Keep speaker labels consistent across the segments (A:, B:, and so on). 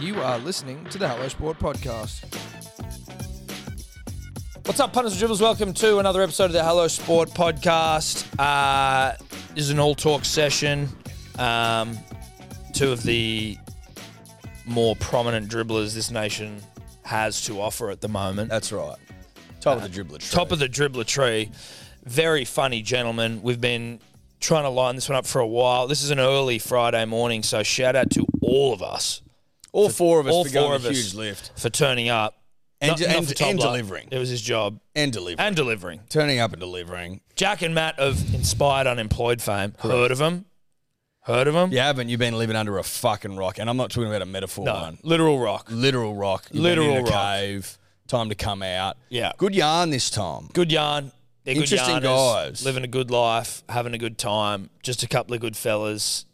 A: You are listening to the Hello Sport podcast.
B: What's up, punters and dribblers? Welcome to another episode of the Hello Sport podcast. Uh, this is an all talk session. Um, two of the more prominent dribblers this nation has to offer at the moment.
A: That's right. Uh, Top of the dribbler. Tree.
B: Top of the dribbler tree. Very funny gentleman. We've been trying to line this one up for a while. This is an early Friday morning, so shout out to all of us,
A: all four of us
B: all
A: for
B: four
A: going
B: of
A: a
B: us,
A: huge lift
B: for turning up
A: and,
B: Not-
A: and,
B: not for
A: and,
B: top bloke.
A: delivering
B: It was his job
A: and delivering
B: and delivering.
A: turning up and delivering.
B: Jack and Matt of Inspired Unemployed fame. Heard of them? Heard of them?
A: You haven't. You've been living under a fucking rock, and I'm not talking about a metaphor one.
B: Literal rock.
A: Literal rock. You've been
B: Literal
A: in a
B: rock.
A: cave. Time to come out.
B: Yeah.
A: Good yarn this time.
B: Good yarn. They're
A: Interesting
B: good yarners,
A: guys.
B: Living a good life, having a good time. Just a couple of good fellas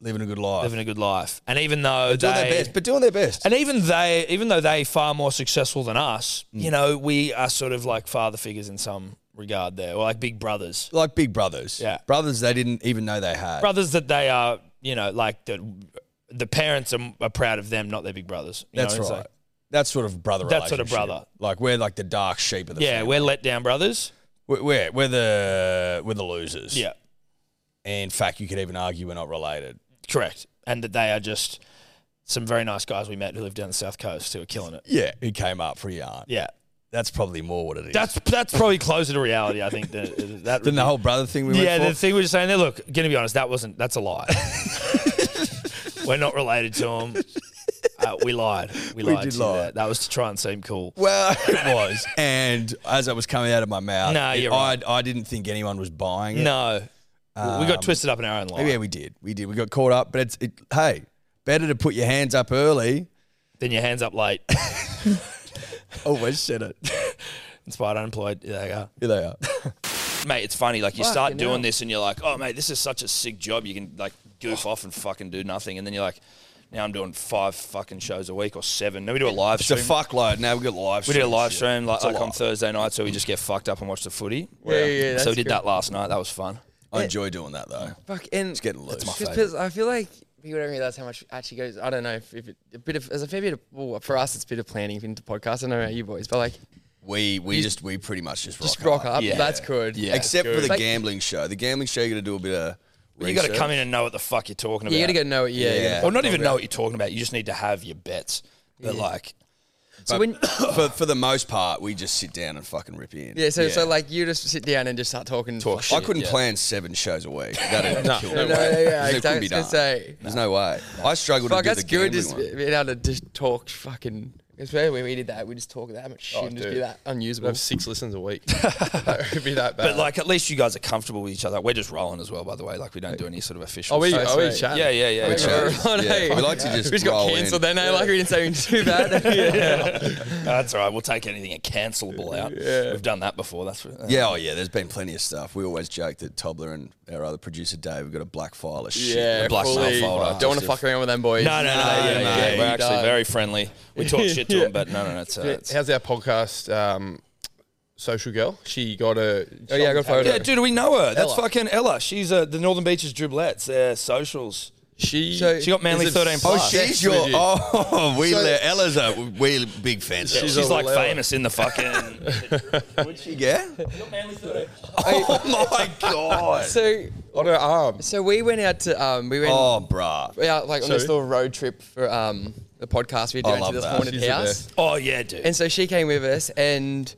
A: Living a good life.
B: living a good life. And even though
A: doing
B: they,
A: their best, but doing their best.
B: and even they, even though they far more successful than us,
A: Mm.
B: you know, we are sort of like father figures in some regard there, or like big brothers,
A: like big brothers.
B: Yeah.
A: Brothers they didn't even know they had.
B: brothers that they are, you know, like that. The parents are, are proud of them, not their big brothers. You
A: That's
B: know, it's
A: right.
B: like-
A: That's sort of brother
B: That sort of
A: relationship.
B: brother.
A: Like we're like the dark sheep of the
B: yeah,
A: family.
B: we're let down brothers.
A: We're, we're, we're the we're the losers.
B: Yeah,
A: In fact, you could even argue we're not related.
B: correct. And that they are just some very nice guys we met who live down the south coast who are killing it.
A: Yeah. Who came up for a yarn.
B: Yeah,
A: That's probably more what it is.
B: that's that's probably closer to reality, I think. Than that.
A: than the whole brother thing we
B: yeah, the
A: went for.
B: thing we were saying there. Look, gonna be honest, that wasn't. That's a lie. we're not related to them. Uh, we lied. We lied.
A: did
B: to
A: lie.
B: You there. That was to try and seem cool.
A: well, it was. And as it was coming out of my mouth,
B: No,
A: it-
B: you're
A: I,
B: right.
A: I didn't think anyone was buying it.
B: No, we
A: Um,
B: got twisted up in our own lie.
A: Yeah, we did. We did. We got caught up, but it's it, hey, better to put your hands up early.
B: Then your hands up late.
A: Always Oh, said it.
B: Inspired, unemployed. There they are.
A: Here they are.
B: mate, it's funny. Like you start
A: Fucking
B: doing
A: hell.
B: this, and you're like, oh, mate, this is such a sick job. You can like goof off and fucking do nothing, and then you're like, now I'm doing five fucking shows a week or seven. Then we do a live
A: It's a
B: stream.
A: fuckload. Now we've got live
B: we did a live stream like,
A: It's a
B: like on
A: lot.
B: Thursday night, so we just get fucked up and watch the footy.
C: Yeah, yeah,
B: So we
C: that's
B: did that last night. That was fun.
A: I enjoy doing that though.
C: Fuck, and
A: It's getting loose.
C: just 'cause I feel like people don't realize how much actually goes. I don't know if, if it, a bit of there's a fair bit of well, for us it's a bit of planning into podcasts. I don't know about you boys, but like
A: We we just we pretty much just rock
C: just rock
A: up.
C: up.
B: Yeah.
C: That's good.
B: Yeah.
C: That's
A: Except for
C: good.
A: the
C: Like,
A: gambling show. The gambling show you got to do a bit of.
B: You got to come in and know what the fuck you're talking about.
C: You gotta get know it. Yeah. you
A: Yeah.
C: gotta-
B: Or not even know what you're talking about. You just need to have your bets. But like,
C: So when
A: for for the most part, we just sit down and fucking rip in.
C: yeah, so so like you just sit down and just start talking.
B: Talk
A: I
B: shit.
A: couldn't
B: yeah.
A: plan seven shows a week. That'd kill
C: No,
A: me.
C: no, yeah, yeah,
A: It couldn't be
C: exactly. I was gonna
A: done.
C: say.
A: There's no way. I struggled to
C: Fuck,
A: do
C: that's
A: the gambling
C: good. Just
A: one.
C: being able to just talk fucking. It's where we we did that. We just talk that much
A: Oh,
C: shit and just be
D: dude.
C: that unusable.
D: six listens a week. that would be that bad.
B: but like, at least you guys are comfortable with each other. We're just rolling as well, by the way. Like, we don't do any sort of official.
D: are we,
B: stuff.
C: that's
D: are we
C: right.
D: chatting?
B: Yeah, yeah, yeah.
C: Which
B: yeah.
C: Oh, are-
A: Yeah,
C: Oh, no.
A: yeah. We like to
C: We
A: just
C: just got
A: roll in.
C: cancelled then, eh? Like we didn't say we didn't do that.
B: That's all right. We'll take anything and cancelable out. We've done that before. That's what,
A: Yeah, oh yeah. There's been plenty of stuff. We always joke that Tobler and our other producer Dave have got a black file of shit.
C: Yeah,
B: The black
C: fully.
B: mail folder.
C: Don't want to fuck around with them boys.
B: No, no, no. yeah, yeah,
A: mate.
B: We're
C: You
B: actually
C: don't.
B: very friendly. We talk shit to them, but no, no, no. It's, uh, it's,
D: How's our podcast, um, Social Girl? She got a.
C: Oh yeah, I got a photo.
B: yeah, dude, we know her. That's
C: Ella.
B: fucking Ella. She's uh, the Northern Beaches Driblets. Their socials.
D: She,
C: So-
B: She got Manly
D: is it
B: 13
A: Oh,
B: plus.
D: sex
A: she's your.
D: with you?
A: Oh, we Ella's a we big fans. of
B: She's,
A: Ella.
D: a
B: like
D: little Ella.
B: famous in the fucking.
A: yeah.
B: Manly 13.
A: Oh my god.
C: So,
D: On her arm.
C: so we went out to um, we went
A: Oh, bruh.
C: out like on this
D: Sorry?
C: little road trip for um the podcast. We
A: I
C: went
A: love
C: to this
A: that.
C: haunted
D: She's the
C: house,
D: best.
B: Oh yeah, dude.
C: and so she came with us, and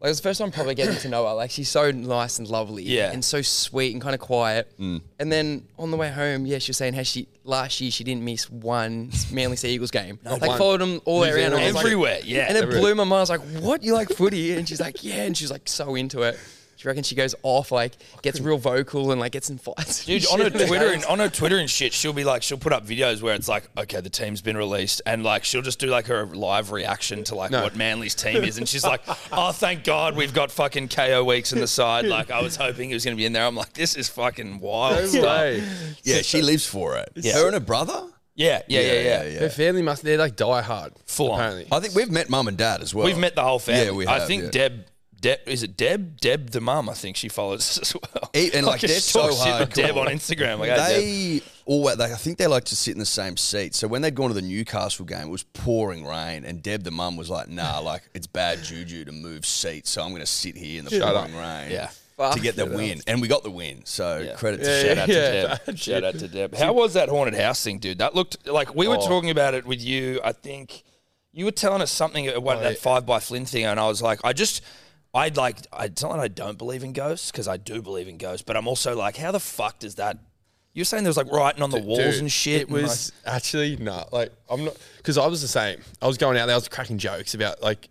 C: like it was the first time probably getting to know her. Like she's so nice and lovely,
B: Yeah.
C: and so sweet and kind of quiet. And then on the way home, yeah, she was saying how she last year she didn't miss one Manly Sea Eagles game. like
D: one.
C: followed them all the way around and I was like-
B: Everywhere. Yeah.
C: And it blew my mind. I was like, what? You like footy? And she's like, yeah. And she's like so into it. She reckons she goes off, like gets real vocal and like gets in fights. and
B: Dude,
C: shit.
B: on her Twitter and on her Twitter and shit, she'll be like, she'll put up videos where it's like, okay, the team's been released, and like she'll just do like her live reaction to like what Manly's team is, and she's like, oh, thank God we've got fucking KO weeks in the side. Like I was hoping he was gonna be in there. I'm like, this is fucking wild
D: No
B: stuff.
D: way.
A: Yeah, she lives for it.
B: Yeah.
A: Her and her brother.
B: Yeah, yeah, yeah, yeah.
D: Her family must, they're like die hard.
B: Full on.
D: apparently.
A: I think we've met mum and dad as well.
B: We've met the whole family.
A: Yeah, we
B: I
A: have,
B: think
A: yeah.
B: Deb Deb. Is it Deb? Deb the mum, I think she follows as well.
A: E- and, like,
B: I
A: they're
B: just talk
A: so
B: shit
A: hardcore.
B: with Deb on Instagram. Like, hey, Deb.
A: They all they, I think they like to sit in the same seat. So when they'd gone to the Newcastle game, it was pouring rain, and Deb the mum was like, "Nah, like it's bad juju to move seats, so I'm going to sit here in the
D: Shut
A: pouring rain."
B: Yeah.
A: to get the win, and we got the win. So credit to
D: Yeah,
A: shout out
D: yeah,
B: Shout
A: to
B: out to Deb. Shout out to Deb. How was that haunted house thing, dude? That looked like we were talking about it with you. I think you were telling us something at one, that five by Flynn thing, and I was like, I just. I'd like, I, it's not that I don't believe in ghosts because I do believe in ghosts, but I'm also like, how the fuck does that? You're saying there was like writing on the walls
D: Dude,
B: and shit.
D: It
B: and, like-
D: was actually not like I'm not because I was the same. I was going out there, I was cracking jokes about like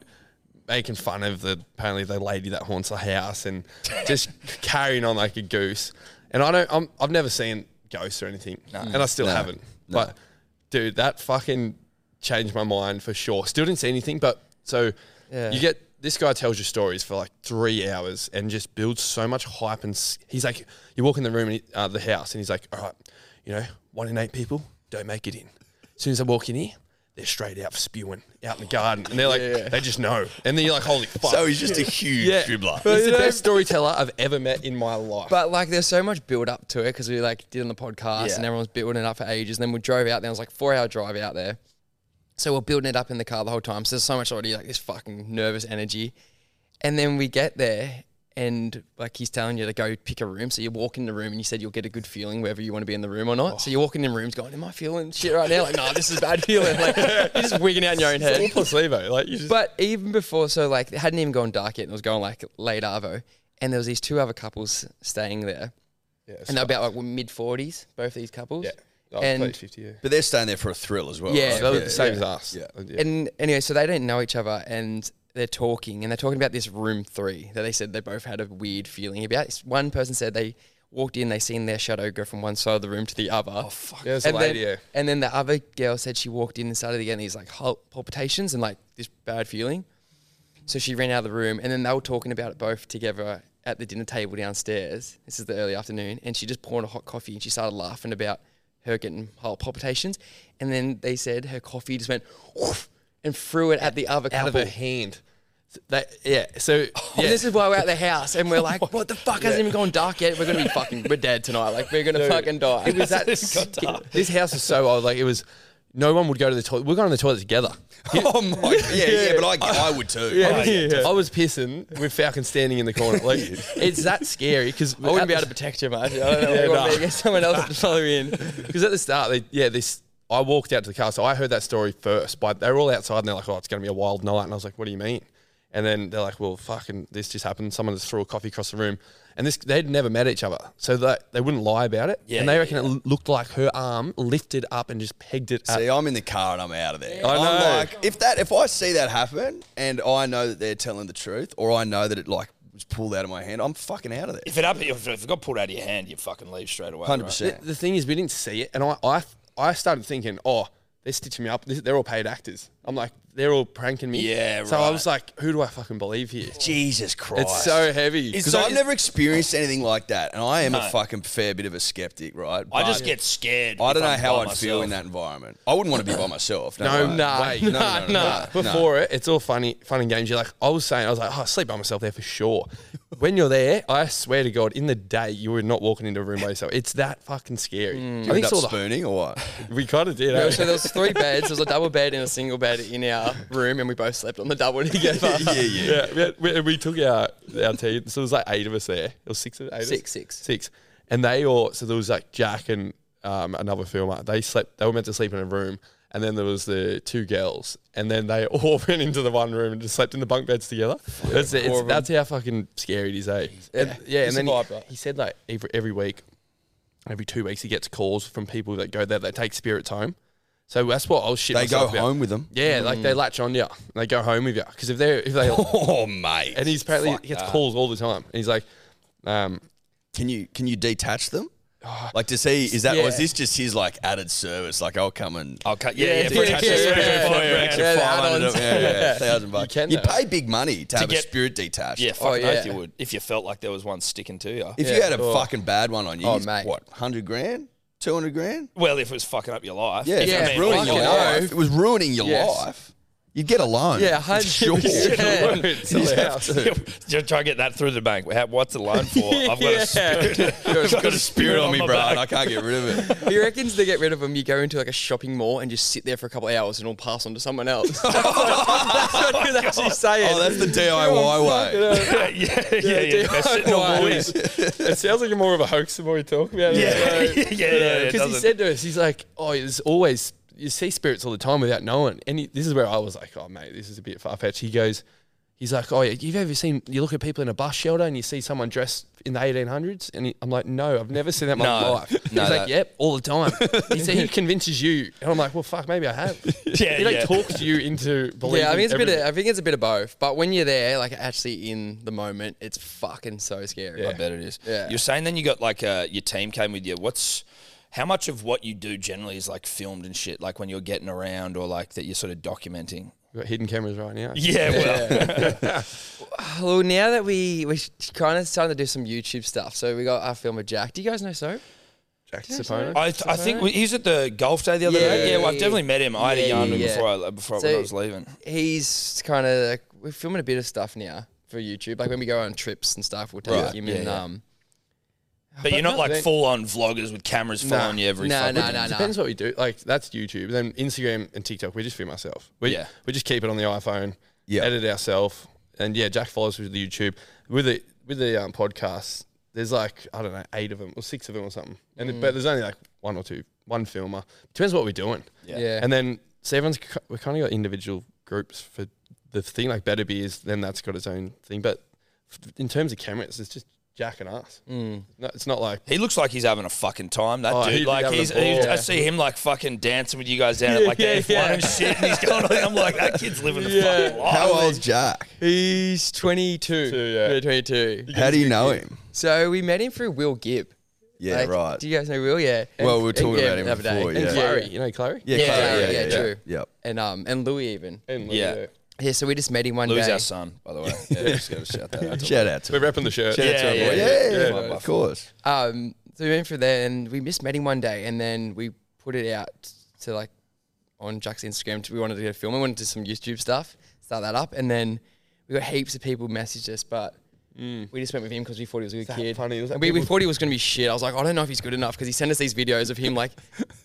D: making fun of the apparently the lady that haunts the house and just carrying on like a goose. And I don't, I'm, I've never seen ghosts or anything, and I still haven't. But dude, that fucking changed my mind for sure. Still didn't see anything, but so
C: Yeah.
D: you get. This guy tells you stories for like three hours and just builds so much hype. And s- he's like, you walk in the room, and he, uh, the house, and he's like, all right, you know, one in eight people don't make it in. As soon as I walk in here, they're straight out spewing out in the garden, and they're like, they just know. And then you're like, holy fuck!
A: So he's just a huge
D: yeah.
A: dribbler.
D: He's
C: you
D: the
C: know-
D: best storyteller I've ever met in my life.
C: But like, there's so much build up to it because we like did on the podcast
B: Yeah.
C: and everyone was building it up for ages. And then we drove out there. It was like four hour drive out there. So we're building it up in the car the whole time. So there's so much already like this fucking nervous energy. And then we get there and like he's telling you to go pick a room. So you walk in the room and you said you'll get a good feeling whether you want to be in the room or not. So you're walking in rooms going, Am I feeling shit right now? Like, nah, this is a bad feeling. Like you're just wigging out in your own head.
D: all placebo, like you just.
C: But even before, so like it hadn't even gone dark yet, and it was going like late arvo, and there was these two other couples staying there,
D: yeah,
C: and they're about like mid forties, both these couples.
D: yeah. Oh,
C: and-
D: and 50, yeah.
A: But they're staying there for a thrill as well.
C: Yeah,
A: right?
C: that was
D: the same as us.
A: Yeah.
D: yeah.
C: And anyway, so they didn't know each other, and they're talking, and they're talking about this room three that they said they both had a weird feeling about. It's- One person said they walked in, they seen their shadow go from one side of the room to the other. Oh fuck!
D: Yeah, it's a
C: and,
D: lady,
C: then,
D: yeah.
C: and then the other girl said she walked in and started to get these like hul- palpitations and like this bad feeling. So she ran out of the room, and then they were talking about it both together at the dinner table downstairs. This is the early afternoon, and she just poured a hot coffee and she started laughing about her getting heart palpitations. And then they said her coffee just went woof, and threw it at the other
D: out
C: couple.
D: of her hand. That yeah. So
C: And
D: yeah.
C: Oh, this is why we're at the house, and we're like, "What the fuck hasn't even gone dark yet? We're gonna be fucking, we're dead tonight. Like we're gonna fucking die."
D: it was that. this house is so old. Like it was. No one would go to the toilet. We're going to the toilet together.
A: Oh my! Yeah, yeah. But I, I would too.
D: Yeah,
A: I would.
D: I was pissing with Falcon standing in the corner. Like it's that scary because
C: I wouldn't be able to protect you, mate. I don't know. we
D: nah.
C: want to get someone else to follow in.
D: Because at the start, they, yeah, this I walked out to the car, so I heard that story first. But they were all outside, and they're like, "Oh, it's going to be a wild night," and I was like, "What do you mean?" And then they're like, "Well, fucking, this just happened. Someone just threw a coffee across the room." And this, they'd never met each other, so that they wouldn't lie about it.
B: Yeah,
D: and they
B: yeah,
D: reckon it l- looked like her arm lifted up and just pegged it. At,
A: See, I'm in the car and I'm out of there.
D: I
A: I'm
D: know.
A: like, if that, if I see that happen and I know that they're telling the truth, or I know that it like was pulled out of my hand, I'm fucking out of there.
B: if it up, if it got pulled out of your hand, you fucking leave straight away.
A: Hundred
B: right?
A: percent.
D: The thing is, we didn't see it, and I, I, I started thinking, oh, they're stitching me up. This- They're all paid actors. I'm like, they're all pranking me.
B: Yeah,
D: So I
B: right.
D: was like, who do I fucking believe here?
A: Jesus Christ!
D: It's so heavy.
B: Is-
A: Because
B: So
A: I've never experienced anything like that, and I am a fucking fair bit of a skeptic, right?
B: I just
A: But
B: get scared.
A: I
B: if
A: don't know
B: I'm
A: how
B: by
A: I'd feel
B: myself.
A: in that environment. I wouldn't want to be by myself.
D: No,
A: way.
D: nah,
A: Way. no,
D: nah,
A: no, no,
D: nah.
A: no, no.
D: Before it, it's all funny, fun and games. You're like, I was saying, I was like, oh, I sleep by myself there for sure. when you're there, I swear to God, in the day, you were not walking into a room by yourself. It's that fucking scary. I
A: End
D: think
A: up
D: it's all the,
A: spooning or what?
D: we kind of did. eh?
C: So there was three beds. There was a double bed and a single bed in our room, and we both slept on the double together.
A: yeah, yeah.
D: yeah, we, had- we, we took our our team. So it was like eight of us there. It was six of eight. of us?
C: Six, six.
D: six, and they all. So there was like Jack and um, another filmer. They slept. They were meant to sleep in a room, and then there was the two girls, and then they all went into the one room and just slept in the bunk beds together. That's it. It's, that's how fucking scary it is, eh? And, yeah,
C: It's
D: and
C: a
D: then
C: vibe,
D: he,
C: right?
D: he said like every every week, every two weeks, he gets calls from people that go there. They take spirits home. So that's what I was shit
A: They go
D: myself about.
A: home with them.
D: Yeah, like they latch on to you. and They go home with you because if they if they
A: Oh mate.
D: and he's apparently
A: Fuck
D: he gets
A: that.
D: calls all the time. And he's like, um,
A: Can you can you detach them? Like to see is that
D: yeah.
A: was this just his like added service? Like I'll come and
B: I'll cut. Yeah, yeah,
C: yeah,
B: for a
C: yeah,
B: catch-
C: yeah,
B: for
C: yeah,
B: a
C: yeah,
B: catch-
A: extra
C: the
A: five hundred,
C: add-ons.
A: yeah, yeah, yeah, thousand bucks. You,
D: can, though.
A: pay big money to, have
B: get-
A: a spirit detached. Oh,
B: Yeah, fucking
C: yeah.
B: oath you would. If you felt like there was one sticking to you.
A: If you had a fucking bad one on you,
C: Oh,
A: it's
C: mate.
A: what hundred grand, two hundred grand?
B: well, if it was fucking up your life.
A: Yeah,
B: If I
A: if it was
B: mean,
A: ruining
B: like,
A: your
C: fucking
A: life.
C: oath.
A: It was ruining your
C: Yes.
A: life. You'd get a loan.
C: Yeah, hundred
A: Sure.
C: percent.
D: It's allowed.
B: Just try to get that through the bank. How- What's the loan for? I've got a spirit. I've
A: It's got a spirit on me,
B: my
A: bro,
B: back.
A: and I can't get rid of it.
C: He reckons they get rid of them. You go into like a shopping mall and just sit there for a couple of hours, and it'll pass on to someone else. that's what he was actually saying.
A: Oh, that's the DIY way.
B: yeah, yeah, yeah. yeah. They're sitting on Woolies.
D: it sounds like you're more of a hoax than what we talk about.
B: Yeah, yeah,
D: Like,
B: yeah. yeah, it
D: Because he
B: doesn't-
D: said to us, he's like, "Oh, there's always you see spirits all the time without knowing." And he, this is where I was like, "Oh, mate, this is a bit far fetched." He goes, "He's like, oh, yeah, you've ever seen? You look at people in a bus shelter and you see someone dressed in the 1800s?" And he, I'm like, "No, I've never seen that in my
B: No.
D: life." He's
A: No,
D: like,
A: that-
D: "Yep, all the time." he said he convinces you, and I'm like, "Well, fuck, maybe I have."
B: Yeah,
D: he like
B: yeah.
D: talks you into believing.
C: yeah, I mean it's a bit. Of,
D: everything.
C: I think it's a bit of both. But when you're there, like actually in the moment, it's fucking so scary.
B: I bet it is.
C: Yeah.
B: You're saying then you got like uh, your team came with you. What's how much of what you do generally is like filmed and shit, like when you're getting around or like that you're sort of documenting.
D: We've got hidden cameras right now.
B: Yeah, well,
C: Oh, Well, now that we we're kind of starting to do some YouTube stuff, so we got our film with Jack. Do you guys know Soap?
D: Jack Sapone.
B: I, th- I think we, he was at the golf day the other
C: Yeah.
B: day. Yeah, well, I've definitely met him. I had a
C: Yeah,
B: yarn with him
C: yeah.
B: before I before
C: So-
B: when I was leaving.
C: He's kind of like, we're filming a bit of stuff now for YouTube. Like when we go on trips and stuff, we'll take
B: Right,
C: him
B: yeah,
C: and
B: yeah.
C: um.
B: But you're not like
D: then-
B: full on vloggers with cameras following you every.
C: Nah,
B: fucking
C: nah,
B: day.
C: nah.
D: It depends what we do. Like that's YouTube. Then Instagram and TikTok, we just film ourselves. We,
B: Yeah.
D: we just keep it on the iPhone.
A: Yeah.
D: edit ourselves. And yeah, Jack follows with the YouTube with the with the um, podcast. There's like I don't know eight of them or six of them or something. And but there's only like one or two, one filmer. Depends what we're doing.
B: Yeah.
C: Yeah.
D: And then so everyone's ki- we kind of got individual groups for the thing like Better Beers. Then that's got its own thing. But f- in terms of cameras, it's just Jack and us. No, it's not like
B: He looks like he's having a fucking time. That
D: Oh, he'd
B: dude,
D: be
B: like
D: having a
B: he's, he's-
D: ball.
B: I see him like fucking dancing with you guys down at like
D: yeah,
B: the F1
D: yeah.
B: and shit, and he's going. on. I'm like, that kid's living the fucking life.
A: How old's Jack?
C: He's 22.
D: Two, yeah.
C: Yeah, 22.
A: How do you know him?
C: So we met him through Will Gibb.
A: Yeah,
C: Like,
A: right.
C: Do you guys know Will? Yeah.
A: Well, we were
C: And
A: talking
C: Gab
A: about him
C: the other day.
A: before,
D: and
A: yeah.
D: Chloe. You know Chloe.
A: yeah,
C: Yeah,
A: Chloe,
C: yeah,
A: yeah,
C: yeah,
A: yeah.
C: true.
A: Yep.
C: And um and Louis even.
D: And
B: Yeah.
D: yeah.
C: Yeah, so we just met him one
B: Louis
C: day.
B: our son, by the way. Yeah, just gotta shout that out. to him.
A: Shout out to
D: We're repping the shirt.
A: Shout out to
B: Yeah,
A: him.
B: yeah,
A: Yeah,
B: yeah,
A: yeah,
B: yeah.
A: of course.
C: Um, so we went through there and we just met him one day and then we put it out to like on Jack's Instagram. to- We wanted to get a film. We wanted to do some YouTube stuff, start that up. And then we got heaps of people message us, but we just went with him because we thought he was a good
D: Mm. that
C: kid.
D: funny? Was that
C: And we, we
D: people-
C: thought he was going to be shit. I was like, I don't know if he's good enough because he sent us these videos of him like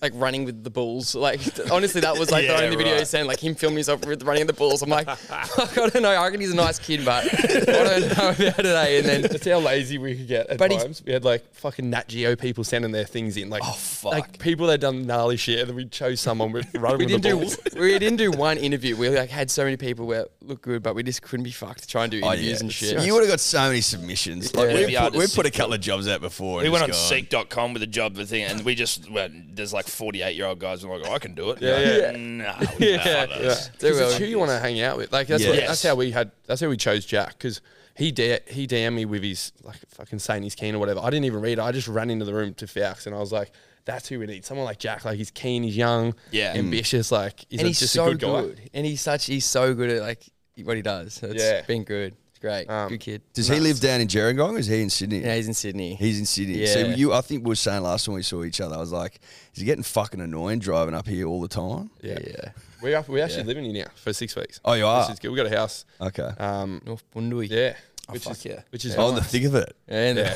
C: like running with the bulls. Like, honestly, that was like
B: Yeah,
C: the only video he
B: right.
C: sent, like him filming himself with running the bulls. I'm like, fuck, I don't know. I reckon he's a nice kid, but I don't know about today. And then
D: That's how lazy we could get at
C: But he's-
D: times. We had like fucking Nat Geo people sending their things in, like,
B: fuck.
D: like people that done gnarly shit, and then we chose someone with running
C: we didn't
D: with the
C: do
D: balls.
C: we didn't do one interview. We like had so many people where it looked good, but we just couldn't be fucked to try and do
A: Oh,
C: interviews
A: yeah.
C: and shit.
A: You would have got so many submissions. Like,
C: Yeah.
A: we,
B: Maybe I'll
A: put, we
B: just
A: put a couple of jobs out before. and
B: We
A: just
B: went on
A: gone.
B: seek.com with a job the thing, and we just went, there's like 48 year old guys, and like, oh, I can do it.
D: Yeah,
B: Like,
D: yeah.
B: Nah, we can't
D: Yeah,
B: do
D: yeah.
B: this.
D: 'Cause
C: well.
D: it's who you want to hang out with. Like that's what,
A: Yes.
D: that's how we had. That's how we chose Jack because he da- he DM me with his like fucking saying he's keen or whatever. I didn't even read. it. I just ran into the room to Fox and I was like, that's who we need. Someone like Jack. Like he's keen, he's young,
A: Mm.
B: Yeah.
D: ambitious. Like he's,
C: and
D: a-
C: he's
D: just
C: so
D: a good guy.
C: And he's such he's so good at like what he does. It's
D: Yeah.
C: been good. It's great. good kid.
A: Does he live down in Gerringong or is he in Sydney?
C: Yeah, he's in Sydney.
A: He's in Sydney. So
C: Yeah.
A: you, I think we were saying last time we saw each other, I was like, is he getting fucking annoying driving up here all the time?
D: Yeah.
C: yeah.
D: We're up, we're actually living here now for six weeks.
A: Oh, you are?
D: Which is good. We got a house.
A: Okay.
D: Um,
C: North Bundui.
D: yeah. which
B: fuck
D: is
B: yeah.
D: Which is
A: oh, in
D: nice.
A: the thick of it.
C: And yeah.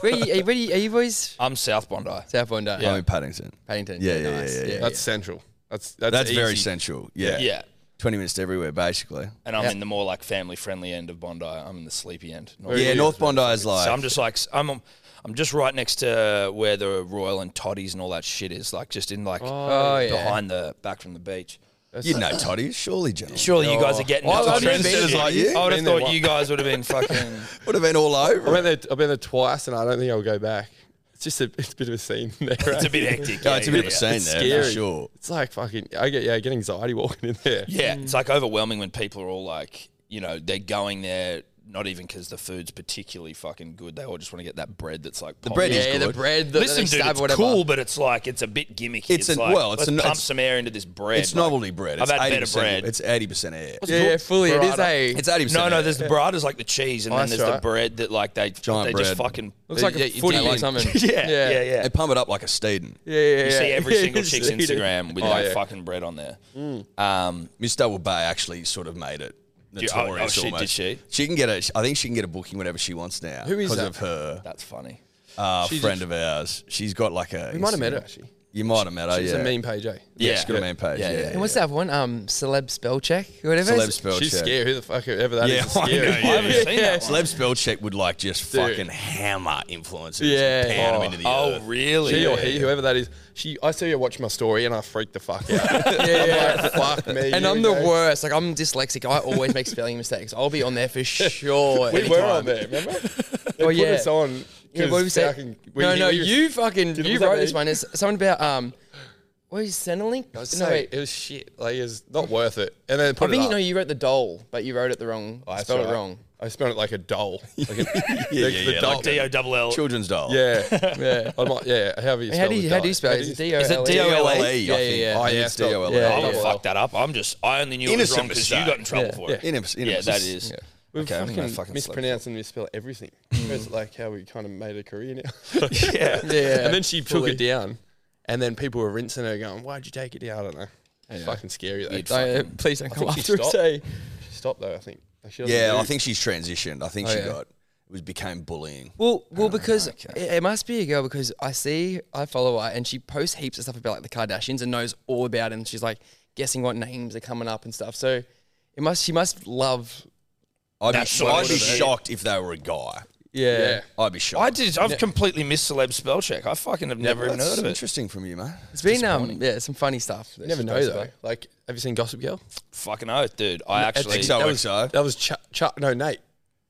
C: where you, are, you, where you, are you boys?
B: I'm South Bondi.
C: South Bondi. Oh,
A: I'm in Paddington.
C: Paddington.
A: Yeah, yeah,
C: nice.
A: yeah, yeah.
D: That's central. That's that's,
A: That's very
D: easy.
A: central. Yeah.
B: Yeah.
A: 20 minutes to everywhere, basically.
B: And I'm in the more like family friendly end of Bondi. I'm in the sleepy end. Not-
A: yeah,
D: is.
A: North Bondi is like.
B: So I'm just like, I'm, I'm just right next to where the Royal and Toddies and all that shit is, like just in like
C: Oh, yeah.
B: behind the back from the beach.
A: you'd know Toddy, surely, John.
B: Surely you guys are getting
A: I
B: into
A: love
B: Toddies.
A: trendsetters like you.
B: I would have
D: Been there
B: thought you guys would have been fucking.
A: Would have been all
D: I
A: over.
D: went there. I've been there twice, and I don't think I'll go back. It's just a it's a bit of a scene there.
B: It's a bit hectic.
A: Yeah, it's a bit of
B: yeah,
A: a scene there,
D: scary.
A: for sure.
D: It's like fucking. I get yeah, I get anxiety walking in there.
B: Yeah, it's like overwhelming when people are all like, you know, they're going there not even because the food's particularly fucking good. They all just want to get that bread that's like the
A: bread is
C: yeah, the
A: good.
C: bread, the,
B: Listen,
C: they
B: dude,
C: stab
B: it's
C: whatever.
B: cool, but it's like it's a bit gimmicky.
A: It's
B: It's,
A: an-
B: like,
A: well, it's
B: let's
A: an-
B: pump
A: it's-
B: some air into this bread.
A: It's
B: like,
A: novelty bread.
B: I've
A: It's
B: had better
A: 80%
B: bread.
A: It's eighty percent air.
C: Yeah, yeah, fully, it is
D: Burrata.
C: a.
A: It's eighty percent.
B: no, no. There's the burrata's like the cheese, and
D: Oh,
B: then
D: that's
B: there's the
D: right.
B: bread that like they
A: Giant
B: they just
A: bread.
B: fucking
C: Looks like
A: Yeah,
C: a
A: you
C: footy
A: do
C: or
A: like-
C: something.
B: yeah, yeah, yeah.
A: They pump it up like a Steeden.
C: yeah, yeah,
B: You see
C: yeah.
B: every single
C: Yeah,
B: chick's
C: see it.
B: Instagram with
D: Oh,
B: that
D: yeah.
B: fucking bread on there.
A: Mm.
B: Um,
A: Miss Double Bay actually sort of made it.
B: Yeah, oh, oh,
A: Notorious
B: she- did
A: almost.
B: she?
A: can get a. I think she can get a booking whenever she wants now.
D: Who is
A: because
D: that?
A: of her
B: that's funny.
A: uh,
D: She's a-
A: friend of ours? She's got like a.
D: We might have met her actually.
A: You might have met her.
D: She's
A: Oh, yeah.
D: a meme page, eh?
A: Yeah, she's got a
D: Yeah.
A: main page.
B: Yeah,
A: Yeah,
B: yeah,
A: yeah.
C: And what's that one? Um, celeb spell check, or whatever.
A: Celeb spell
D: She's
A: check.
D: scary. Who the fuck, whoever that is,
A: Yeah,
D: is
A: I know,
D: scary.
A: yeah.
B: I haven't seen that one.
A: Celeb spell check would like just fucking hammer influencers.
C: Yeah.
A: and pan 'em
D: Oh.
A: into the uh,
B: Oh,
A: earth.
B: really?
D: She or he, whoever that is, she. I see her watch my story and I freak the fuck out.
C: Yeah, yeah.
D: Like, fuck me.
C: And
D: here
C: I'm
D: we
C: the
D: go.
C: worst. Like I'm dyslexic. I always make spelling mistakes. I'll be on there for sure.
D: We were
C: anytime.
D: on there, remember? They
C: Oh,
D: put
C: yeah.
D: us on.
C: Yeah, what did we say? no, no, you fucking
D: Did-
C: you
D: was that
C: wrote
D: me?
C: this one. It's something about um, what is Centrelink? No,
D: No,
C: wait.
D: it was shit. Like it's not worth it. And then
C: I
D: put it
C: think
D: up.
C: you know you wrote the doll, but you wrote it the wrong.
D: Oh, that's
C: spelled it
D: right.
C: wrong.
D: I spelled it like a doll. Like
A: Yeah,
D: a, the,
A: yeah,
D: the
A: yeah,
D: doll.
A: like
B: D O double L.
A: Children's doll.
D: yeah,
C: Yeah.
D: I might, yeah. However you spell
C: How do
D: the
C: you how do you
D: doll.
C: spell it? Is it D O L E?
B: Is it D O L E?
A: DOLE.
C: Yeah,
A: I think.
C: yeah, yeah.
A: I
D: Oh,
A: think
D: yeah,
A: it's
D: spelled-
A: DOLE.
C: yeah,
B: I
C: yeah.
B: would fuck that up. I'm just. I only knew it was
A: Innocent
B: wrong because you
A: mistake.
B: got in trouble for it.
A: Innovative.
B: Yeah, that is.
D: We're
B: Okay, I'm gonna
D: fucking,
B: fucking slip
D: mispronounce and misspell everything.
C: Mm.
D: It's like how we kind of made a career now.
B: Yeah.
C: Yeah.
D: and then she took
C: fully.
D: it down, and then people were rinsing her, going, "Why'd you take it down?" I don't know. It's fucking scary. Though.
C: Don't- please don't come
D: think
C: after
D: she
C: and
D: stopped.
C: say.
D: She stopped though. I think. Like, she doesn't
A: Yeah,
D: do-
A: I think she's transitioned. I think
C: Oh,
A: she
C: yeah.
A: got it was became bullying.
C: Well,
D: Oh,
C: well, because it, it must be a girl because I see I follow her and she posts heaps of stuff about like the Kardashians and knows all about them. She's like guessing what names are coming up and stuff. So it must she must love.
A: I'd be,
B: That sort
A: I'd
B: of
A: be
B: shit.
A: shocked if they were a guy.
C: Yeah.
A: I'd be
B: I
A: shocked.
B: did. I've completely missed celeb spell check. I fucking have never even
A: That's
B: heard of it.
A: interesting from you, man.
C: It's been um yeah some funny stuff. that
D: You never
C: she
D: know
C: posts
D: though.
C: about.
D: Like, have you seen Gossip Girl?
B: Fucking oath, dude. I actually.
A: XO.
D: that was
A: XO.
D: that was Chuck. Chuck no, Nate.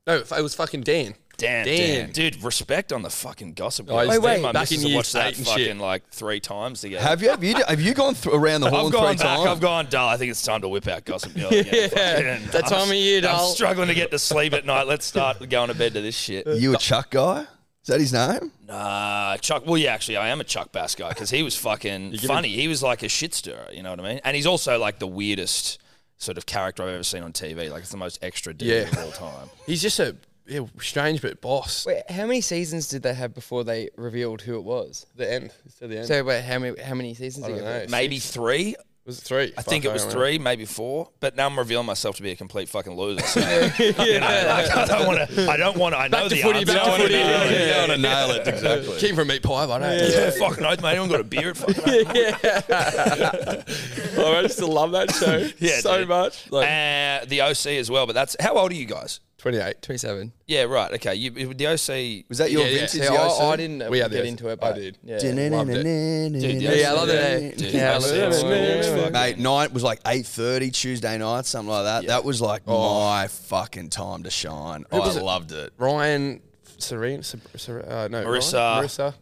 D: No, it was fucking Dan.
B: Damn,
D: Dan.
B: dude. Respect on the fucking gossip. Girl.
D: I used
C: to- Wait, wait,
B: my
D: back in
B: missus
D: year
B: watched that
D: eight and
B: fucking
D: shit.
B: like three times together.
A: Have you have you have you gone th- around the horn
B: I've gone
A: three
B: back.
A: times?
B: I've gone dull. I think it's time to whip out Gossip Girl. Again.
C: Yeah,
B: Fucking-
C: that time of year,
B: I'm
C: doll.
B: struggling to get to sleep at night. Let's start going to bed to this shit.
A: You a Chuck guy? Is that his name?
B: Nah, Chuck. Well, yeah, actually, I am a Chuck Bass guy because he was fucking funny. He was like a shit stirrer. You know what I mean? And he's also like the weirdest sort of character I've ever seen on TV. Like it's the most extra dude
D: Yeah.
B: of all time.
D: He's just a yeah, strange but boss.
C: Wait, how many seasons did they have before they revealed who it was?
D: The end. It's to the end.
C: So wait, how many how many seasons?
D: I
C: did
D: don't
C: you
D: know.
C: get?
B: Maybe three.
D: Was it three?
B: I think it was three, maybe four. But now I'm revealing myself to be a complete fucking loser. So, you know, like, I don't want to. I don't want to. I know
C: to
B: the
C: footy,
B: answer.
C: back
B: I
C: to
B: wanna
C: footy.
B: know.
C: Yeah, yeah,
B: Yeah,
A: nail it exactly.
D: Came from meat pie, but I don't.
B: yeah, fucking oath, mate. Anyone got a beer? at Fucking oath?
D: I used to love that show
B: Yeah,
D: so
B: dude.
D: much. Like,
B: Uh, the OC as well. But that's how old are you guys?
D: Twenty-eight.
C: Twenty seven.
B: Yeah, right. Okay, you the OC.
A: Was that your
D: Yeah, yeah.
A: vintage?
C: Yeah,
A: the
C: I, I
A: OC?
C: didn't
D: We
C: we
D: had
C: get
D: the-
C: into it,
D: I
C: but
D: did.
C: Yeah,
D: Loved
B: Dude,
A: Mate,
B: the
C: yeah I love
B: Yeah.
C: it. eh?
B: Dude,
C: yeah, I
B: that's
C: love it.
B: awesome.
C: Yeah.
A: night was like eight thirty Tuesday night, something like that. That was like my fucking time to shine. I
D: was it?
A: loved it.
D: Ryan, Serena, Ser- Ser- uh, no,
B: Marissa.
D: Ryan? Marissa.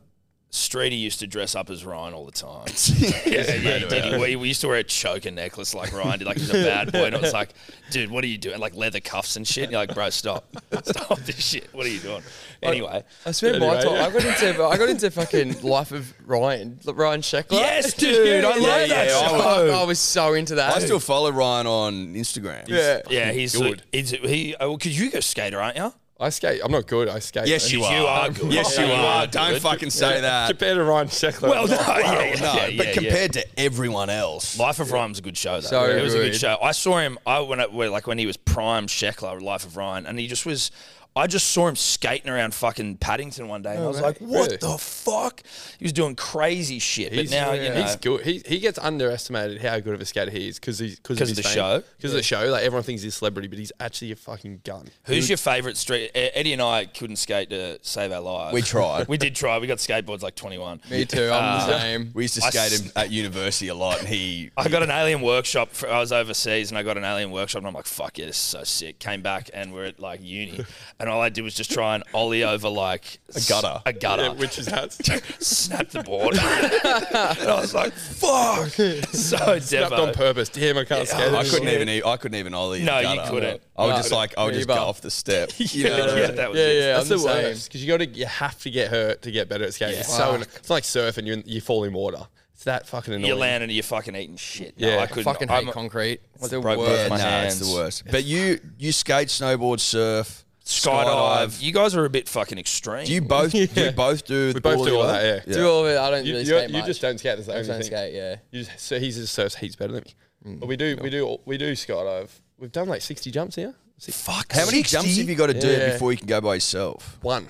B: Streeter used to dress up as Ryan all the time. yeah, yeah, he did. We, we used to wear a choker necklace like Ryan did, like he was a bad boy. And it was like, dude, what are you doing? Like leather cuffs and shit. And you're like, bro, stop. Stop this shit. What are you doing? Anyway.
C: I spent my time. I got into I got into fucking Life of Ryan Ryan Sheckler.
B: Yes, dude, I love
C: yeah,
B: that
C: yeah,
B: show.
C: I, I was so into that.
A: I still follow Ryan on Instagram.
D: Yeah.
B: Yeah, he's
D: Good.
B: He's, he, oh, cause you go skater, aren't you?
D: I skate. I'm not good. I skate.
A: Yes,
D: mate.
A: you are.
B: You are good. Oh,
A: Yes, you
B: You
A: are.
B: are
A: Don't
B: good.
A: fucking say that.
D: Compared to Ryan Sheckler.
B: Well, no, yeah, yeah,
A: no,
B: yeah,
A: but
B: yeah, yeah.
A: compared to everyone else,
B: Life of Ryan was a good show, though.
C: So
B: it was a
C: good.
B: good show. I saw him. I when I, when- like when he was prime Sheckler, Life of Ryan, and he just was. I just saw him skating around fucking Paddington one day, and I was
D: way.
B: like, "What
D: Really?
B: the fuck?" He was doing crazy shit.
D: He's,
B: but now you know,
D: he's good. He, he gets underestimated how good of a skater he is because he's because of,
B: 'Cause of
D: his
B: the
D: fame.
B: show?
D: 'Cause of the show, like everyone thinks he's a celebrity, but he's actually a fucking gun.
B: who's your favorite street? E- Eddie and I couldn't skate to save our lives.
A: We tried.
B: we did try. We got skateboards like twenty one.
C: Me too. I'm the same.
A: Uh, we used to
B: I
A: skate
B: s-
A: him at university a lot, and he.
B: I got an alien workshop. For, I was overseas and I got an alien workshop, and I'm like, "Fuck yeah, this is so sick." Came back and we're at like uni, and all I did was just try and ollie over like a
A: gutter.
B: a gutter,
D: Yeah, which is that's
B: snapped the board. and I was like, "Fuck!" So
D: snapped on
B: Devo.
D: purpose. Damn, I can't skate.
A: I couldn't even e- I couldn't even ollie.
B: No,
A: the
B: you
A: gutter.
B: couldn't.
A: I would
C: No.
A: just like I would
C: Me
A: just go
C: either.
A: off the step.
B: yeah, that was
C: yeah,
B: it.
C: yeah.
D: That's
C: I'm
D: the
C: the same.
D: worst because you got to you have to get hurt to get better at skating. It's so
C: Fuck.
D: an- it's like surfing. You you fall in water. It's that fucking annoying.
B: You land and you're fucking eating shit. No,
D: Yeah.
B: I couldn't.
C: Fucking hate
B: I'm-
C: concrete. It's the
B: broke both
C: worst.
B: my
A: nah, it's
B: hands.
A: the worst. But you you skate, snowboard, surf,
B: skydive. You guys are a bit fucking extreme.
A: Do you both do you both do
D: We both do all that, yeah.
C: Do all of it. I don't
D: You,
C: really
D: you,
C: skate
D: you
C: much.
D: just don't skate. That's the
C: I
D: only
C: just don't
D: thing.
C: skate. Yeah.
D: You just, so he just surfs heaps better than me. But we do we do we do skydive. We've done like sixty jumps here. Six,
B: fuck?
A: How many jumps have you got to do
D: Yeah.
A: before you can go by yourself?
D: one.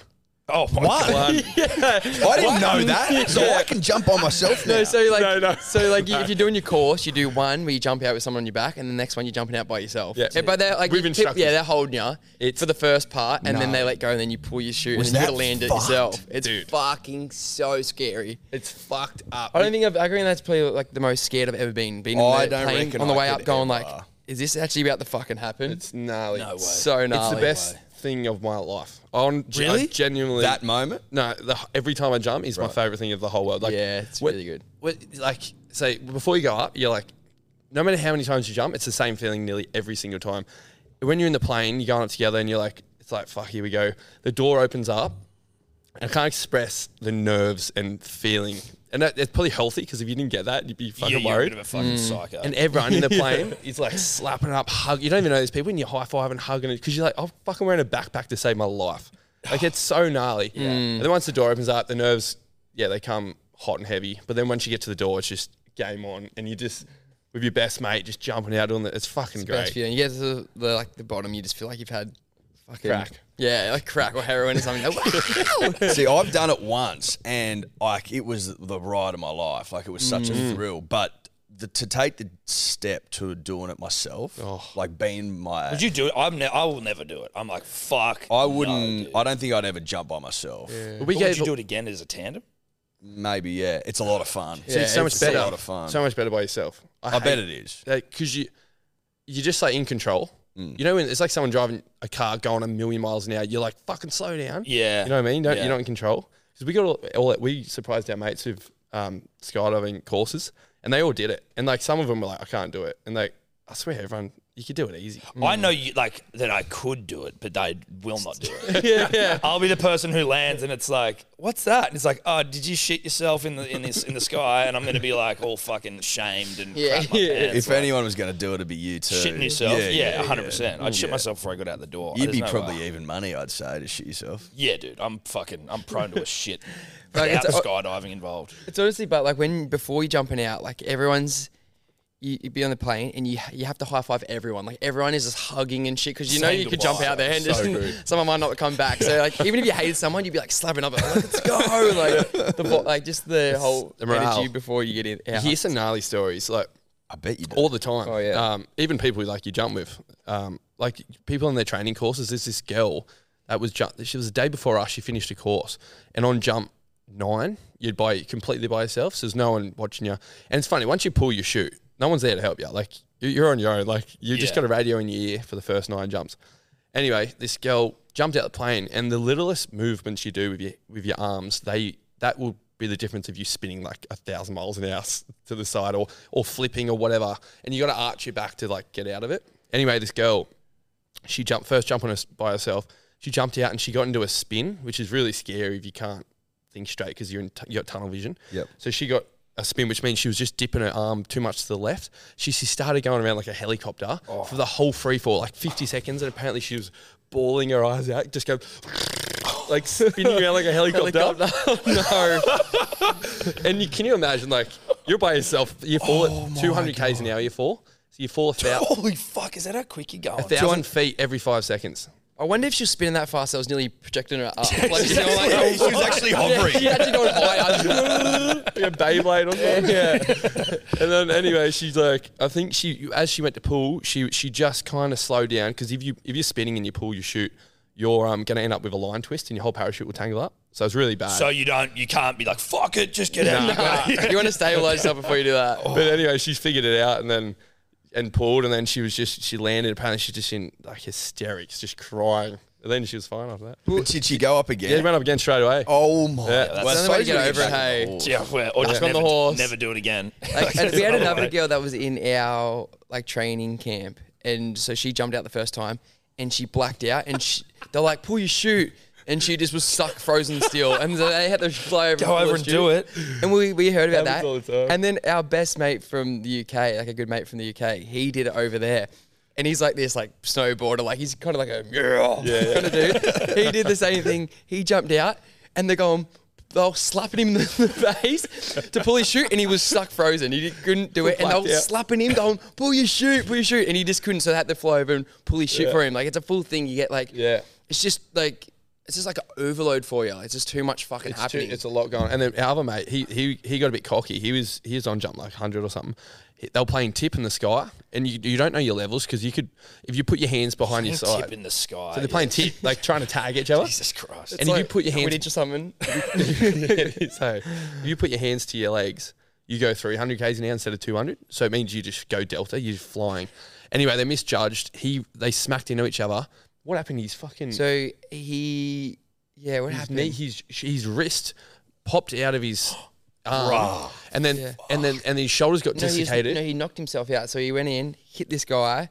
B: Oh my god.
D: One.
A: I didn't know that, so I can jump by myself now.
C: No, so like,
D: No, no.
C: so like, you, if you're doing your course, you do one where you jump out with someone on your back, and the next one you're jumping out by yourself.
D: Yeah.
C: but they're like,
D: With
C: you tip-
D: instructors.
C: yeah, they're holding you for the first part, and then they let go, and then you pull your chute, and
A: Was
C: then you gotta
A: that
C: land it
A: fucked?
C: yourself. It's
D: Dude.
C: fucking so scary.
D: It's fucked up.
C: I don't think I've, I reckon that's probably like the most scared I've ever been. Being
A: I
C: in the
A: don't
C: plane
A: reckon
C: on the
A: I
C: way
A: could
C: up, going like,
A: ever.
C: is this actually about to fucking happen?
D: It's gnarly.
B: No way.
C: so gnarly.
D: It's the best thing of my life. On
B: Really?
D: really? genuinely
A: that moment,
D: No, the, every time I jump is my favorite thing of the whole world. Like,
C: Yeah, it's
D: what-
C: really good.
D: what- like, say before you go up, you're like, no matter how many times you jump, it's the same feeling nearly every single time. When you're in the plane, you're going up together, and you're like, it's like, fuck, here we go. The door opens up, and I can't express the nerves and feeling. And that, it's probably healthy because if you didn't get that, you'd be
B: Yeah,
D: fucking
B: you're a
D: worried.
B: bit of a fucking psycho.
D: And everyone in the plane is like slapping up, hug. You don't even know these people, and you're high fiving, hugging it because you're like, I'm fucking wearing a backpack to save my life. Like it's so gnarly. And then once the door opens up, the nerves, yeah, they come hot and heavy. But then once you get to the door, it's just game on, and you just with your best mate just jumping out on it. It's fucking
C: Best
D: great.
C: feeling. You get to the, the like the bottom, you just feel like you've had fucking
D: Crack.
C: Yeah, like crack or heroin or something. Wow.
A: see, I've done it once, and like it was the ride of my life. Like it was such a thrill, but the, to take the step to doing it myself, like being my,
B: Would you do it? I'm ne- I will never do it. I'm like fuck.
A: I
B: no,
A: wouldn't.
B: dude.
A: I don't think I'd ever jump by myself.
D: But we
B: But
D: gave
B: would you do it again as a tandem?
A: Maybe yeah, it's a lot of fun.
D: so it's so much
A: it's
D: better.
A: a lot of fun.
D: So much better by yourself.
A: I bet it is.
D: because Uh, you you're just like in control.
C: Mm.
D: You know, when it's like someone driving a car going a million miles an hour, you're like fucking slow down.
B: Yeah.
D: You know what I mean? Don't,
B: Yeah.
D: You're not in control. Because we got all, all that, we surprised our mates who've um, skydiving courses and they all did it. And like some of them were like, I can't do it. And like, I swear, everyone, you could do it easy. Mm.
C: Mm.
B: I know you like that I could do it, but I will not do it. I'll be the person who lands and it's like, what's that? And it's like, oh, did you shit yourself in the in this in the sky? And I'm gonna be like all fucking shamed and
C: Yeah.
B: crap my
C: Yeah.
B: pants,
A: If
B: like,
A: anyone was going to do it, it'd be you too.
B: shitting yourself, yeah, hundred percent. I'd shit myself before I got out the door.
A: You'd
B: There's
A: be
B: no
A: probably
B: way.
A: even money, I'd say, to shit yourself.
B: Yeah, dude. I'm fucking I'm prone to a shit
C: Like,
B: without
C: it's-
B: skydiving involved.
C: it's honestly, but like when before you jumping out, like everyone's. You, you'd be on the plane and you you have to high five everyone. Like everyone is just hugging and shit because you know
B: Saying
C: you could jump
B: goodbye.
C: out there and
D: So
C: just,
D: good.
C: someone might not come back. So like even if you hated someone, you'd be like slapping up, like, let's go. Like the vo- like just the whole
D: the morale.
C: energy before you get in. Out.
D: You hear some gnarly stories like
A: I bet you do.
D: all the time.
C: Oh, yeah.
D: Um, even people like you jump with, um, like people in their training courses. There's this girl that was jump. She was the day before us. She finished a course, and on jump nine, you'd by completely by yourself. So there's no one watching you. And it's funny once you pull your shoot, no one's there to help you. Like you- you're on your own. Like you just
B: Yeah.
D: got a radio in your ear for the first nine jumps. Anyway, this girl jumped out the plane, and the littlest movements you do with your with your arms, they that will be the difference of you spinning like a thousand miles an hour s- to the side, or or flipping, or whatever. And you got to arch your back to like get out of it. Anyway, this girl, she jumped first jump on us by herself. She jumped out and she got into a spin, which is really scary if you can't think straight because you're in t- you got tunnel vision.
A: Yep.
D: So she got a spin, which means she was just dipping her arm too much to the left. She, she started going around like a helicopter for the whole free fall, like 50 seconds, and apparently she was bawling her eyes out, just going like spinning around like a helicopter. no. and you, can you imagine, like you're by yourself, you fall at 200 k's an hour, you fall, so you fall a thou-
B: Holy fuck, is that how quick you're going?
D: thousand feet every five seconds.
C: I wonder if she was spinning that fast. I was nearly projecting her up. Like, you know, like,
A: Yeah, she was actually hovering.
C: she actually going higher.
D: like a Beyblade or something. Yeah. and then anyway, she's like, I think she as she went to pull, she she just kind of slowed down because if you if you're spinning and you pull, you shoot, you're um gonna end up with a line twist and your whole parachute will tangle up. So it's really bad.
B: So you don't you can't be like, fuck it, just get out.
C: you want to stabilize yourself before you do that.
D: but anyway, she figured it out and then and pulled and then she was just she landed. Apparently, she's just in like hysterics, just crying. And then she was fine after that.
A: But did she go up again?
D: Yeah, he ran up again straight away.
A: Oh my!
D: Yeah.
A: Well,
C: That's the only way to get
A: suppose we
C: over it, hey.
A: Oh.
B: Yeah, well, or just
D: Back on the
B: never,
D: horse.
B: never do it again.
C: Like, and we had
B: Another
C: another
B: way.
C: girl that was in our like training camp, and so she jumped out the first time, and she blacked out, and she, they're like, "Pull your chute," and she just was stuck frozen still, and so they had to fly over,
B: Go
C: pull
B: over
C: her
B: and
C: chute.
B: do it.
C: And we, we heard about that,
D: Happens all the time.
C: and then our best mate from the UK, like a good mate from the UK, he did it over there. And he's like this, like snowboarder, like he's kind of like a yeah, kind of dude. He did the same thing. He jumped out, and they're going, they're slapping him in the face to pull his chute, and he was stuck frozen. He couldn't do it, and
D: Blacked
C: they're
D: out.
C: slapping him, going, pull your chute, pull your chute, and he just couldn't. So they had to fly over and pull his chute
D: Yeah.
C: for him. Like it's a full thing. You get like,
D: Yeah.
C: it's just like it's just like an overload for you. Like, it's just too much fucking
D: It's, too,
C: happening.
D: it's a lot going on. And then our other mate, he, he he got a bit cocky. He was he was on jump like 100 or something. He- They were playing tip in the sky, and you, you don't know your levels because you could, if you put your hands behind your side.
B: Tip in the sky.
D: so they're playing tip, like trying to tag each other.
B: Jesus Christ.
D: and if you put your
C: we
D: hands
C: did just something.
D: Yeah, so if you put your hands to your legs, you go 300 k's an hour instead of 200. So it means you just go delta. You're just flying. Anyway, they misjudged. He they smacked into each other. What happened? He's fucking
C: So he, yeah, what
D: his
C: happened?
D: knee, his his wrist popped out of his arm, and then and then and his shoulders got
C: no, he was-
D: dislocated.
C: no, he knocked himself out. So he went in, hit this guy,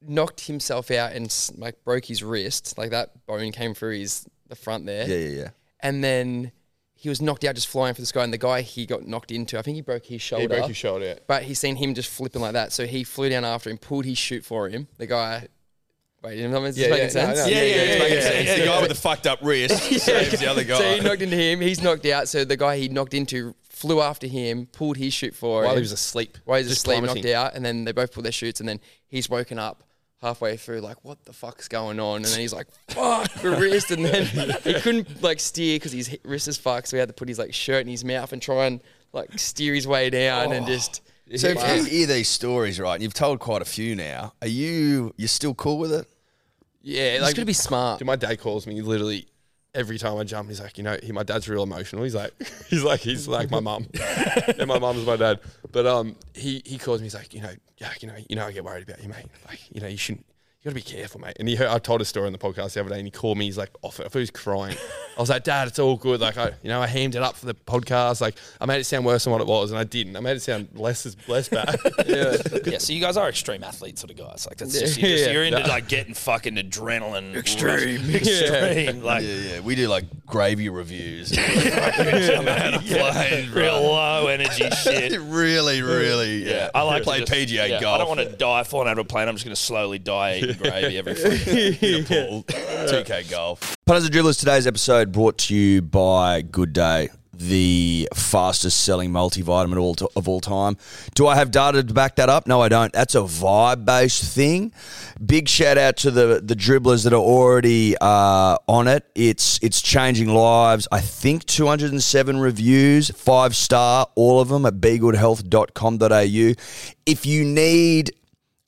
C: knocked himself out, and s- like broke his wrist. Like that bone came through his the front there,
A: Yeah, yeah, yeah.
C: and then he was knocked out just flying for the sky. And the guy he got knocked into, I think he broke his shoulder.
D: he broke his shoulder.
C: But he seen him just flipping like that, so he flew down after him, pulled his chute for him. The guy, wait, is this
D: Yeah,
C: making
D: yeah, no,
C: sense?
D: no,
A: Yeah, yeah, yeah. yeah, yeah,
B: yeah,
A: It's the guy with the fucked up wrist saves the other guy.
C: So he knocked into him. He's knocked out. So the guy he knocked into flew after him, pulled his chute for
D: While
C: him.
D: he was asleep,
C: while he was
D: just
C: asleep,
D: plummeting.
C: knocked out, and then they both pulled their shoots, and then he's woken up halfway through, like, what the fuck's going on? And then he's like, fuck, my wrist, and then he couldn't like steer because his hi- wrist is fucked, so he had to put his like shirt in his mouth and try and like steer his way down, and just
A: So if you hear these stories, right, and you've told quite a few now, are you you're still cool with it?
D: Yeah,
C: like, gotta be smart.
D: Dude, my dad calls me literally every time I jump. He's like, you know, he, my dad's real emotional. He's like, he's like, he's like my mum, and my mum's my dad. But um, he he calls me. He's like, you know, Jack, you know, you know, I get worried about you, mate. Like, you know, you shouldn't. You gotta be careful, mate. And he heard, I told a story on the podcast the other day, and he called me. He's like, off it. I thought he was crying. I was like, Dad, it's all good. Like, I, you know, I hammed it up for the podcast. Like, I made it sound worse than what it was, and I didn't. I made it sound less as less bad. yeah.
B: yeah, so you guys are extreme athlete sort of guys. Like that's just, you're,
D: Yeah.
B: just, you're into like getting fucking adrenaline, extreme, extreme, like
A: Yeah, yeah. We do like gravy reviews.
B: yeah, real low energy shit.
A: really, really. Yeah.
B: I like to
A: play
B: just-
A: PGA
B: yeah,
A: golf.
B: I don't want to die falling out of a plane. I'm just going to slowly die eating gravy every fucking
A: in a pool. 2K golf. Punters and Dribblers, today's episode brought to you by Good Day, the fastest selling multivitamin all to, of all time. Do I have data to back that up? No, I don't. That's a vibe based thing. Big shout out to the, the dribblers that are already uh, on it. It's, it's changing lives. I think 207 reviews, five star, all of them at begoodhealth.com.au. If you need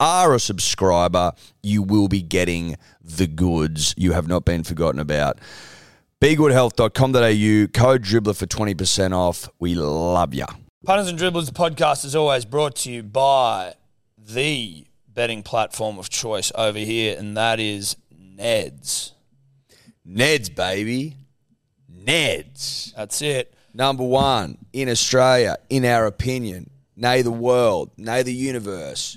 A: are a subscriber, you will be getting the goods. You have not been forgotten about. BeGoodHealth.com.au, code dribbler for 20% off. We love ya.
B: Punters and Dribblers podcast is always brought to you by the betting platform of choice over here, and that is Ned's.
A: Ned's, baby. Ned's.
B: That's it.
A: Number one in Australia, in our opinion, nay the world, nay the universe,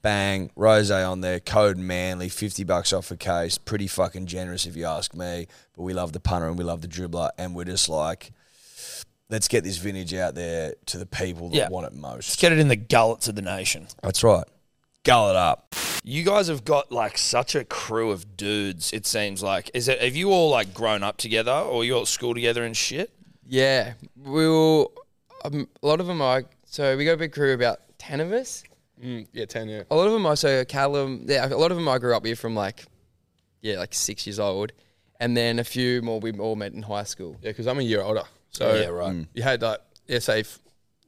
A: bang, rose on there, code Manly, 50 bucks off a case. Pretty fucking generous if you ask me. But we love the punter and we love the dribbler. And we're just like, let's get this vintage out there to the people that
B: Yeah.
A: want it most.
B: Let's get it in the gullets of the nation.
A: That's right. Gull it up.
B: You guys have got like such a crew of dudes. It seems like is it have you all like grown up together or you all at school together and shit?
C: Yeah, we'll. Um, a lot of them are. So we got a big crew, about ten of us.
D: Mm, yeah, ten. Yeah.
C: A lot of them are. So Callum. Yeah, a lot of them I grew up with from like, yeah, like six years old, and then a few more we all met in high school.
D: Yeah, because I'm a year older. So
B: Yeah, right.
D: You had like yeah, say f-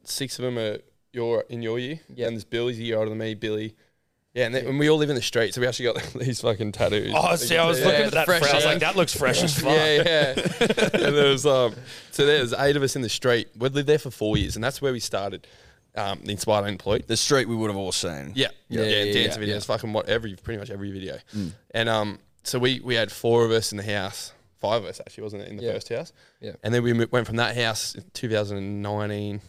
D: six of them are your in your year.
C: Yeah.
D: And there's Billy's a year older than me, Billy. Yeah, and, then, and we all live in the street, so we actually got these fucking tattoos.
B: Oh, see, I was
D: Yeah.
B: looking
C: Yeah,
B: at that.
C: fresh,
B: Fresh, I was
C: yeah.
B: like, that looks fresh as fuck.
D: Yeah, yeah. and there was um, so there's eight of us in the street. We lived there for four years, and that's where we started. Um, the Inspired Unemployed.
A: The street we would have all seen.
D: Yeah, yeah,
C: Yeah, yeah,
D: dance
C: yeah, Mm.
D: videos, fucking what every pretty much every video. And um, so we we had four of us in the house, five of us actually wasn't it in the
C: Yeah.
D: first house.
C: Yeah.
D: And then we mo- went from that house in 2019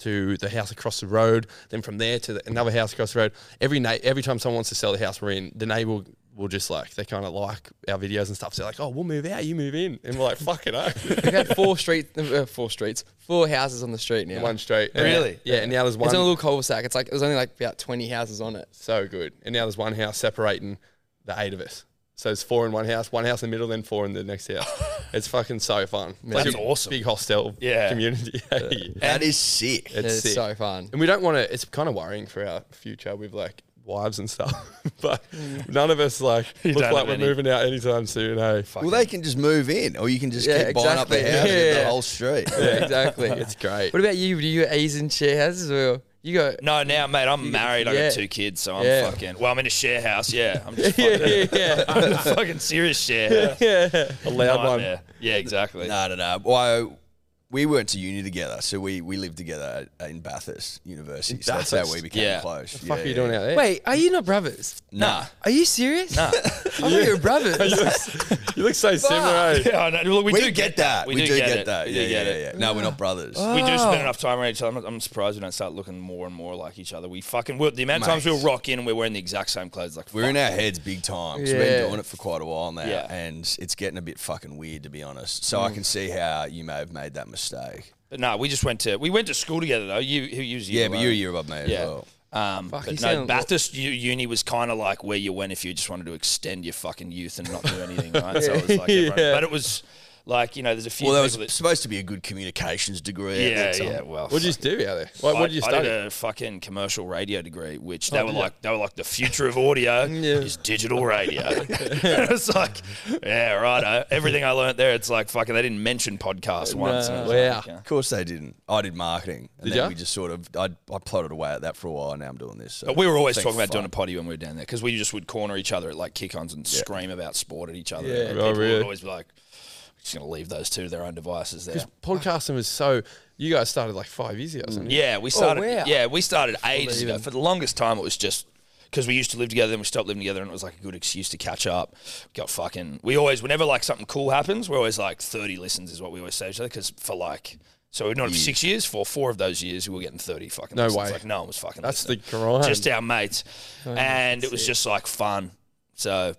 D: to the house across the road. Then from there to the, another house across the road. Every na- every time someone wants to sell the house we're in, the neighbor will, will just like they kind of like our videos and stuff. So they're like, oh, we'll move out, you move in, and we're like, fuck it up.
C: We've had four street, uh, four streets, four houses on the street now.
D: one straight. And-
B: Really?
D: Yeah. And now there's one.
C: It's in a little cul-de-sac. It's like there's only like about twenty houses on it.
D: So good. And now there's one house separating the eight of us. So it's four in one house, one house in the middle, then four in the next house. it's fucking so fun.
B: That's
D: a
B: awesome.
D: Big hostel
B: Yeah.
D: community. it's
A: That is sick.
C: It's,
D: sick.
C: so fun.
D: and we don't want to, it's kind of worrying for our future with like wives and stuff. but none of us like look
B: don't
D: like
B: have
D: we're
B: any.
D: moving out anytime soon. Hey,
A: Well, they can just move in, or you can just
C: Yeah,
A: keep buying up the
C: exactly.
A: house and
C: Yeah.
A: the whole street.
C: Yeah, exactly.
D: it's great.
C: what about you? Do you ease in share houses or you got?
B: No, now, mate, I'm married. I
C: yeah.
B: got two kids, so I'm
C: Yeah.
B: fucking. Well, I'm in a share house. Yeah, I'm just fucking,
C: yeah, yeah.
B: I'm in a fucking serious share house.
D: A loud one.
B: Nightmare. Yeah, exactly.
A: No, no, no. Well, we went to uni together, so we, we lived together at- in Bathurst University. so that's
D: Bathurst?
A: how we became
B: Yeah.
A: close.
D: The fuck are you doing out there?
C: Wait, are you not brothers?
A: Nah.
C: Are you serious? Nah. I thought you were brothers.
D: You look so similar. Hey?
B: Yeah, I know. Look, we,
A: We,
B: do
A: get that. We, do, get,
B: it.
A: that.
B: We do
A: Yeah, yeah,
B: get
A: yeah,
B: it.
A: yeah. No, we're not brothers.
B: We do
A: Oh.
B: spend enough time around each other. I'm, I'm surprised we don't start looking more and more like each other. We fucking will. The amount of times
A: Mate.
B: we'll rock in and we're wearing the exact same clothes. Like
A: We're in our heads big time. 'cause We've
C: Yeah.
A: been doing it for quite a while now,
B: Yeah.
A: and it's getting a bit fucking weird, to be honest. So I can see how you may have made that mistake.
B: But no, we just went to we went to school together though. You who used
A: Yeah, but you're a year above me as well.
B: Um,
C: Fuck, you
B: but no,
C: sound-
B: Bathurst U- uni was kind of like where you went if you just wanted to extend your fucking youth and not do anything, right? So it was like, everyone, but it was like you know, there's a few
A: Well, that was
B: people that.
A: supposed to be a good communications degree. out there,
B: Yeah,
A: Tom.
B: yeah. Well,
D: What did you just do out there? What,
B: I,
D: what did you
B: I
D: study? Oh,
B: did a fucking commercial radio degree, which they were like, they were like, the future of audio is digital radio. and it's like, yeah, righto. Everything I learned there, it's like fucking. They didn't mention podcast once. and it was
D: Wow.
B: like, yeah.
A: Of course they didn't. I did marketing. And
D: Did
A: then
D: ya?
A: we just sort of, I, I plotted away at that for a while. and Now I'm doing this. So.
B: But we were always
A: Thank
B: talking about doing a
A: fuck.
B: potty when we were down there because we just would corner each other at like kick-ons and scream about sport at each other. Yeah,
D: Oh, really?
B: would always be like, "We're just gonna leave those two to their own devices there.
D: Podcasting was so, you guys started like five years ago or something.
B: Yeah, we started.
C: wow.
B: Yeah, we started ages ago. For the longest time, it was just because we used to live together, then we stopped living together, and it was like a good excuse to catch up. Got fucking. We always, whenever like something cool happens, we're always like thirty listens is what we always say to each other because for like. So we're not for six years. For four of those years, we were getting thirty fucking.
D: No
B: listens.
D: way.
B: Like no one was fucking.
D: That's the
B: listening
D: grind.
B: just our mates, and it was just like fun. So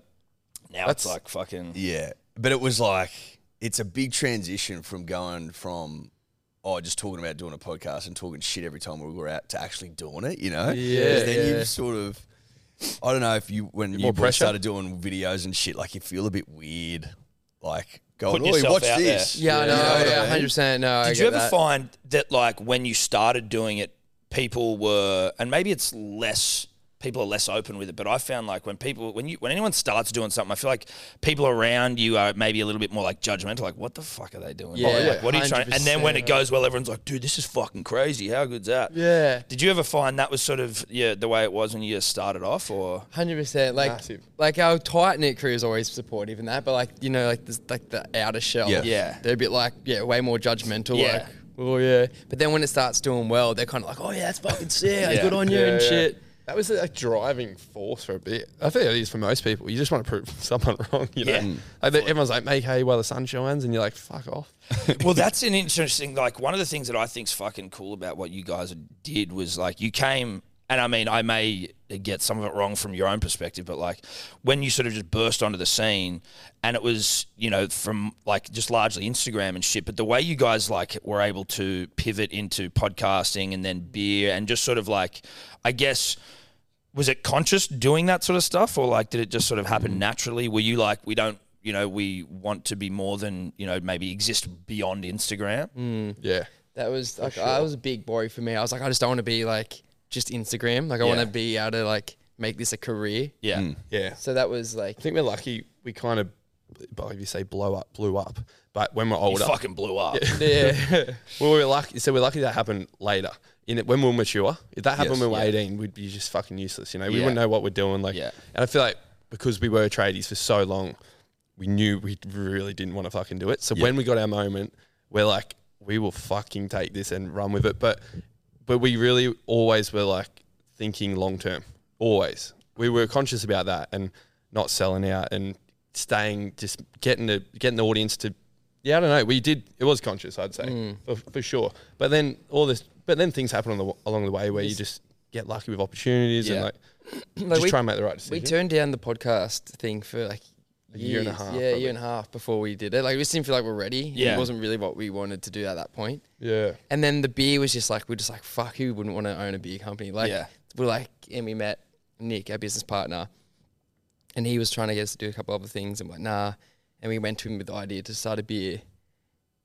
B: now
D: That's-
B: it's like fucking
A: Yeah. But it was like, it's a big transition from going from, oh, just talking about doing a podcast and talking shit every time we were out to actually doing it, you know?
D: Yeah,
A: 'Cause Then
D: yeah.
A: you sort of, I don't know if you, when you
D: more
A: boys
D: pressure?
A: started doing videos and shit, like you feel a bit weird, like Going,
B: putting
A: "Oi,
B: yourself
A: watch
B: out
A: this.
B: there.
C: Yeah, I
A: You
C: know,
A: know what I
C: yeah,
A: mean?
C: hundred percent. No, I
B: Did
C: get
B: you ever
C: that.
B: find that like when you started doing it, people were and maybe it's less people are less open with it, but I found like when people when you when anyone starts doing something, I feel like people around you are maybe a little bit more like judgmental, like what the fuck are they doing?
C: Yeah,
B: Like, what are you trying? And then when it
C: 100%.
B: goes well, everyone's like, dude, this is fucking crazy. How good's that?
D: Yeah.
B: Did you ever find that was sort of yeah the way it was when you started off or
C: Hundred percent. Like,
D: Massive.
C: like our tight knit crew is always supportive in that, but like you know, like this, like the outer shell.
A: Yeah.
B: Yeah.
C: They're a bit like yeah, way more judgmental.
B: Yeah.
C: Like, oh yeah. But then when it starts doing well, they're kind of like, oh yeah, that's fucking sick.
B: Yeah.
C: Good on you and shit.
D: That was a driving force for a bit. I think it is for most people. You just want to prove someone wrong, you know.
B: Yeah. Mm.
D: Like that- everyone's like, "Make hay while the sun shines," and you're like, "Fuck off."
B: well, that's an interesting. Like one of the things that I think's fucking cool about what you guys did was like you came, and I mean, I may get some of it wrong from your own perspective, but like when you sort of just burst onto the scene, and it was you know from like just largely Instagram and shit, but the way you guys like were able to pivot into podcasting and then beer and just sort of like, I guess was it conscious doing that sort of stuff or like did it just sort of happen naturally were you like we don't you know we want to be more than you know maybe exist beyond instagram
D: yeah.
C: That was like I was a big worry for me. I was like, I just don't want to be like just Instagram. Like I want
B: Yeah.
C: to be able to like make this a career.
B: yeah
D: Yeah.
C: So that was like
D: I think we're lucky. We kind of, well, if you say blow up, blew up. But when we're older,
B: you fucking blew up
D: yeah. well, we're lucky. So we're lucky that happened later. In it, when we're mature, if that happened
A: Yes.
D: when we were 18, we'd be just fucking useless. You know, we
B: Yeah.
D: wouldn't know what we're doing. Like,
B: Yeah.
D: and I feel like because we were tradies for so long, we knew we really didn't want to fucking do it. So when we got our moment, we're like, we will fucking take this and run with it. But, but we really always were like thinking long term. Always, we were conscious about that and not selling out and staying, just getting the getting the audience to yeah, I don't know. We did. It was conscious, I'd say,
C: Mm.
D: for, for sure. But then all this, but then things happen on the, along the way where you just get lucky with opportunities
B: Yeah.
D: and like,
C: Like,
D: just
C: we-
D: try and make the right
C: we
D: decision.
C: turned down the podcast thing for like
D: A year and a
C: years.
D: half,
C: Yeah, a
D: probably.
C: year and a half before we did it. Like we just didn't feel like we're ready.
B: Yeah.
C: It wasn't really what we wanted to do at that point.
D: yeah,
C: And then the beer was just like we we're just like fuck who wouldn't want to own a beer company? Like
B: Yeah.
C: we're like and we met Nick, our business partner, and he was trying to get us to do a couple other things and we're like, nah. And we went to him with the idea to start a beer.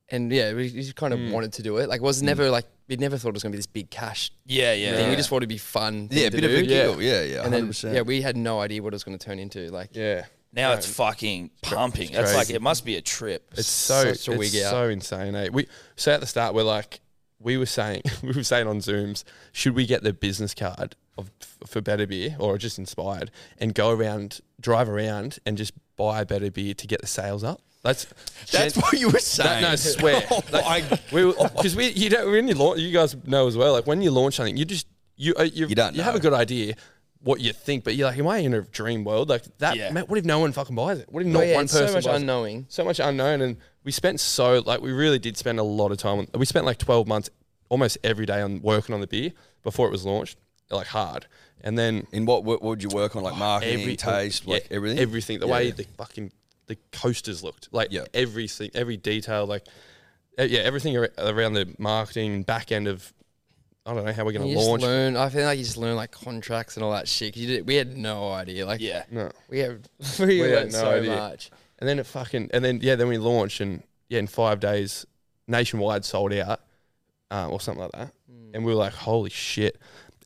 C: And yeah, we we just kind of wanted to do it. Like it was never like we never thought it was gonna be this big cash
B: yeah yeah,
C: thing.
B: yeah.
C: We just thought it'd be fun.
A: Yeah,
C: thing
A: a
C: to
A: bit of a
C: do.
A: giggle. Yeah, yeah,
C: And
A: hundred
C: then yeah,
A: percent.
C: we had no idea what it was gonna turn into. Like
D: yeah.
B: now it's fucking pumping that's like
D: crazy.
B: it must be a trip
D: It's so
C: such a
D: it's
C: wig out.
D: so insane. Eh? We so at the start we're like we were saying we were saying on Zooms, should we get the business card of f- for Better Beer or just Inspired and go around, drive around, and just buy Better Beer to get the sales up? That's
A: That's
D: gen-
A: what you were
D: That,
A: saying.
D: no, swear.
A: Oh
D: Like,
A: my
D: we because we you don't when you launch you guys know as well like when you launch something you just you uh, you,
A: You don't
D: have a
A: know.
D: good idea what you think but you're like am I in a dream world like that
B: Yeah.
D: man, what if no one fucking buys it what if not
C: Oh, yeah,
D: one
C: it's
D: person
C: so much
D: buys it?
C: unknowing.
D: so much unknown and we spent so like we really did spend a lot of time on we spent like 12 months almost every day on working on the beer before it was launched like hard and then
A: In what, what would you work on? Like
C: Oh,
A: marketing,
D: every
A: taste,
D: yeah,
A: like everything.
D: everything. The
A: Yeah,
D: way
A: yeah.
D: the fucking the coasters looked, like
A: Yeah.
D: everything, every detail, like uh, yeah, everything ar- around the marketing and back end of. I don't know how we're going
C: You
D: to
C: just
D: launch.
C: learn. I feel like you just learn like contracts and all that shit. 'cause You did, we had no idea. Like
B: yeah
D: No,
C: we have we,
D: We had
C: learned
D: no
C: so
D: idea.
C: much.
D: and then it fucking and then yeah, then we launched and yeah, in five days, nationwide sold out, um, or something like that.
C: Hmm.
D: And we were like, holy shit!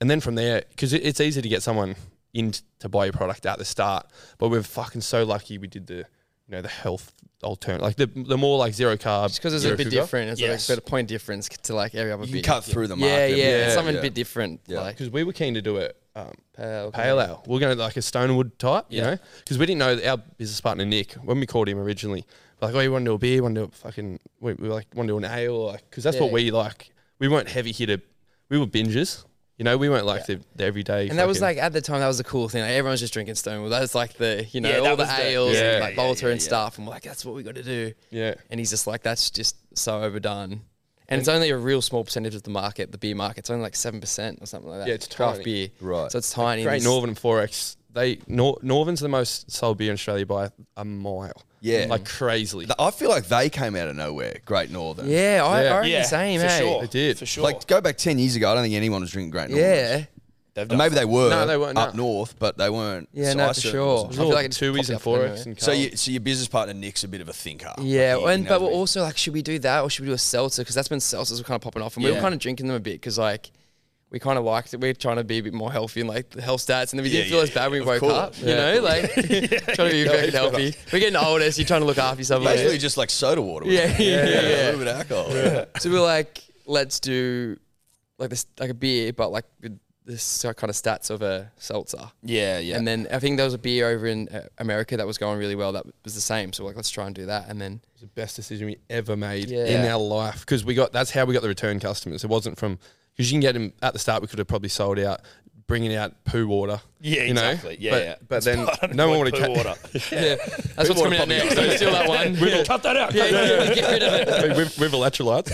D: And then from there, because it, it's easy to get someone in t- to buy your product at the start, but we're fucking so lucky we did the you know the health alternative, like the the more like zero carb,
C: Just because it's
D: zero
C: a bit
D: sugar.
C: different. It's
B: Yes.
C: like a bit of point difference c- to like every other
A: You can
C: bit.
A: cut through the
C: yeah,
A: market.
C: yeah,
A: a bit.
C: it's something
A: yeah.
C: a bit different.
A: Yeah.
C: Like uh,
D: because we were keen to do it um,
C: pale.
D: pale ale. We are going to like a Stonewood type, you know, because we didn't know that our business partner Nick when we called him originally. Like, oh, you want to do a beer? Want to do a fucking? We, we were like want to do an ale? Like, because that's what
C: Yeah.
D: we like. We weren't heavy hitter. We were bingers. You know, we weren't like the, the everyday.
C: And that was like at the time that was the cool thing. Like everyone was just drinking Stonewall. That was like the you know
B: Yeah, that
C: all the
B: was the-
C: ales
D: Yeah.
C: and
D: Yeah,
C: like
B: yeah,
C: Bolter
B: yeah,
C: and
B: yeah.
C: stuff. And we're like, that's what we got to do.
D: yeah,
C: And he's just like, that's just so overdone. And it's only a real small percentage of the market, the beer market. It's only like seven percent or something like that.
D: Yeah, it's
C: craft
D: tiny.
C: beer,
A: Right.
C: So it's tiny.
D: Great
C: It's-
D: Northern and Forex. They Nor- Northern's the most sold beer in Australia by a mile.
A: Yeah.
D: like crazily.
A: Th- I feel like they came out of nowhere. Great Northern.
C: Yeah, I, I
D: Yeah.
C: reckon
B: yeah
C: the same. eh?
B: for
C: hey?
B: sure
D: It did.
B: for sure
A: Like go back ten years ago, I don't think anyone was drinking Great Northern.
C: Yeah.
B: They've done
A: And maybe they were
D: No, they weren't,
A: up
D: no.
A: north, but they weren't.
C: Yeah, no, for
A: Syson.
C: sure. I
D: It was
C: feel
D: all
C: like it's
D: twoies
C: popped
D: and
C: up everywhere.
D: forex and
A: So,
D: Carl.
A: you, so your business partner Nick's a bit of a thinker.
C: Yeah,
A: Like, he- he
C: and but
A: knows
C: we're
A: what he-
C: also like, should we do that or should we do a seltzer? Because that's when seltzers were kind of popping off, and we
B: Yeah.
C: were kind of drinking them a bit because like we kind of liked it. We are trying to be a bit more healthy and like the health stats, and then we didn't
A: Yeah,
C: feel
A: yeah,
C: as bad when
A: of
C: we woke up.
A: course.
C: You know, like trying to be fucking healthy. We're getting older, so you're trying to look after yourself. a
A: basically
C: bit.
A: just like soda water.
C: Yeah,
A: wasn't it?
C: yeah, yeah,
A: a
C: yeah.
A: little bit of alcohol.
C: So we're like, let's do like this, like a beer, but like with this kind of stats of a seltzer.
B: Yeah, yeah.
C: And then I think there was a beer over in uh, America that was going really well. That was the same. So we're like, let's try and do that. And then
D: was the best decision we ever made in
C: Yeah.
D: our life because we got that's how we got the return customers. It wasn't from because you can get them at the start. We could have probably sold out, bringing out poo water.
B: yeah,
D: you know?
B: exactly. Yeah,
D: but,
B: yeah.
D: But
B: It's
D: then
B: part of
D: no one
B: what
D: would
B: poo
D: have.
B: water.
C: yeah, that's what's coming out next. So steal that one.
B: yeah, cut that out. cut that out.
C: Get rid of it.
D: with, with electrolytes.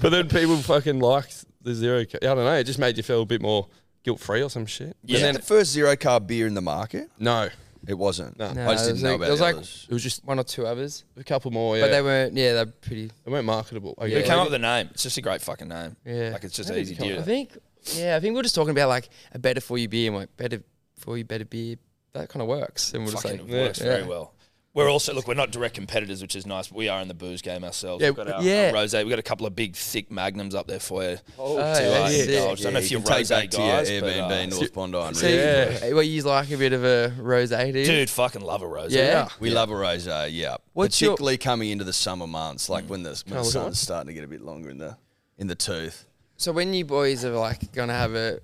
D: but then people fucking liked the zero. ca- I don't know. It just made you feel a bit more guilt free or some shit.
B: Yeah.
A: And then the first zero carb beer in the market,
D: No,
A: it wasn't.
D: No.
A: I just
C: uh, it
A: didn't
C: was
A: know
C: like-
A: about
C: it was
A: the
C: like-
A: others.
D: it was just
C: One or two others,
D: a couple more. Yeah,
C: but they weren't. Yeah, they're pretty.
D: they weren't marketable. I
B: Who
D: guess.
B: came up with the name? It's just a great fucking name.
C: Yeah.
B: Like it's just
D: How did
B: easy
D: you come
B: to
C: I
B: do.
C: think. Yeah, I think we we're just talking about like a better for you beer and like better for you better beer. That kind of works. And we're just
B: Fucking
C: like,
B: works
C: yeah.
B: very well. We're also look. We're not direct competitors, which is nice. But we are in the booze game ourselves.
D: Yeah,
B: we've got our,
C: yeah.
B: our rosé. We've got a couple of big, thick magnums up there for you.
C: oh,
B: to, uh,
C: that's
B: indulge.
C: sick.
B: I don't know if
A: you
B: you're
A: can take
B: rosé
A: back
B: guys,
A: to your
B: but,
A: Airbnb
B: uh,
A: North Bondi. and
C: So,
A: really-
C: yeah. well, you like a bit of a rose, do you?
B: Dude, fucking love a rosé.
C: Yeah.
A: We love a rosé, yeah.
C: What's your- Mm.
A: Particularly coming into the summer months, like when the, when
D: I
A: the
D: look at one?
A: sun's starting to get a bit longer in the in the tooth.
C: So when you boys are like gonna have a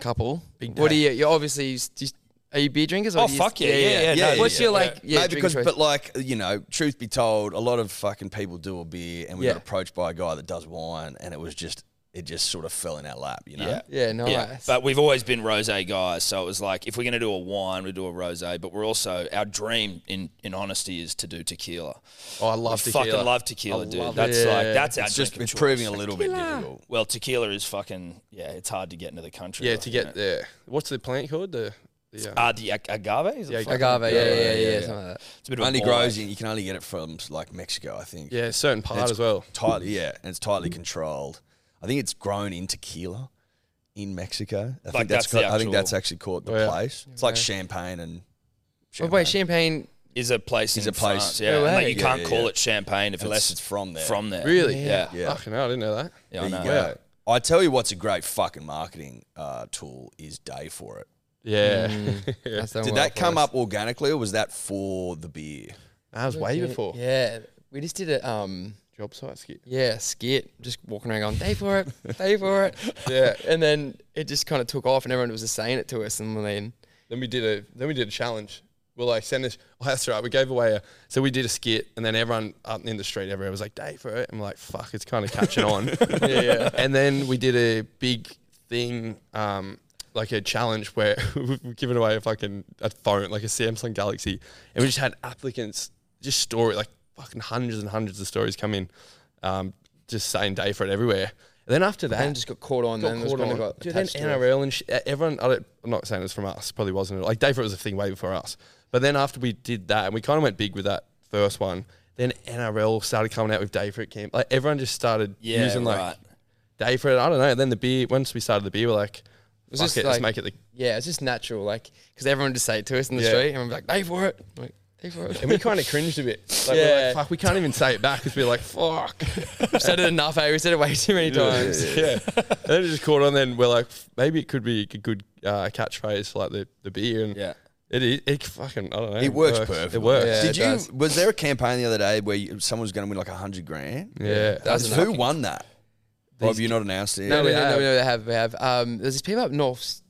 C: couple,
D: Big
C: what are you?
D: day.
C: You're obviously do you- are you beer drinkers? Or
B: Oh,
C: do you-
B: fuck yeah, yeah, yeah, no,
C: What's
B: yeah,
C: your
B: yeah.
C: like? Yeah,
A: no,
C: drink
A: because
C: choice?
A: but like you know, truth be told, a lot of fucking people do a beer, and we
C: Yeah.
A: got approached by a guy that does wine, and it was just it just sort of fell in our lap, you know.
B: Yeah.
C: yeah, nice.
B: Yeah, but we've always been rosé guys, so it was like if we're going to do a wine, we do a rosé. But we're also our dream, in in honesty, is to do tequila.
D: Oh, I love
B: we
D: tequila.
B: fucking love tequila, dude.
D: love
B: that's
C: it.
B: like
C: Yeah.
B: that's our
A: It's just
B: drink of
A: it's
B: choice.
A: proving a little bit difficult.
B: Well, tequila is fucking yeah. It's hard to get into the country.
D: Yeah,
B: though,
D: to
B: you know.
D: get the what's the plant called? The, the uh,
B: Ah, the ag- agave. Is it
D: Yeah,
B: fucking-
C: agave, yeah, yeah,
A: yeah,
C: yeah,
A: yeah.
C: something like that.
B: It's a bit of a
A: Only
B: ball
A: grows
B: ache.
A: in you can only get it from like Mexico, I think.
D: yeah, certain part
A: It's
D: as well.
A: Tightly, yeah, and it's tightly controlled. I think it's grown in tequila in Mexico. I
B: Like,
A: think that's,
B: that's the
A: got- I think
B: actual-
A: that's actually called the
D: Oh, yeah.
A: place. It's like champagne and
C: Oh,
A: champagne.
C: wait, champagne.
B: Is a place.
A: Is
B: in
A: a place.
B: France, yeah.
C: No
B: And,
C: way.
B: like, you
A: Yeah,
B: can't
A: yeah,
B: call
A: yeah.
B: it champagne if
A: unless
B: unless
A: it's from there.
B: from there.
D: Really?
B: Yeah.
A: Yeah.
D: Fucking hell, I didn't know that.
B: Yeah, I
A: there you
B: know.
A: go.
D: Wow.
A: I tell you what's a great fucking marketing uh, tool is Day for it.
D: Yeah.
C: That's done
A: Did
C: well
A: that
C: for
A: come
C: us.
A: up organically or was that for the beer?
D: That was way before.
C: Yeah, we just did a um,
D: Job site skit.
C: yeah, skit, just walking around going, day for it, day for it.
D: Yeah.
C: And then it just kind of took off, and everyone was just saying it to us, and then
D: Then we did a then we did a challenge. We're like send us. Oh, that's right. We gave away a so we did a skit, and then everyone up in the street, everywhere was like, "Day for it." And we're like, "Fuck, it's kind of catching on." yeah, yeah. And then we did a big thing, um, like a challenge where we've given away a fucking a phone, like a Samsung Galaxy, and we just had applicants just story like fucking hundreds and hundreds of stories come in, um, just saying "Day for it" everywhere. And then after that,
C: and just got caught on,
D: got
C: then
D: caught
C: kind
D: on.
C: of got
D: Dude, then
C: attached to it.
D: NRL and sh- eh, everyone. I don't, I'm not saying it's from us. Probably wasn't. Like Dave, it was a thing way before us. But then after we did that, and we kind of went big with that first one. Then NRL started coming out with day for it camp. Like everyone just started
B: Yeah,
D: using like
B: right.
D: day for it. I don't know. Then the beer. Once we started the beer, we're like,
C: was
D: fuck
C: just
D: it, let's
C: like-
D: make it. The,
C: Yeah, it's just natural, like because everyone just say it to us in the
D: Yeah.
C: street, and we're like, day for it, I'm like day for it.
D: and we kind of cringed a bit. Like, We're
C: Yeah.
D: like, fuck, we can't even say it back because we're like, fuck.
C: We've said it enough, eh? We said it way too many times.
D: yeah. And then it just caught on. Then we're like, maybe it could be a good uh, catchphrase for like the, the beer. And
B: Yeah.
D: It, is- it fucking I don't know.
A: It works perfectly.
D: It works.
C: Yeah,
A: Did
C: it
A: you?
C: does.
A: Was there a campaign the other day where you, someone was going to win like a hundred grand?
D: Yeah.
C: That's
A: Who won that? Or have you not announced it? yet?
C: No, no,
D: we
C: no, no,
D: have.
C: no, they have, they have. Um, there's these people up north,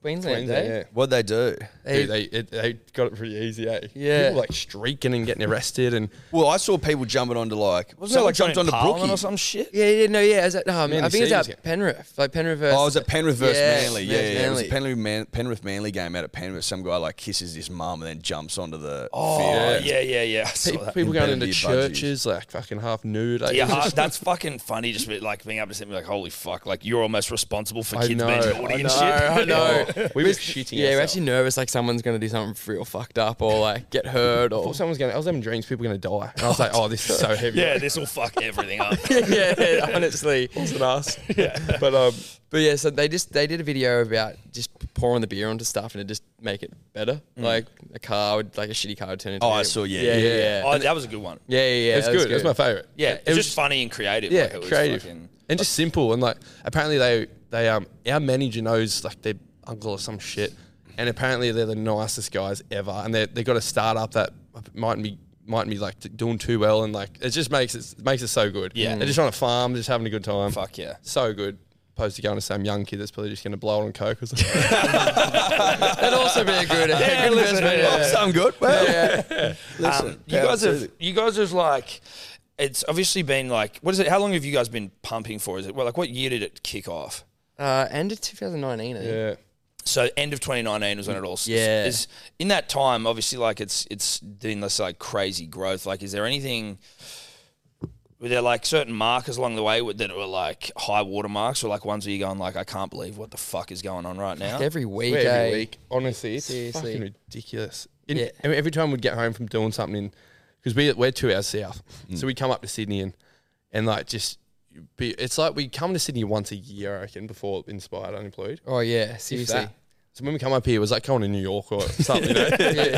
C: Queensland,
D: Queensland,
C: eh?
D: yeah.
A: What'd they do?
C: They-
D: Dude, they it, they got it pretty easy, eh?
C: Yeah.
D: People like streaking and getting arrested and
A: Well, I saw people jumping onto like
B: Wasn't there
A: someone
B: like
A: jumped
B: something
A: onto
B: in Parliament
A: Brookie.
B: or some shit?
C: Yeah, yeah, no, yeah. Is that, um,
D: Man,
C: I
D: the
C: think it's
D: Seas,
C: at
D: yeah.
C: Penrith, like Penrith. Versus,
A: Oh, I was at Penrith versus
C: Yeah,
A: Manly. Yeah, yeah,
C: versus
A: It was a
C: Manly.
A: Penrith, Man- Penrith Manly game out at Penrith. Some guy like kisses his mum and then jumps onto the
B: Oh,
A: field.
B: yeah, yeah, yeah. I saw
D: pe-
B: that.
D: people
A: Better
D: going into
A: be budgies.
D: churches like fucking half nude. Like,
B: Yeah,
D: it was
B: I-
D: just-
B: that's fucking funny. Just be, like being able to sit and be like, "Holy fuck!" Like you're almost responsible for
D: I
B: kids
D: know,
B: being naughty
D: I
B: and
D: know,
B: shit.
D: I know. We were shitting.
C: Yeah, we're
D: ourselves.
C: actually nervous like someone's gonna do something real fucked up or like get hurt
D: I
C: or
D: thought someone was going. I was having dreams people were going to die, and I was like, "Oh, this is so heavy."
B: Yeah, this will fuck everything up.
C: yeah, yeah, honestly.
D: Wasn't us. But um,
C: But yeah, so they just they did a video about just pouring the beer onto stuff and it just make it better.
D: Mm.
C: Like a car would like a shitty car would turn into
A: Oh, I
C: beer.
A: saw, yeah,
C: yeah,
A: yeah,
C: yeah. Yeah,
B: Oh, that was a good one.
C: yeah, yeah,
D: it's
C: that was
D: good. It was my favorite.
B: Yeah,
D: it,
B: it's
D: was
B: just funny and creative.
D: yeah,
B: like it was
D: creative
B: Fucking,
D: and just simple. And like, apparently they they um our manager knows like their uncle or some shit, and apparently they're the nicest guys ever. And they they got a startup that mightn't be mightn't be like doing too well, and like it just makes it makes it so good.
B: Yeah.
D: they're just on a farm, just having a good time.
B: fuck yeah.
D: so good. Opposed to going to some young kid that's probably just going to blow it on coke or something.
C: That'd also be a good, yeah, good
B: listen,
C: investment.
B: yeah.
C: yeah.
A: Sound good. Well,
C: Yeah.
A: listen,
B: Um, You guys
A: absolutely.
B: have you guys have like it's obviously been like what is it? How long have you guys been pumping for? Is it well like what year did it kick off?
C: Uh, end of 2019, I think.
D: yeah.
B: So end of 2019 was when it all. s-
C: Yeah.
B: Is in that time, obviously, like it's it's been this like crazy growth. Like, is there anything? Were there like certain markers along the way that were like high water marks, or like ones where you're going like, I can't believe what the fuck is going on right now?
C: Every week, eh?
D: every week. Honestly, it's
C: Seriously.
D: fucking ridiculous. In-
C: Yeah.
D: I mean, every time we'd get home from doing something, because we we're two hours south, so we come up to Sydney and and like just be. It's like we come to Sydney once a year, I reckon, before Inspired Unemployed.
C: Oh yeah, seriously.
D: That. So when we come up here, it was like going to New York or something. you know?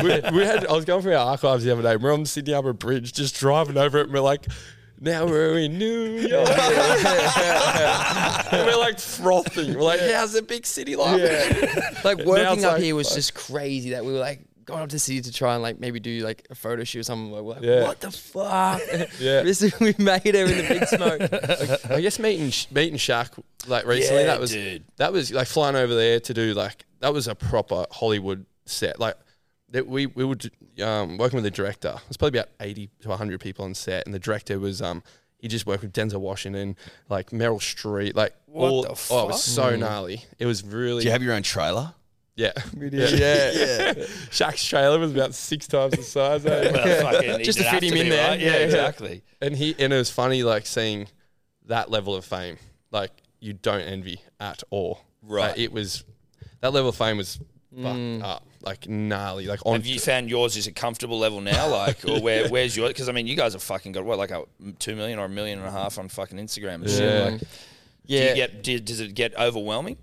D: we, we had I was going through our archives the other day. We're on the Sydney Harbour Bridge, just driving over it, and we're like. Now we're in New York. And we're like frothing. We're like, how's the big city life?
C: Like working
D: it's
C: up
D: like,
C: here was
D: fuck.
C: just crazy that we were like going up to city to try and like maybe do like a photo shoot or something. Like, we're like
D: Yeah.
C: what the fuck?
D: Yeah.
C: This is- we made it in the big smoke.
D: I guess meeting Sh- meeting Shaq like recently
B: Yeah,
D: that was
B: dude.
D: that was like flying over there to do like that was a proper Hollywood set like that we we would um, working with the director it was probably about eighty to hundred people on set and the director was um he just worked with Denzel Washington like Meryl Streep like
B: What
D: all,
B: the
D: oh it
B: fuck?
D: was so gnarly it was really
A: do you have your own trailer?
D: yeah
C: yeah.
D: Shaq's trailer was about six times the size eh?
B: Well, fucking,
C: Just
B: it'd
C: to
B: have
C: fit him
B: be,
C: in there.
B: right? Yeah,
C: Yeah, yeah.
B: exactly.
D: and he and it was funny like seeing that level of fame like you don't envy at all
B: Right.
D: Like, it was that level of fame was
C: Mm.
D: fucked up like gnarly like on
B: Have you found yours is a comfortable level now? Like, or where where's yours? Because I mean, you guys have fucking got what like a two million or a million and a half on fucking Instagram and shit. Like, do
C: Yeah.
B: you get do, does it get overwhelming?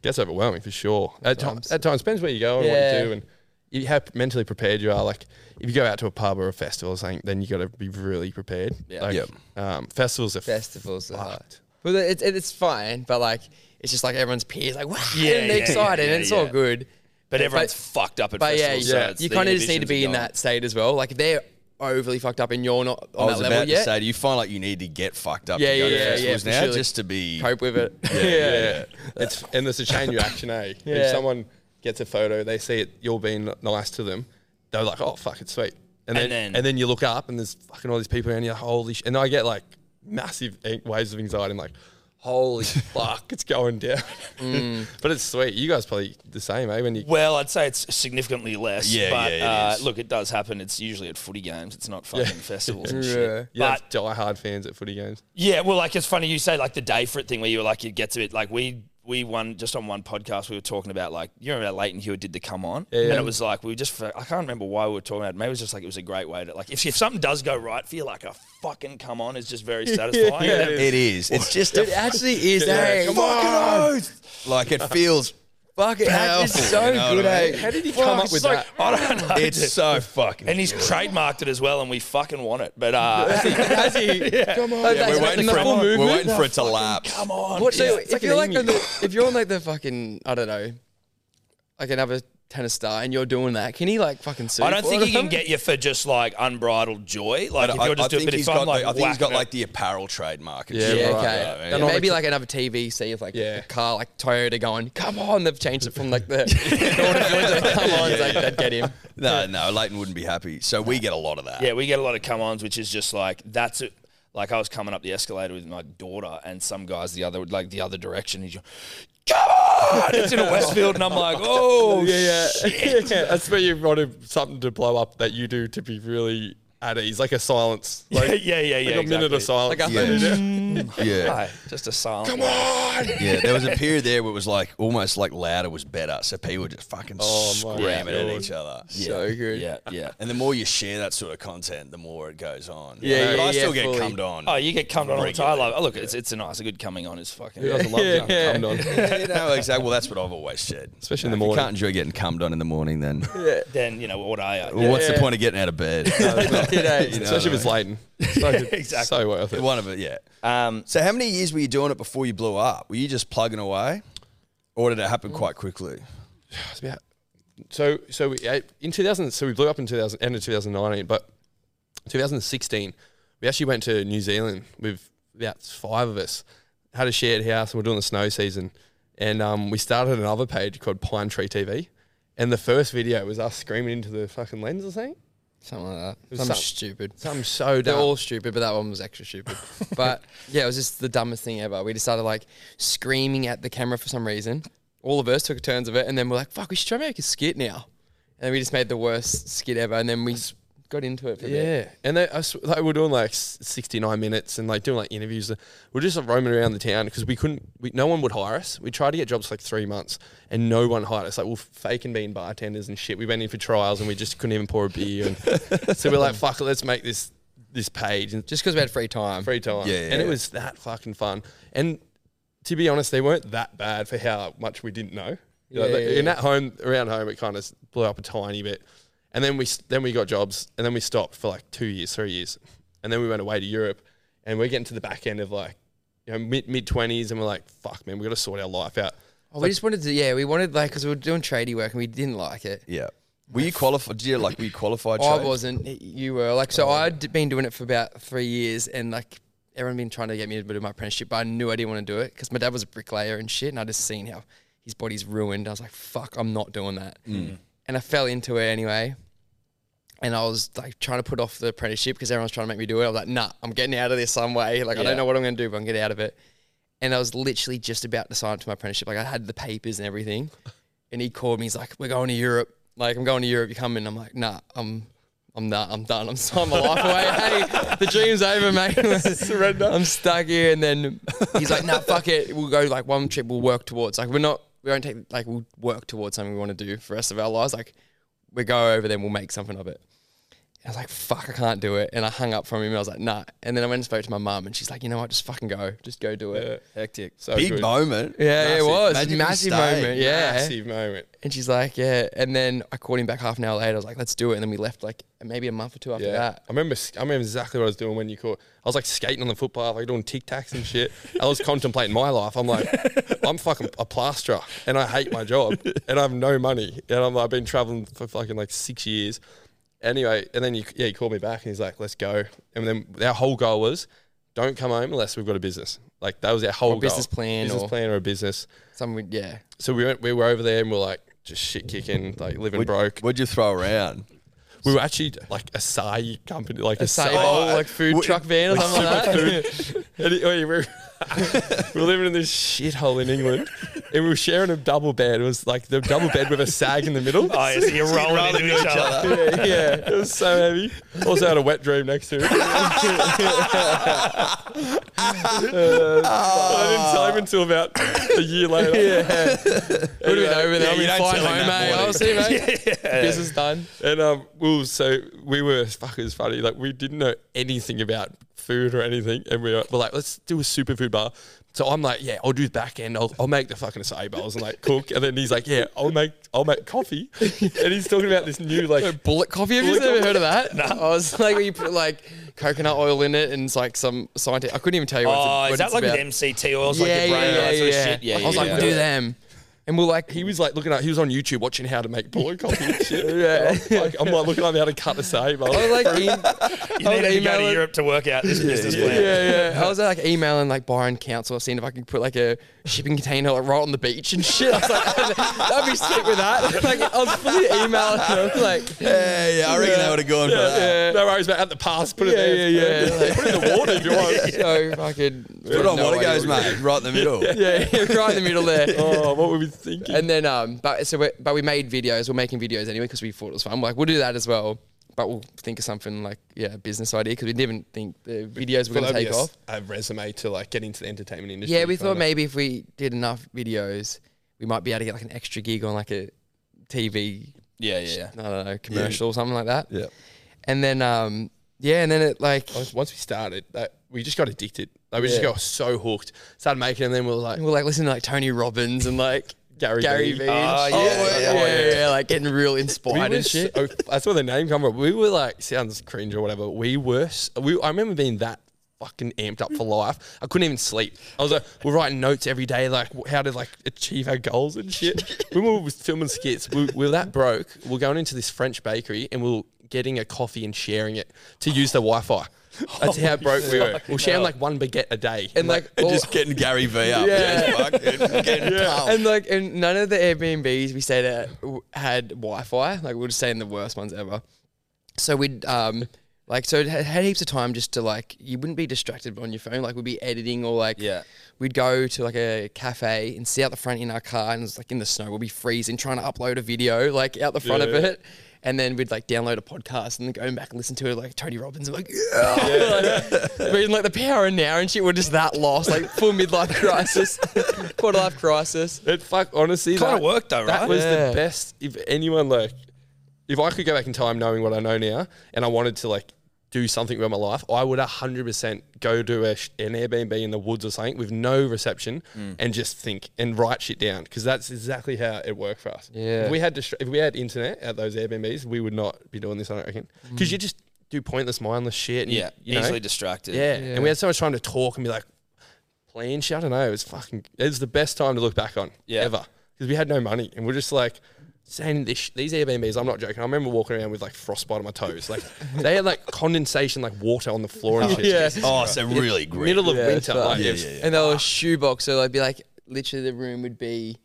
D: gets overwhelming for sure at times at times depends where you go and what
C: Yeah.
D: you do and you, how mentally prepared you are like if you go out to a pub or a festival or something then you got to be really prepared
B: Yeah.
D: like
A: Yep.
D: um, festivals are
C: Festivals are hard.
D: fucked.
C: Well, it's it's fine, but like it's just like everyone's peers like wow,
B: Yeah,
C: and they're
B: yeah,
C: excited,
B: yeah,
C: and it's
B: yeah.
C: all good.
B: But everyone's fucked up at
C: But yeah,
B: festivals. so
C: yeah.
B: it's
C: you
B: the
C: kind of just need to
B: inhibitions
C: be
B: are
C: in
B: gone.
C: that state as well. Like if they're overly fucked up and you're not
A: I
C: on
A: was
C: that level
A: about to
C: yet.
A: say, do you find like you need to get fucked up
C: Yeah,
A: to go
C: yeah,
A: to
C: yeah,
A: festivals
C: yeah, for
A: now
C: sure.
A: just to be?
C: cope with it.
D: yeah, yeah, It's and there's a chain reaction, eh? If
C: Yeah.
D: someone gets a photo, they see it, you're being nice to them, they're like, "Oh fuck, it's sweet," and then
B: And
D: and then,
B: then-
D: you look up and there's fucking all these people around you. Holy sh! And I get like massive an- waves of anxiety. I'm like, "Holy fuck, it's going down." but it's sweet. You guys probably the same, eh? When you
B: Well, I'd say it's significantly less.
A: Yeah,
B: but,
A: yeah, it
B: uh,
A: is.
B: Look, it does happen. It's usually at footy games. It's not fucking festivals and
C: Yeah.
B: shit.
D: you
B: But
D: have diehard fans at footy games.
B: yeah, well, like it's funny you say like the day for it thing where you were like it gets a bit like we we won just on one podcast we were talking about like you remember that Leighton Hewitt did the come on and it was like we were just I can't remember why we were talking about it. maybe it was just like it was a great way to like if, if something does go right for you like a fucking come on is just very satisfying.
D: yeah,
B: And
D: it
B: it-
A: It is. It's just
C: It
A: a,
C: actually is. hey,
D: come
C: fuck,
A: like it feels.
C: fuck it.
A: Powerful,
C: It's so
A: you know
C: good.
A: what I
C: eh?
A: mean?
D: How did you come up
B: it's
D: with
B: like,
D: that?
B: I don't know. dude.
A: It's so fucking.
B: and he's trademarked it as well, and we fucking want it. but uh,
C: Has he? Come on.
A: We're waiting, for it, we're waiting for it to lapse.
B: come on.
C: What, so
B: Yeah.
C: if
D: like an
C: you're like on
D: emu.
C: the, if you're on like the fucking I don't know, like another tennis star, and you're doing that, can he like fucking sue?
B: I don't
C: for
B: think
C: it or
B: he can
C: something?
B: get you for just like unbridled joy. Like if
A: I,
B: you're just
A: I
B: doing,
A: think
B: but
A: he's
B: if
A: got,
B: I'm like,
A: the, I think he's got
B: whacking
A: like
B: it-
A: the apparel trademark. And
D: Yeah,
A: shit.
C: Yeah,
D: right,
C: okay.
A: yeah,
C: And
D: yeah.
C: maybe like another TVC of like
D: Yeah.
C: a car like Toyota going, come on, they've changed it from like the Toyota Village, like, come on, it's like that'd get him.
A: No, no, Leighton wouldn't be happy. So we get a lot of that.
B: yeah, we get a lot of come ons, which is just like that's it. Like I was coming up the escalator with my daughter, and some guys the other like the other direction. He's come on, it's in a Westfield, and I'm like, oh
D: yeah, yeah. That's where you wanted something to blow up that you do to be really at ease, like a silence, like, like
B: yeah, yeah, yeah.
D: a minute
B: exactly.
D: of silence.
C: Like a
A: Yeah. Yeah.
B: Right, Just a silent.
D: Come on!
A: Yeah, there was a period there where it was like almost like louder was better. So people were just fucking
D: my
A: screaming at
D: God.
A: each other. Yeah.
C: So good.
B: Yeah, yeah.
A: And the more you share that sort of content, the more it goes on.
C: Yeah,
A: but
C: yeah,
A: I still
C: yeah,
A: get
C: fully.
A: cummed on.
B: Oh, you get cummed on all the time. I love, oh, look, it's, it's a nice, a good coming on is fucking.
D: He doesn't love
C: Yeah,
D: getting
C: yeah.
D: cummed on.
A: you know, exactly. Well, that's what I've always said.
D: Especially in
A: If
D: the
A: You
D: morning.
A: can't enjoy getting cummed on in the morning. Then
B: Then you know what I.
A: Well, what's the point of getting out of bed?
C: You know,
A: You know
D: Especially if
A: what
D: it's Leighton. So,
B: Exactly.
D: so worth
A: I mean?
D: it.
A: one of it. Yeah.
B: Um,
A: So, how many years were you doing it before you blew up? Were you just plugging away, or did it happen quite quickly?
D: It's about- So, so we, uh, in 2000, so we blew up in 2000, end of 2019, but 2016, we actually went to New Zealand with about five of us, had a shared house, and we're doing the snow season. And um, we started another page called Pine Tree TV. And the first video was us screaming into the fucking lens or something.
C: Something like that.
D: was
C: Something
D: some-
C: stupid.
D: Something so
C: They're
D: dumb.
C: all stupid, but that one was extra stupid. But yeah, it was just the dumbest thing ever. We decided like screaming at the camera for some reason. All of us took turns of it, and then we're like, "Fuck, we should try and make a skit now." And then we just made the worst skit ever, and then we got into it for yeah.
D: Yeah, and they, I s- like, we were doing like s- sixty-nine minutes and like doing like interviews. We We're just like, roaming around the town because we couldn't. We, no one would hire us. We tried to get jobs for like three months, and no one hired us. Like we we're faking being bartenders and shit. We went in for trials, and we just couldn't even pour a beer. And so we're like, "Fuck it, let's make this this page." And
C: Just because we had free time.
D: free time.
A: Yeah, yeah,
D: and
A: yeah.
D: it was that fucking fun. And to be honest, they weren't that bad for how much we didn't know. You know,
C: Yeah,
D: the-
C: yeah,
D: in
C: yeah.
D: that home, around home, it kind of blew up a tiny bit. And then we s- then we got jobs, and then we stopped for like two years, three years, and then we went away to Europe, and we're getting to the back end of like, you know, mid mid twenties, and we're like, fuck, man, we got to sort our life out.
C: Oh, we just wanted to, yeah, we wanted like because we were doing tradie work and we didn't like it.
A: Yeah. Were you qualified? Did you like? Were you qualified?
C: I
A: trade?
C: wasn't. You were like, so I'd been doing it for about three years, and like everyone been trying to get me to do my apprenticeship, but I knew I didn't want to do it because my dad was a bricklayer and shit, and I just seen how his body's ruined. I was like, fuck, I'm not doing that. And I fell into it anyway, and I was like trying to put off the apprenticeship because everyone was trying to make me do it. I was like, nah, I'm getting out of this some way. Like I
B: Yeah.
C: don't know what I'm going to do, but I'm getting out of it. And I was literally just about to sign up to my apprenticeship. Like I had the papers and everything. And he called me. He's like, "We're going to Europe. Like I'm going to Europe. You coming?" I'm like, "Nah, I'm, I'm not. I'm done. I'm signing my life away. Hey, the dream's over, mate. Surrender. I'm stuck here." And then he's like, "Nah, fuck it. We'll go like one trip. We'll work towards. Like we're not. We won't take. Like we'll work towards something we want to do for the rest of our lives. Like we go over, then we'll make something of it." And I was like, fuck, I can't do it. And I hung up from him and I was like, nah. And then I went and spoke to my mum and she's like, you know what, just fucking go. Just go do it.
D: Hectic. So
A: Big
D: good.
A: moment.
C: Yeah, it
D: Massive-
C: was.
A: massive
C: Massive,
A: mistake.
C: moment. Yeah.
D: Massive moment.
C: And she's like, yeah. And then I called him back half an hour later. I was like, let's do it. And then we left like maybe a month or two after
D: Yeah.
C: that.
D: I remember s- I remember exactly what I was doing when you caught. I was like skating on the footpath, like doing tic tacs and shit. I was contemplating my life. I'm like, I'm fucking a plasterer and I hate my job and I have no money. And I'm, I've been traveling for fucking like six years. Anyway, and then you, yeah, he called me back and he's like, let's go. And then our whole goal was don't come home unless we've got a business. Like that was our whole goal.
C: business plan
D: Business
C: or-
D: plan or a business.
C: Some would, yeah.
D: So we went, we were over there and we're like, just shit kicking, like living broke.
A: What'd you throw around?
D: We were actually like a SAI company, like a,
C: Save
D: SAI
C: old like food truck van or something like that.
D: Anyway, we're, we're living in this shithole in England, and we were sharing a double bed. It was like the double bed with a sag in the middle.
B: oh, yeah, so you're rolling into each other.
D: yeah, yeah, it was so heavy. Also had a wet dream next to it. Uh, I didn't tell him until about a year later. Yeah, it
C: Would have been over there.
B: you don't
C: Yeah, flying
B: tell him
C: home,
B: that
C: mate.
B: morning.
C: I'll see you, mate. Business done.
D: And um, we were so we were fuck it was funny. Like we didn't know anything about food or anything, and we were, we're like, let's do a superfood bar. So I'm like, yeah, I'll do the back end. I'll, I'll make the fucking acai bowls and like cook. And then he's like, yeah, I'll make I'll make coffee. and he's talking about this new like
C: Bullet coffee. Have you
D: Bullet
C: ever
D: coffee.
C: heard of that? no. I was like, where you put like coconut oil in it and it's like some scientific. I couldn't even tell you what it's,
B: Oh,
C: what
B: is that
C: it's
B: like
C: about.
B: with MCT oils, like your brain, all that sort of shit? Yeah,
C: I was
B: yeah,
C: like,
B: yeah.
C: we'll do them. And we're like,
D: he was like looking at he was on YouTube watching how to make bullet coffee and shit. yeah, I'm like, I'm like looking at how to cut acai bowl.
C: I was like, em-
B: You
C: I
B: need
C: was
B: to go to
C: emailing-
B: Europe to work out this business
D: yeah,
B: plan.
C: Yeah, yeah. I was like emailing like Byron Council, seeing if I could put like a shipping container like right on the beach and shit. I was like, that'd be sick with that. Like, I was fully emailing them. Like,
A: Yeah, yeah. I reckon they would have gone for that.
D: No worries, mate. At the pass, put it
C: Yeah,
D: there.
C: yeah, yeah.
D: Put it in the water if you want.
C: so fucking.
A: Put on
C: no
A: what it
C: idea
A: goes,
C: what-
A: mate. Right in the middle.
C: Yeah, right in the middle there.
D: Oh, what were we thinking?
C: And then, um, but so we but we made videos. We're making videos anyway because we thought it was fun. We're like, we'll do that as well. But we'll think of something like yeah, a business idea because we didn't think the videos were
D: Well,
C: going to
D: that'd
C: take
D: be a s-
C: off.
D: A resume to like get into the entertainment industry.
C: Yeah, we thought
D: kinda.
C: maybe if we did enough videos, we might be able to get like an extra gig on like a TV,
B: Yeah, yeah, yeah.
C: I don't know, commercial or something like that.
A: Yeah.
C: And then um, yeah, and then it like
D: Once- Once we started, that we just got addicted. Like we just
C: Yeah.
D: got so hooked. Started making, it and then we were like
C: we're like listening to like Tony Robbins and like
D: Gary,
C: Gary
D: Vee.
C: Vee. Ah,
B: Oh,
C: and
B: yeah,
C: shit.
B: yeah,
C: yeah,
B: yeah.
C: yeah, yeah, like getting real
D: We
C: inspired
D: were
C: and shit.
D: so- that's where the name come from. We were like, sounds cringe or whatever. We were. s- We, I remember being that fucking amped up for life. I couldn't even sleep. I was like, we're writing notes every day, like wh- how to like achieve our goals and shit. when we were filming skits, we, we were that broke. We're going into this French bakery and we are getting a coffee and sharing it to use the Wi-Fi. That's how broke we were. We're sharing like one baguette a day.
C: Oh and like all,
A: Just getting Gary V up.
C: Yeah.
A: Yeah. fuck. Getting pumped.
C: and like and none of the Airbnbs we stayed at w- had Wi-Fi. Like we were just staying in the worst ones ever. So we'd um like so it had had heaps of time just to like you wouldn't be distracted on your phone. Like we'd be editing or like
B: Yeah.
C: We'd go to like a cafe and sit out the front in our car and it's like in the snow. We'll be freezing trying to upload a video like out the front of it. And then we'd like download a podcast and then go back and listen to it like Tony Robbins. I'm like, yeah. like, reading like the power and now and shit. We're just that lost, like full midlife crisis, quarter life crisis.
D: It fuck honestly
B: Kinda
D: that-
B: worked though,
D: That
B: right?
D: was
C: Yeah.
D: the best. If anyone like, if I could go back in time, knowing what I know now, and I wanted to like do something with my life, I would hundred percent go to a, sh- an Airbnb in the woods or something with no reception
B: Mm.
D: and just think and write shit down because that's exactly how it worked for us.
C: Yeah.
D: If we had distra- if we had internet at those Airbnbs, we would not be doing this. I don't reckon because you just do pointless, mindless shit. And you-
B: Mm. Yeah,
D: you, know?
B: easily distracted.
D: Yeah. And we had so much time to talk and be like, plan shit. I don't know. It was fucking, it was the best time to look back on
B: Yeah.
D: ever because we had no money and we're just like, saying this, these Airbnbs, I'm not joking. I remember walking around with like frostbite on my toes. Like they had like condensation, like water on the floor and shit.
C: Yeah.
A: Oh, so really great.
D: Middle of
C: Yeah, it's
D: winter.
C: bad.
D: Like,
A: Yeah,
D: it's-
A: yeah, yeah.
C: And they were shoebox, so they'd be like literally the room would be,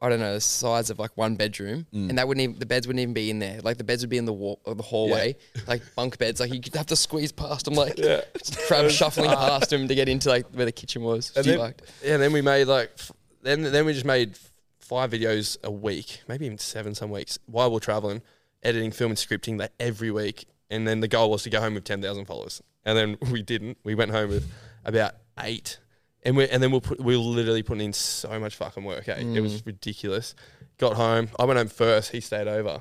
C: I don't know, the size of like one bedroom, and that wouldn't even the beds wouldn't even be in there. Like the beds would be in the wall or the hallway, like bunk beds. Like you'd have to squeeze past them, like crab shuffling past them to get into like where the kitchen was.
D: And then,
C: Fucked.
D: yeah, and then we made like, f- then then we just made f- five videos a week, maybe even seven some weeks while we're traveling, editing, filming, scripting that every week. And then the goal was to go home with ten thousand followers, and then we didn't. We went home with about eight, and we and then we'll put, we were literally putting in so much fucking work. eh? It was ridiculous. Got home, I went home first. He stayed over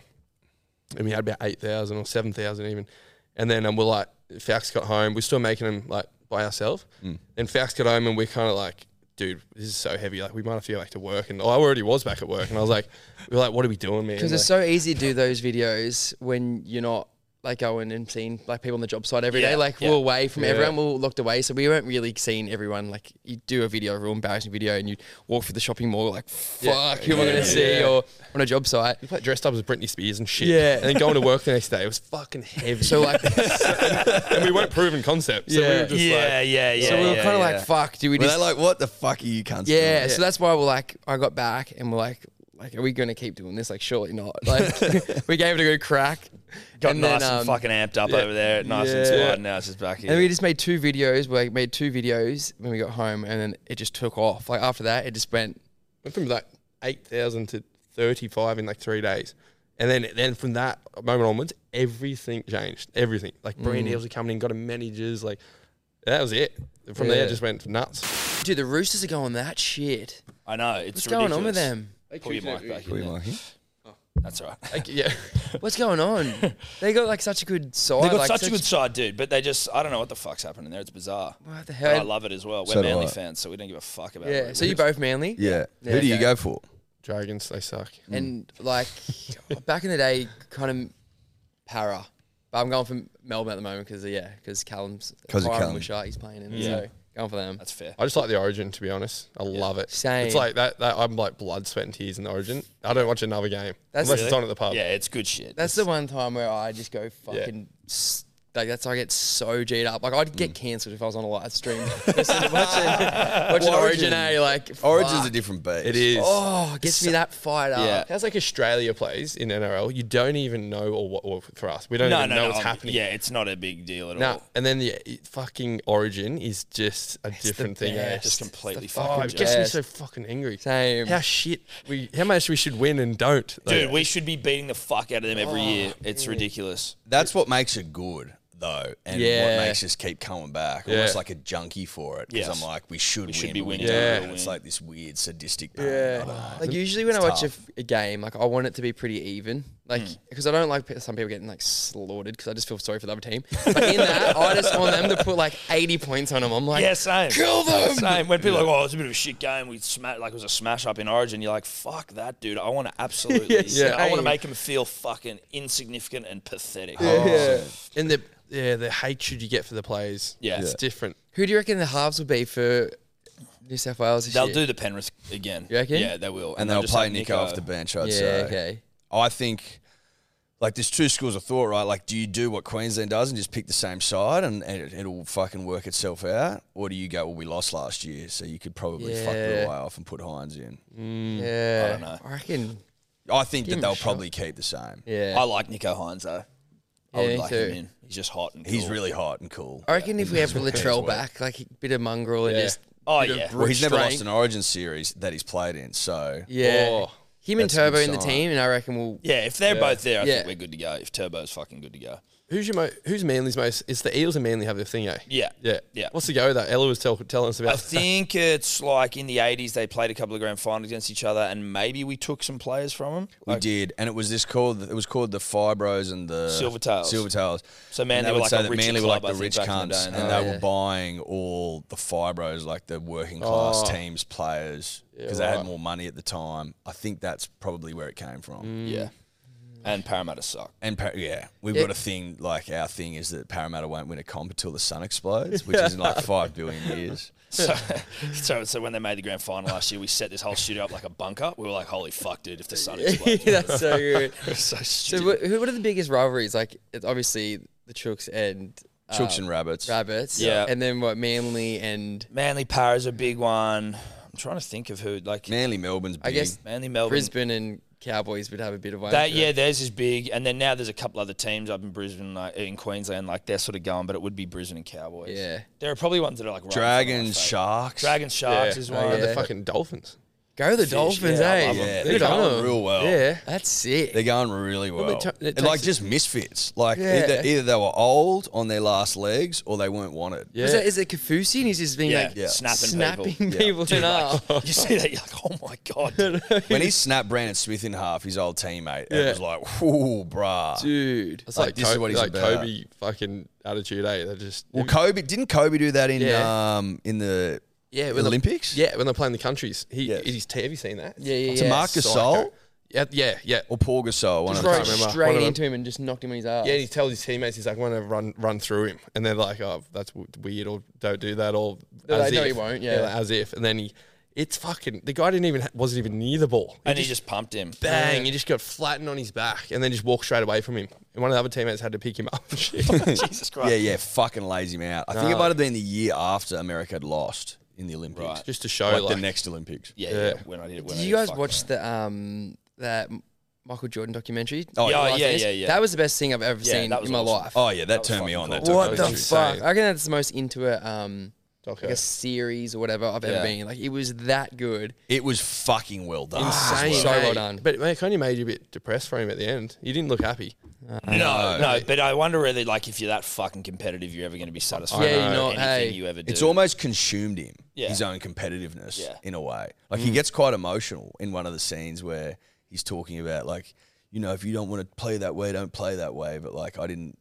D: and we had about 8,000 or 7,000 even. And then um, we're like, Fax got home. We're still making them like by ourselves.
C: Mm.
D: And Fax got home and we're kind of like, dude, this is so heavy. Like, we might have to go back to work. And oh, I already was back at work. And I was like, we were like, what are we doing, man?
C: Because
D: Like,
C: it's so easy to do those videos when you're not like going and seeing like people on the job site every day.
B: Yeah,
C: Like
B: yeah.
C: we're away from
D: Yeah.
C: everyone, we we're locked away, so we weren't really seeing everyone. Like you do a video, a real embarrassing video, and you walk through the shopping mall, like fuck, who am I
D: Yeah.
C: gonna see?
D: Yeah.
C: Or on a job site.
D: we like dressed up as Britney Spears and shit.
C: Yeah.
D: And then going to work the next day. It was fucking heavy.
C: So like,
D: and we weren't proven concepts. So we
C: Yeah.
D: were just like,
B: yeah, yeah, yeah.
C: so we were
B: yeah,
C: kind of
B: yeah.
C: like, fuck, do we
A: Were
C: just?
A: they like, what the fuck are you cunts doing?
C: yeah, so that's why we're like, I got back and we're like, like, are we gonna keep doing this? Like, surely not. Like, we gave it a good crack.
B: got
C: and
B: nice
C: then,
B: and
C: um,
B: fucking amped up over there, nice and
D: Yeah.
B: inspired. Now it's just back here.
C: And we just made two videos. We like, made two videos when we got home, and then it just took off. Like after that, it just went.
D: went from like eight thousand to thirty five in like three days, and then then from that moment onwards, everything changed. Everything like brand deals were coming in, got a managers like that was it. From there,
C: Yeah.
D: it just went nuts.
C: Dude, the Roosters are going that shit.
B: I know it's
C: What's
B: ridiculous.
C: going on with them?
B: Pull your mic back. in there. That's all right.
D: Like, yeah,
C: What's going on? they got like such a good side.
B: They've got
C: like,
B: such a good side, dude, but they just, I don't know what the fuck's happening there. It's bizarre.
C: What the
B: But I
C: hell?
B: love it as well. We're
A: So do
B: Manly
A: I.
B: fans, so we don't give a fuck about
C: yeah.
B: it.
C: So you both Manly.
A: Yeah.
C: Yeah,
A: Who do you
C: okay.
A: go for?
D: dragons they suck.
C: And like back in the day, kind of para. But I'm going for Melbourne at the moment because yeah, because Callum's
A: 'Cause of
C: Byron
A: Callum.
C: Wishart, he's playing in.
B: Yeah.
C: So going for them.
B: That's fair.
D: I just like the origin to be honest. I love it.
C: Same.
D: It's like that, that. I'm like blood, sweat, and tears in the origin. I don't watch another game
C: That's
D: unless
C: really-
D: it's on at the pub.
B: Yeah, it's good shit.
C: That's the one time where I just go fucking. s Like that's I get so G'd up. Like I'd get cancelled if I was on a live stream. Listen, watching watching Origin,
A: Origin.
C: eh? Like
A: Origin's
C: fuck.
A: a different beast.
D: It is.
C: Oh, gets me that fired up.
A: Yeah.
D: That's like Australia plays in NRL. You don't even know, or what or for us, we don't
B: No,
D: even
B: no,
D: know
B: no.
D: what's
B: I'm-
D: happening.
B: Yeah, it's not a big deal at
D: No,
B: all.
D: and then the it- fucking origin is just a different thing. eh?
C: best.
B: Just
C: It's the
B: completely
D: Oh,
B: fucking.
D: it
B: joke.
D: gets me
C: best.
D: so fucking angry.
C: Same.
D: How shit we, how much we should win and don't,
B: Dude,
D: Like,
B: we should be beating the fuck out of them every
C: Oh,
B: year. It's ridiculous.
A: That's what makes it good, though, and
C: Yeah.
A: what makes us keep coming back.
D: Yeah.
A: Almost like a junkie for it. Because
B: Yes.
A: I'm like, we should win.
B: should be
A: we
B: winning.
A: don't.
D: Yeah.
A: And It's like this weird sadistic pain. I don't know.
C: Like usually when I watch a,
A: tough.
C: f- a game, like I want it to be pretty even, like because I don't like pe- some people getting like slaughtered because I just feel sorry for the other team. But in that, I just want them to put like eighty points on them. I'm like,
B: Yeah, same. Kill them. Same. When people are like, "Oh, it's a bit of a shit game. We sma like it was a smash up in Origin." You're like, "Fuck that, dude. I want to absolutely.
D: Yeah.
B: I want to
D: Same.
B: make him feel fucking insignificant and pathetic."
A: Oh,
D: yeah. And the yeah, the hatred you get for the players.
B: Yeah.
D: It's
B: Yeah.
D: different.
C: who do you reckon the halves will be for New South Wales? This
B: They'll
C: year?
B: do the Penrith again.
C: You reckon?
B: Yeah, they will.
A: And they'll
B: just
A: play
B: have
A: Nico off the bench, I'd
C: Yeah.
A: say.
C: Okay.
A: I think like there's two schools of thought, right? Like, do you do what Queensland does and just pick the same side and, and it, it'll fucking work itself out, or do you go, well, we lost last year, so you could probably fuck
C: Yeah.
A: the eye off and put Hines in?
C: Yeah. I
B: don't know.
C: reckon.
A: I think
C: Give him
A: that they'll
C: a shot.
A: probably keep the same.
C: Yeah.
B: I like Nico Hines though. I
C: Yeah,
B: would
C: me
B: like
C: too.
B: him in. He's just hot and
A: He's
B: cool.
A: really hot and cool.
C: I reckon if we have Latrell
A: work.
C: back, like a bit of mongrel and
D: Yeah.
C: just
B: Oh yeah.
A: Well, he's never
C: Strength.
A: lost an Origin series that he's played in, so
C: yeah,
D: Oh,
C: him and
A: that's a good
C: Turbo in the
A: sign.
C: team, and I reckon we'll.
B: Yeah, if they're both there, I
C: Yeah.
B: think we're good to go. If Turbo's fucking good to go.
D: Who's your mo- who's Manly's most it's the Eels and Manly have their thing, eh?
B: Yeah.
D: Yeah.
B: Yeah.
D: What's the go with that? Ella was tell, telling us about
B: I think it's like in the 80s they played a couple of grand finals against each other and maybe we took some players from them.
A: we did, and it was this called. It was called the Fibros and the
B: Silvertails.
A: Silvertails.
B: So Manly
A: And
B: were like a richer
A: Manly were
B: club,
A: like
B: I
A: the
B: think,
A: rich
B: back in the
A: cunts,
B: day.
A: and
B: Oh,
A: they
C: yeah.
A: were buying all the Fibros, like the working class
D: Oh.
A: teams players, because they
D: right.
A: had more money at the time. I think that's probably where it came from.
B: Yeah. And Parramatta suck.
A: And Par- yeah, we've
C: Yeah.
A: got a thing like our thing is that Parramatta won't win a comp until the sun explodes, which is in like five billion years.
B: So, so, so when they made the grand final last year, we set this whole shit up like a bunker. We were like, holy fuck, dude, if the sun explodes.
C: That's so good.
B: so
C: So,
B: stupid.
C: what, who, what are the biggest rivalries? Like, it's obviously the Chooks and uh,
A: Chooks
B: Um,
A: and rabbits.
C: Rabbits.
B: Yeah.
C: And then what? Manly and
B: Manly Para's a big one. I'm trying to think of who, like
A: Manly, Melbourne's. Big.
C: I guess
B: Manly Melbourne.
C: Brisbane and Cowboys would have a bit of one.
B: That, yeah, theirs is big. And then now there's a couple other teams up in Brisbane, like, in Queensland, like they're sort of going, but it would be Brisbane and Cowboys.
C: Yeah.
B: There are probably ones that are like right in front of my
A: dragons,
B: face.
A: sharks.
B: Dragon Sharks
D: Yeah.
B: is
D: Oh,
B: one.
D: the
C: yeah.
D: fucking dolphins.
C: Go the Dolphins,
B: yeah, I
C: eh?
B: love 'em.
A: Yeah,
C: Good
A: they're
C: on
A: going
C: 'em.
A: real well.
D: Yeah.
C: That's sick.
A: They're going really well.
D: it ta- it
A: And, like
D: takes-
A: just misfits. Like
C: Yeah.
A: either either they were old on their last legs or they weren't wanted.
D: Yeah.
C: Is, that, is it Kafusi and he's just being
B: Yeah,
C: like
B: yeah. Snapping
C: snapping
B: people.
A: Yeah.
C: people in half?
B: you see that, you're like, oh my god. dude.
A: When he snapped Brandon Smith in half, his old teammate, and
D: Yeah.
A: it was like, whoo, bruh.
C: Dude.
D: It's
A: Like,
D: like,
A: this
D: Kobe,
A: is what he's
D: like
A: about.
D: Kobe fucking attitude, eh? They're just
A: Well, Kobe didn't Kobe do that in
C: Yeah.
A: um in the
D: yeah, when
A: Olympics?
D: They're, yeah, when they're playing the countries. He
A: Yes.
D: he's t- have you seen that?
C: Yeah, yeah,
A: To
C: yeah.
A: Marc Gasol
D: Psycho. Yeah, yeah, yeah.
A: or Paul Gasol, one
C: Just
A: of them.
C: rode
D: can't remember. One
C: straight
D: of 'em.
C: into him and just knocked him in his ass.
D: Yeah, and he tells his teammates, he's like, "Want to run, run through him," and they're like, "Oh, that's w- weird," or "Don't do that," or
C: They're like,
D: as
C: "No,
D: if."
C: he won't, yeah.
D: like, as if, and then he, it's fucking the guy didn't even ha- wasn't even near the ball,
B: And he just pumped him.
D: bang, he just got flattened on his back, and then just walked straight away from him. And one of the other teammates had to pick him up. and shit.
B: Jesus Christ.
A: Yeah, yeah, fucking lazy him out. I think it might have been the year after America had lost in the Olympics.
B: Right.
D: just to show,
A: like,
D: like,
A: the next Olympics.
B: Yeah,
D: Yeah.
B: yeah. When I did it, when
C: Did
B: I
C: you
B: did,
C: guys
B: fuck
C: watch the um that Michael Jordan documentary?
A: Oh, yeah.
B: Yeah,
C: Life
B: yeah,
C: is?
B: yeah, yeah.
C: That was the best thing I've ever
B: Yeah,
C: seen
B: that was
C: in my
B: awesome.
C: life.
A: Oh yeah, that turned
B: fucking
A: me on. That
B: cool.
C: what the
A: documentary.
C: fuck?
D: insane.
C: I reckon that's the most into a um
D: Doco.
C: like a series or whatever I've
B: Yeah.
C: ever been. Like it was that good.
A: It was fucking well done.
D: Insane,
C: So well
D: eh?
C: done.
D: But mate, it kind of made you a bit depressed for him at the end. He didn't look happy.
B: it. No, no. But I wonder whether, like, if you're that fucking competitive, you're ever going to be satisfied.
C: Yeah,
B: with
C: you're not,
B: Anything
C: hey.
B: you ever do.
A: It's almost consumed him,
B: Yeah.
A: his own competitiveness
B: Yeah.
A: in a way. Like he gets quite emotional in one of the scenes where he's talking about like, you know, if you don't want to play that way, don't play that way. But like I didn't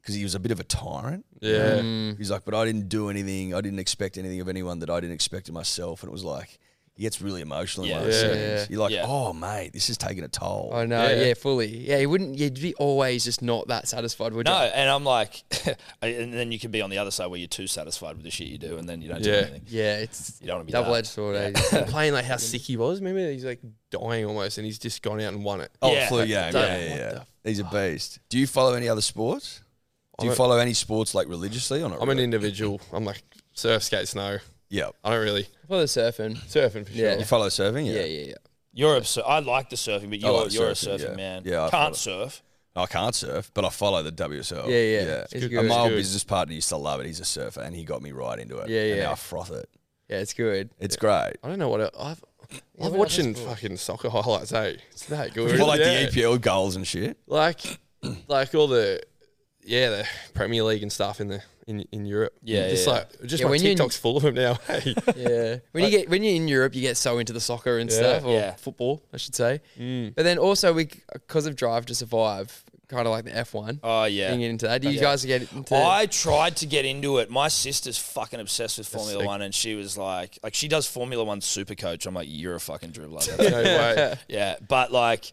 A: because he was a bit of a tyrant.
D: Yeah,
A: He's like, but I didn't do anything. I didn't expect anything of anyone that I didn't expect of myself. And it was like he gets really emotional in one of the
D: Yeah.
A: scenes.
C: Yeah.
A: You're like,
B: Yeah.
A: oh mate, this is taking a toll.
C: I know, yeah.
D: Yeah.
C: fully. Yeah, you wouldn't you'd be always just not that satisfied, would
B: No,
C: you?
B: and I'm like, and then you can be on the other side where you're too satisfied with the shit you do, and then you don't do
D: Yeah.
B: anything.
C: Yeah, it's
B: You don't wanna be
C: double edged
B: that.
C: sword. eh?
D: playing like how sick he was. Remember, he's like dying almost, and he's just gone out and won it.
A: Oh,
B: Yeah.
A: flu game. Yeah,
B: Don't-
A: yeah, yeah. He's a beast. Do you follow any other sports? Do you follow any sports like religiously or not?
D: I'm an
A: really?
D: individual. I'm like surf, skate, snow.
A: yeah.
D: I don't really
C: For the surfing.
D: surfing for sure.
C: Yeah.
A: You follow surfing?
C: Yeah, yeah, yeah.
B: You're a sur- I like the surfing, but you're,
A: like
B: you're
A: surfing,
B: a surfing
A: yeah.
B: man.
A: Yeah, I follow-
B: can't surf.
A: I can't surf, but I follow the
B: Oh,
A: WSL.
C: Yeah, yeah. It's good.
A: And
C: It's
A: my old
D: good.
A: business partner used to love it. He's a surfer, and he got me right into it.
C: Yeah,
A: And
C: yeah.
A: now I froth it.
C: Yeah, it's good.
A: It's great.
D: I don't know what it, I've. I love
C: what other
D: watching
C: sport?
D: fucking soccer highlights. Hey, it's that good.
A: Well, like
D: Yeah.
A: the EPL goals and shit.
D: like like all the yeah the Premier League and stuff in the in in Europe.
B: Yeah,
D: just
B: yeah.
D: like just
C: Yeah,
D: my
C: when you're in-
D: TikTok's full of them now. Hey,
C: Yeah. When you get when you're in Europe, you get so into the soccer and stuff, or
B: Yeah.
C: football, I should say.
D: Mm.
C: But then also we, because of Drive to Survive, kind of like the F1.
B: Oh, yeah.
C: You get into that. Do you
B: Yeah.
C: guys get into?
B: I tried to get into it. My sister's fucking obsessed with Formula
D: sick.
B: One, and she was like, like she does Formula One super coach. I'm like, you're a fucking dribbler.
D: no way.
B: yeah, but like,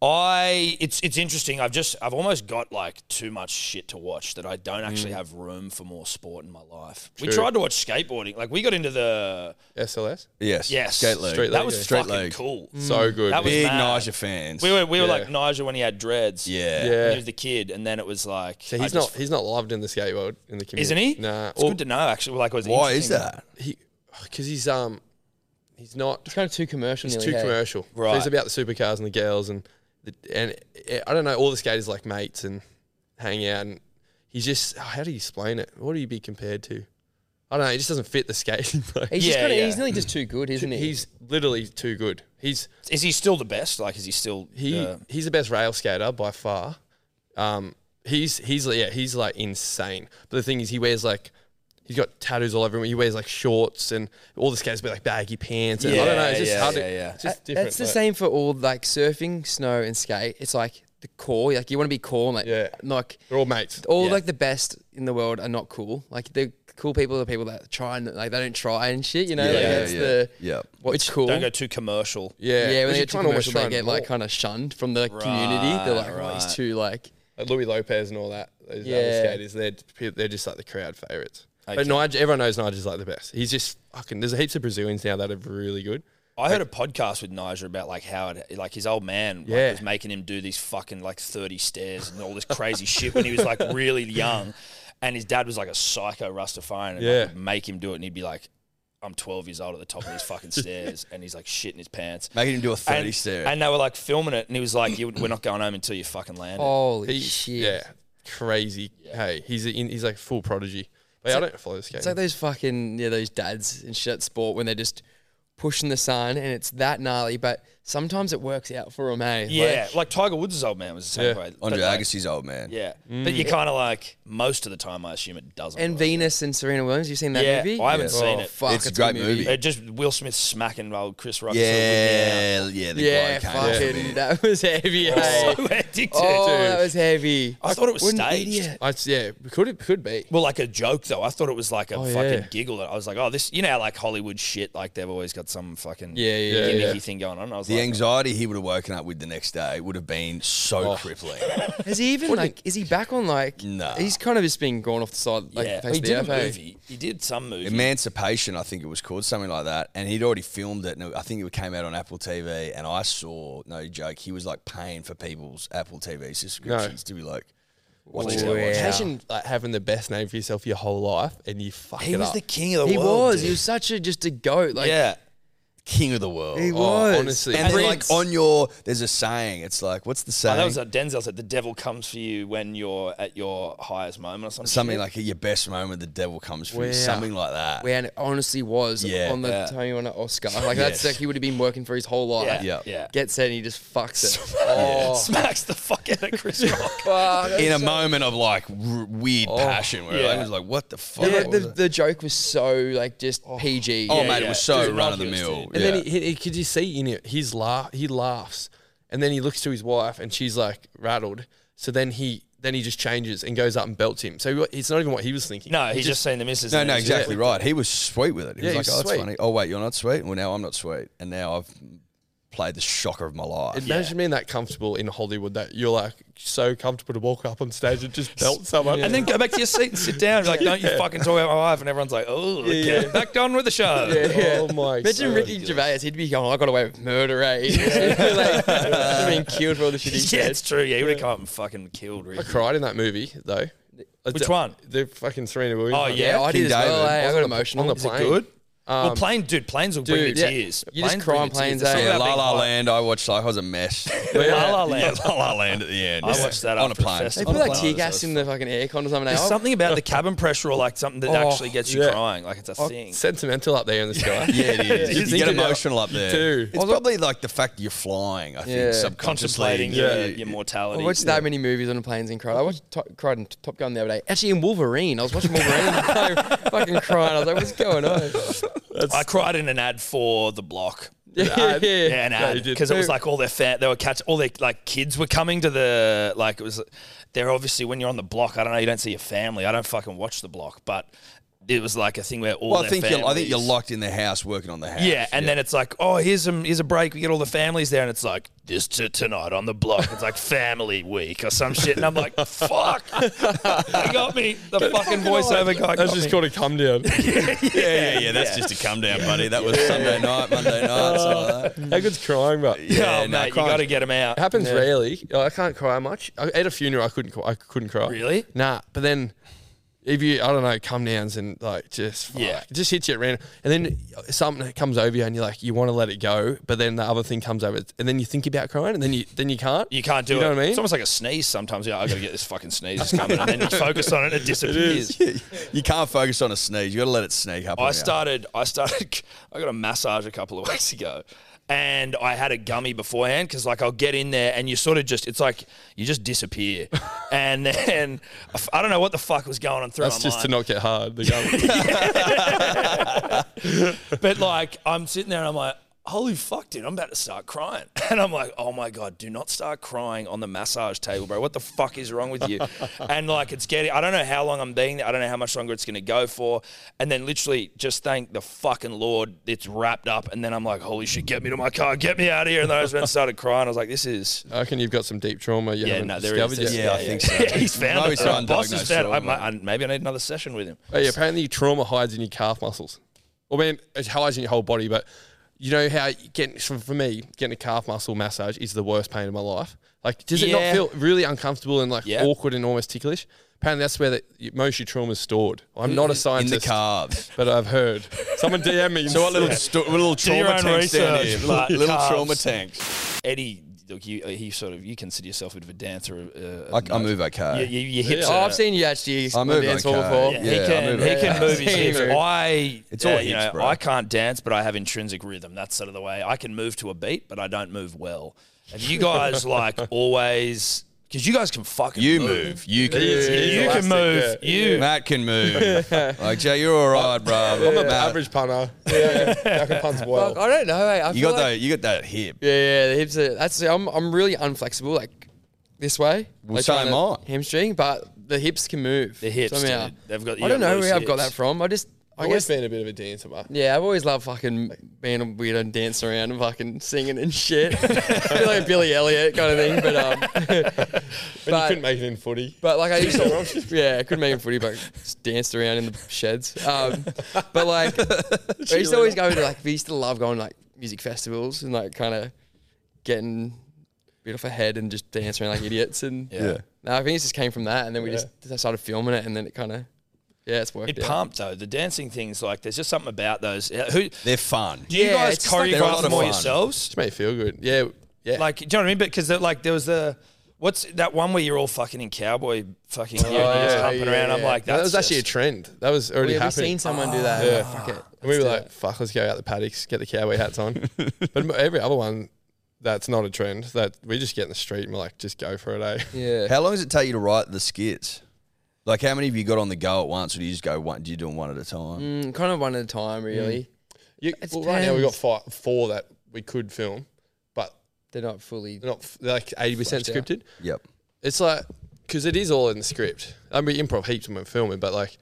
B: I it's it's interesting. I've just I've almost got like too much shit to watch that I don't actually have room for more sport in my life. We
D: Mm. True.
B: tried to watch skateboarding. Like we got into the
D: SLS,
A: Yes.
B: yes,
A: Skate league.
D: Straight
B: That
D: leg,
B: was
D: yeah.
A: Straight
B: fucking
A: leg.
B: cool.
D: so good.
B: Mm. That was
A: Big
B: mad.
A: Nigel fans.
B: We were we were like
D: Yeah.
B: Nigel when he had dreads.
A: Yeah.
D: Yeah.
B: when he was the kid, and then it was like
D: so
B: I
D: he's
B: just-
D: not he's not loved in the skate world in the community.
B: isn't he?
D: Nah,
B: it's good to know actually. Like, it was
A: Why is
B: interesting.
A: that?
D: he because he's um he's not
C: It's kind of too commercial.
D: It's
C: nearly,
D: too
C: hey?
D: commercial.
B: Right.
D: So it's about the supercars and the girls and the, and eh, I don't know. All the skaters like mates and hang out and he's just oh, how do you explain it? What do you be compared to? I don't know. It just doesn't fit the skating. Like,
C: He's
B: Yeah,
C: just kind of
B: yeah.
C: he's nearly just too good, isn't he?
D: he's literally too good. He's
B: Is he still the best? Like, is he still
D: he
B: the-
D: he's the best rail skater by far. Um, he's he's yeah he's like insane. But the thing is, he wears like he's got tattoos all over him. He wears like shorts and all the skaters wear like baggy pants. And I don't know.
B: Yeah,
D: It's just
B: yeah,
D: hard to,
B: yeah, yeah.
D: It's just
C: That-
D: different.
C: Uh, That's the
D: like-
C: same for all like surfing, snow, and skate. It's like the core. Like you want to be cool, and, like
D: Yeah.
C: like
D: They're all mates.
C: all
B: Yeah.
C: like the best in the world are not cool. Like the cool people are people that try and like they don't try and shit. You know, like
A: Yeah,
C: that's
A: yeah,
C: the
A: yeah.
C: what's cool.
B: don't go too commercial?
D: Yeah,
C: yeah, when
D: But
C: they
D: you're
C: get too
D: trying to almost
C: commercial, they
D: try
C: get
D: and
C: like
D: morph.
C: kind of shunned from the community. They're like, oh, he's
B: right.
C: too like.
D: Like Louis Lopez and all that. Those
C: Yeah.
D: other skaters, they're p- they're just like the crowd favorites.
B: Okay.
D: But Nigel, everyone knows Nigel's like the best. He's just fucking. There's heaps of Brazilians now that are really good.
B: I heard a podcast with Nigel about like how it, like his old man like,
D: Yeah.
B: was making him do these fucking like thirty stairs and all this crazy shit when he was like really young, and his dad was like a psycho Rastafarian and like,
D: Yeah.
B: would make him do it, and he'd be like, "I'm 12 years old at the top of these fucking stairs," and he's like shitting his pants.
A: Making him do a 30
B: And,
A: stare.
B: and they were like filming it, and he was like, you, "We're not going home until you fucking land." it."
C: Holy
D: He-
C: shit!
D: Yeah, crazy. Hey, he's a, he's like full prodigy. But yeah, I don't follow skating.
C: It's like those fucking yeah, those dads in shit sport when they're just pushing the sun and it's that gnarly. But sometimes it works out for them, hey. Like,
B: Yeah, like, Tiger Woods' old man was the same
D: Yeah. Mm.
B: way. But,
A: Andre
B: like,
A: Agassi's old man.
B: Yeah, but you kind of like most of the time, I assume it doesn't.
C: and
B: work.
C: Venus and Serena Williams, you seen that
B: Yeah,
C: movie?
B: I haven't
A: Yeah.
B: seen
C: Oh,
B: it.
C: Fuck,
A: It's a
C: good
A: great movie.
B: It just Will Smith smacking old Chris Rock.
A: Yeah, yeah, the guy
C: Yeah,
A: can't
C: fucking,
A: commit.
C: that was heavy. hey.
B: so addicted.
C: Oh,
D: dude.
C: that was heavy.
B: I thought it was
C: What an
B: staged.
C: idiot.
D: I, yeah, could it could be.
B: Well, like a joke though. I thought it was like
C: Oh,
B: a fucking
D: yeah.
B: giggle. I was like, oh, this, you know, how, like Hollywood shit. Like they've always got some fucking
C: Yeah, yeah,
B: gimmicky
D: yeah.
B: thing going on. I was
A: The
B: like,
A: anxiety he would have woken up with the next day would have been
B: Oh.
A: so crippling.
C: Has he even like? Is he back on like?
A: Nah.
C: He's kind of just been gone off the side. Like,
B: yeah,
C: face
B: he
C: of the
B: did a
C: earth, eh? hey.
B: movie. He did some movie.
A: Emancipation, I think it was called, something like that. And he'd already filmed it. And I think it came out on Apple TV. And I saw, no joke, he was like paying for people's Apple TV subscriptions to be like, watch it.
C: Wow.
D: Imagine like having the best name for yourself your whole life and you fuck
B: he
D: it
B: was
D: up.
B: the king of the
C: He
B: world.
C: was.
B: dude.
C: He was such a just a goat. Like
B: yeah.
A: King of the world.
C: he
D: Oh,
C: was.
D: honestly,
A: and then, like,
B: Prince.
A: on your, there's a saying. It's like, what's the
B: Oh,
A: saying?
B: that was a Denzel said. The devil comes for you when you're at your highest moment or something.
A: something like your best moment, the devil comes for you. Something like that.
C: Where it honestly was
A: Yeah.
C: on the
A: Yeah.
C: Tony on an Oscar. Like that's like he would have been working for his whole life.
B: yeah,
A: Yeah.
B: yeah, yeah.
C: Gets it and he just fucks it. Oh.
B: Smacks the fuck out of Chris Rock.
C: Fuck.
A: In a moment of like r- weird passion, where
B: Oh, yeah.
A: I was like, what the fuck?
C: The,
A: was
C: the,
A: that?
C: the joke was so like just PG.
A: Oh
B: Yeah,
A: mate, it
B: yeah. It
A: was
B: was
A: so
B: innocuous,
A: run of the mill.
B: dude.
D: And then he, he, could you see in it, he's laugh, he laughs, and then he looks to his wife, and she's like rattled. So then he, then he just changes and goes up and belts him. So it's not even what he was thinking.
B: No, he's just saying the missus.
A: no,
B: and
A: no,
B: he's-
A: exactly right. He was sweet with it. He
D: Yeah,
A: was
D: he
A: like,
D: was
A: "Oh, that's
D: sweet.
A: funny. Oh, wait, you're not sweet. Well, now I'm not sweet, and now I've played the shocker of my life."
D: Imagine being that comfortable in Hollywood that you're like so comfortable to walk up on stage and just belt someone.
B: And then go back to your seat and sit down. He's like, don't you fucking talk about my wife. And everyone's like, oh, okay. back on with the show.
D: oh my!
C: Imagine
D: God.
C: Ricky Gervais, he'd be going, I got away with murder, eh? like, he's been killed for all the shit he
B: Yeah,
C: said.
B: it's true. Yeah, he would have come up and fucking killed Rick.
D: I cried in that movie though.
B: Which one?
D: The fucking Serena Williams.
B: Oh
D: one.
B: yeah,
C: I did
A: King
C: as well.
A: David.
C: eh? I
D: On
C: got
D: the-
C: emotional.
D: on the
C: Is it
D: plane.
C: good?
B: well, plane, dude, planes will bring you
C: um, dude, yeah.
B: tears.
C: You just
B: Planes
C: cry
B: bring
C: on planes,
B: tears. It's not
C: eh? Yeah,
A: Yeah,
B: about
A: La
B: being
A: La
B: white.
A: Land. I watched like I was a mess.
B: La La Land.
A: Yeah, La La Land at the end.
B: I watched that
A: on a
B: after the
A: plane.
B: festival.
C: They
B: On
C: put
B: a
C: like
B: plane.
C: tear gas in the fucking aircon or something. eh?
B: There's something about the cabin pressure or like something that actually gets you
D: yeah.
B: crying. Like it's a thing.
D: Sentimental up there in the sky.
A: Yeah, it is.
D: You
A: you
D: think
A: get
D: about-
A: emotional up
D: you
A: there.
D: do.
A: It's probably like the fact that you're flying. I think
C: Yeah.
A: subconsciously.
B: Contemplating
A: Yeah.
B: your, your mortality.
C: I watched that many movies on the planes and cried. I watched Top, cried in Top Gun the other day. Actually, in Wolverine, I was watching Wolverine. and I fucking crying. I was like, "What's going on?"
B: I cried in an ad for the block.
C: yeah, yeah.
B: Yeah, an
D: Yeah, you
B: ad
D: did.
B: because it was like all their fan. They were catch all their like kids were coming to the like it was. They're obviously when you're on the block. I don't know. You don't see your family. I don't fucking watch the block, but it was like a thing where all.
A: Well, I
B: their
A: think you're, I think you're
B: families-
A: locked in the house working on the house.
B: Yeah, and then it's like, oh, here's a here's a break. We get all the families there, and it's like this to tonight on the block. It's like family week or some shit, and I'm like, fuck, they got me. The fucking voiceover guy.
D: That's
B: got
D: just
B: me.
D: called a come down.
A: yeah, yeah, yeah. That's just a come down, buddy. That was Sunday night, Monday night. something like that.
D: How good's crying, but it
A: Yeah,
B: oh,
A: no,
B: mate, you
A: can't-
B: got to get him out.
D: happens rarely. Oh, I can't cry much. I, at a funeral, I couldn't. cry- I couldn't cry.
B: Really?
D: Nah. But then, if you, I don't know, come downs and like just fuck,
B: Yeah.
D: it just hits you at random, and then something that comes over you, and you're like, you want to let it go, but then the other thing comes over, and then you think about crying, and then you then you can't.
B: You can't do it.
D: You know what I mean?
B: It's almost like a sneeze sometimes. Yeah, I gotta get this fucking sneeze it's coming, and then you focus on it, it disappears.
A: You can't focus on a sneeze. You got to let it sneak up. on
B: I
A: you.
B: started. I started. I got a massage a couple of weeks ago, and I had a gummy beforehand because like I'll get in there and you sort of just it's like you just disappear, and then I f- I don't know what the fuck was going on through
D: That's
B: my
D: just to
B: mind.
D: not get hard. The gum.
B: But like, I'm sitting there and I'm like, holy fuck, dude, I'm about to start crying. And I'm like, oh my God, do not start crying on the massage table, bro. What the fuck is wrong with you? and like, it's getting, I don't know how long I'm being there. I don't know how much longer it's going to go for. And then literally just thank the fucking Lord it's wrapped up. And then I'm like, holy shit, get me to my car, get me out of here. And then I just went and started crying. I was like, this is.
D: I reckon you've got some deep trauma you
B: Yeah,
D: haven't
B: no, there
D: discovered
B: is. this-
D: yet.
A: Yeah, I think so.
B: he's found
A: No,
B: it.
A: it's
B: bro. Boss
A: undiagnosed
B: has found it. I
A: trauma.
B: might- I- maybe I need another session with him.
D: Oh, yeah, apparently trauma hides in your calf muscles. Well, man, it hides in your whole body, but you know how you getting so for me getting a calf muscle massage is the worst pain in my life. Like, does
B: Yeah.
D: it not feel really uncomfortable and like
B: Yeah.
D: awkward and almost ticklish? Apparently, that's where the, most of your trauma is stored. I'm not a
A: in
D: scientist,
A: the calves.
D: but I've heard someone DM me.
A: So what little sto- little
B: your
A: trauma
B: own
A: tanks down
B: research,
A: here?
B: like
A: little
B: calves.
A: trauma tanks.
B: Eddie, look, you, uh, he sort of, you consider yourself a bit of a dancer. Uh,
A: I, I move
B: You,
A: okay.
B: you, your hips
C: Oh,
B: are-
C: I've seen you actually
A: I
C: on
A: move
C: dance
A: okay.
C: floor before.
B: Yeah,
A: Yeah,
B: he
A: I
B: can,
A: move
B: he
A: it.
B: can
A: Yeah.
B: move his hips.
C: Same.
B: I,
A: It's all
B: uh, you
A: hips,
B: know,
A: bro.
B: I can't dance, but I have intrinsic rhythm. That's sort of the way I can move to a beat, but I don't move well. Have you guys like always? Because you guys can fucking
A: You
B: move.
A: move. You can.
B: You
A: move.
D: yeah.
B: can
D: Elastic,
B: move. You.
A: Matt can move. like Jay, you're all right, bro.
D: I'm an
A: Matt,
D: average punter. Yeah, I can punt well.
C: Fuck, I don't know. eh? I
A: you
C: feel
A: got
C: like,
A: that. You got that hip.
C: Yeah, yeah, the hips are. That's I'm I'm really unflexible like this way.
A: Well,
C: like
A: so
C: trying
A: am
C: to-
A: I.
C: Hamstring, but the hips can move.
B: The hips,
C: somehow.
B: dude. They've got- you
C: I don't
B: got
C: know
B: loose
C: where I've got
B: hips.
C: that from. I just I
D: I've always
C: guess
D: been a bit of a dancer, but
C: yeah. I've always loved fucking being a weirdo and dancing around and fucking singing and shit. A bit like Billy Elliot kind of thing, but um,
D: but you couldn't make it in footy.
C: But like I used to, yeah, I couldn't make him footy, but just danced around in the sheds. Um, but like, I used to always go to like, we used to love going to like music festivals and like kind of getting a bit off a head and just dancing around like idiots. And
A: Yeah.
C: no, I think it just came from that, and then we
D: Yeah.
C: just started filming it, and then it kind of, yeah, it's worked.
B: It
C: out.
B: pumped though. The dancing things, like, there's just something about those. Uh, Who do
A: They're fun.
B: you
C: Yeah,
B: guys
C: it's just like-
A: They're a lot
B: choreograph
A: of
B: more
A: fun.
B: yourselves?
D: Just made it feel good. Yeah, yeah.
B: Like, do you know what I mean? Because uh, like, there was the. What's that one where you're all fucking in cowboy fucking gear and you're just
D: Oh, yeah,
B: humping
D: yeah,
B: around? I'm
D: yeah.
B: like,
D: that
B: that's
D: was actually a
B: just-
D: trend. That was already
C: Yeah, we've
D: happening.
C: seen someone do that.
D: Yeah.
C: Fuck it.
D: And we
C: let's
D: were
C: do
D: like,
C: it.
D: fuck, let's go out the paddocks, get the cowboy hats on. but m- every other one, that's not a trend. That we just get in the street and we're like, just go for it, eh?
C: yeah.
A: How long does it take you to write the skits? Like, how many have you got on the go at once, or do you just go one? Do you do them one at a time?
C: Mm, kind of one at a time, really.
D: You,
C: It
D: well, right now we've got five, four that we could film, but
C: They're not fully.
D: they're not f- they're like 80%
C: Fleshed out.
D: scripted.
A: Yep.
D: It's like, because it is all in the script. I mean, improv heaps when we're filming, but like,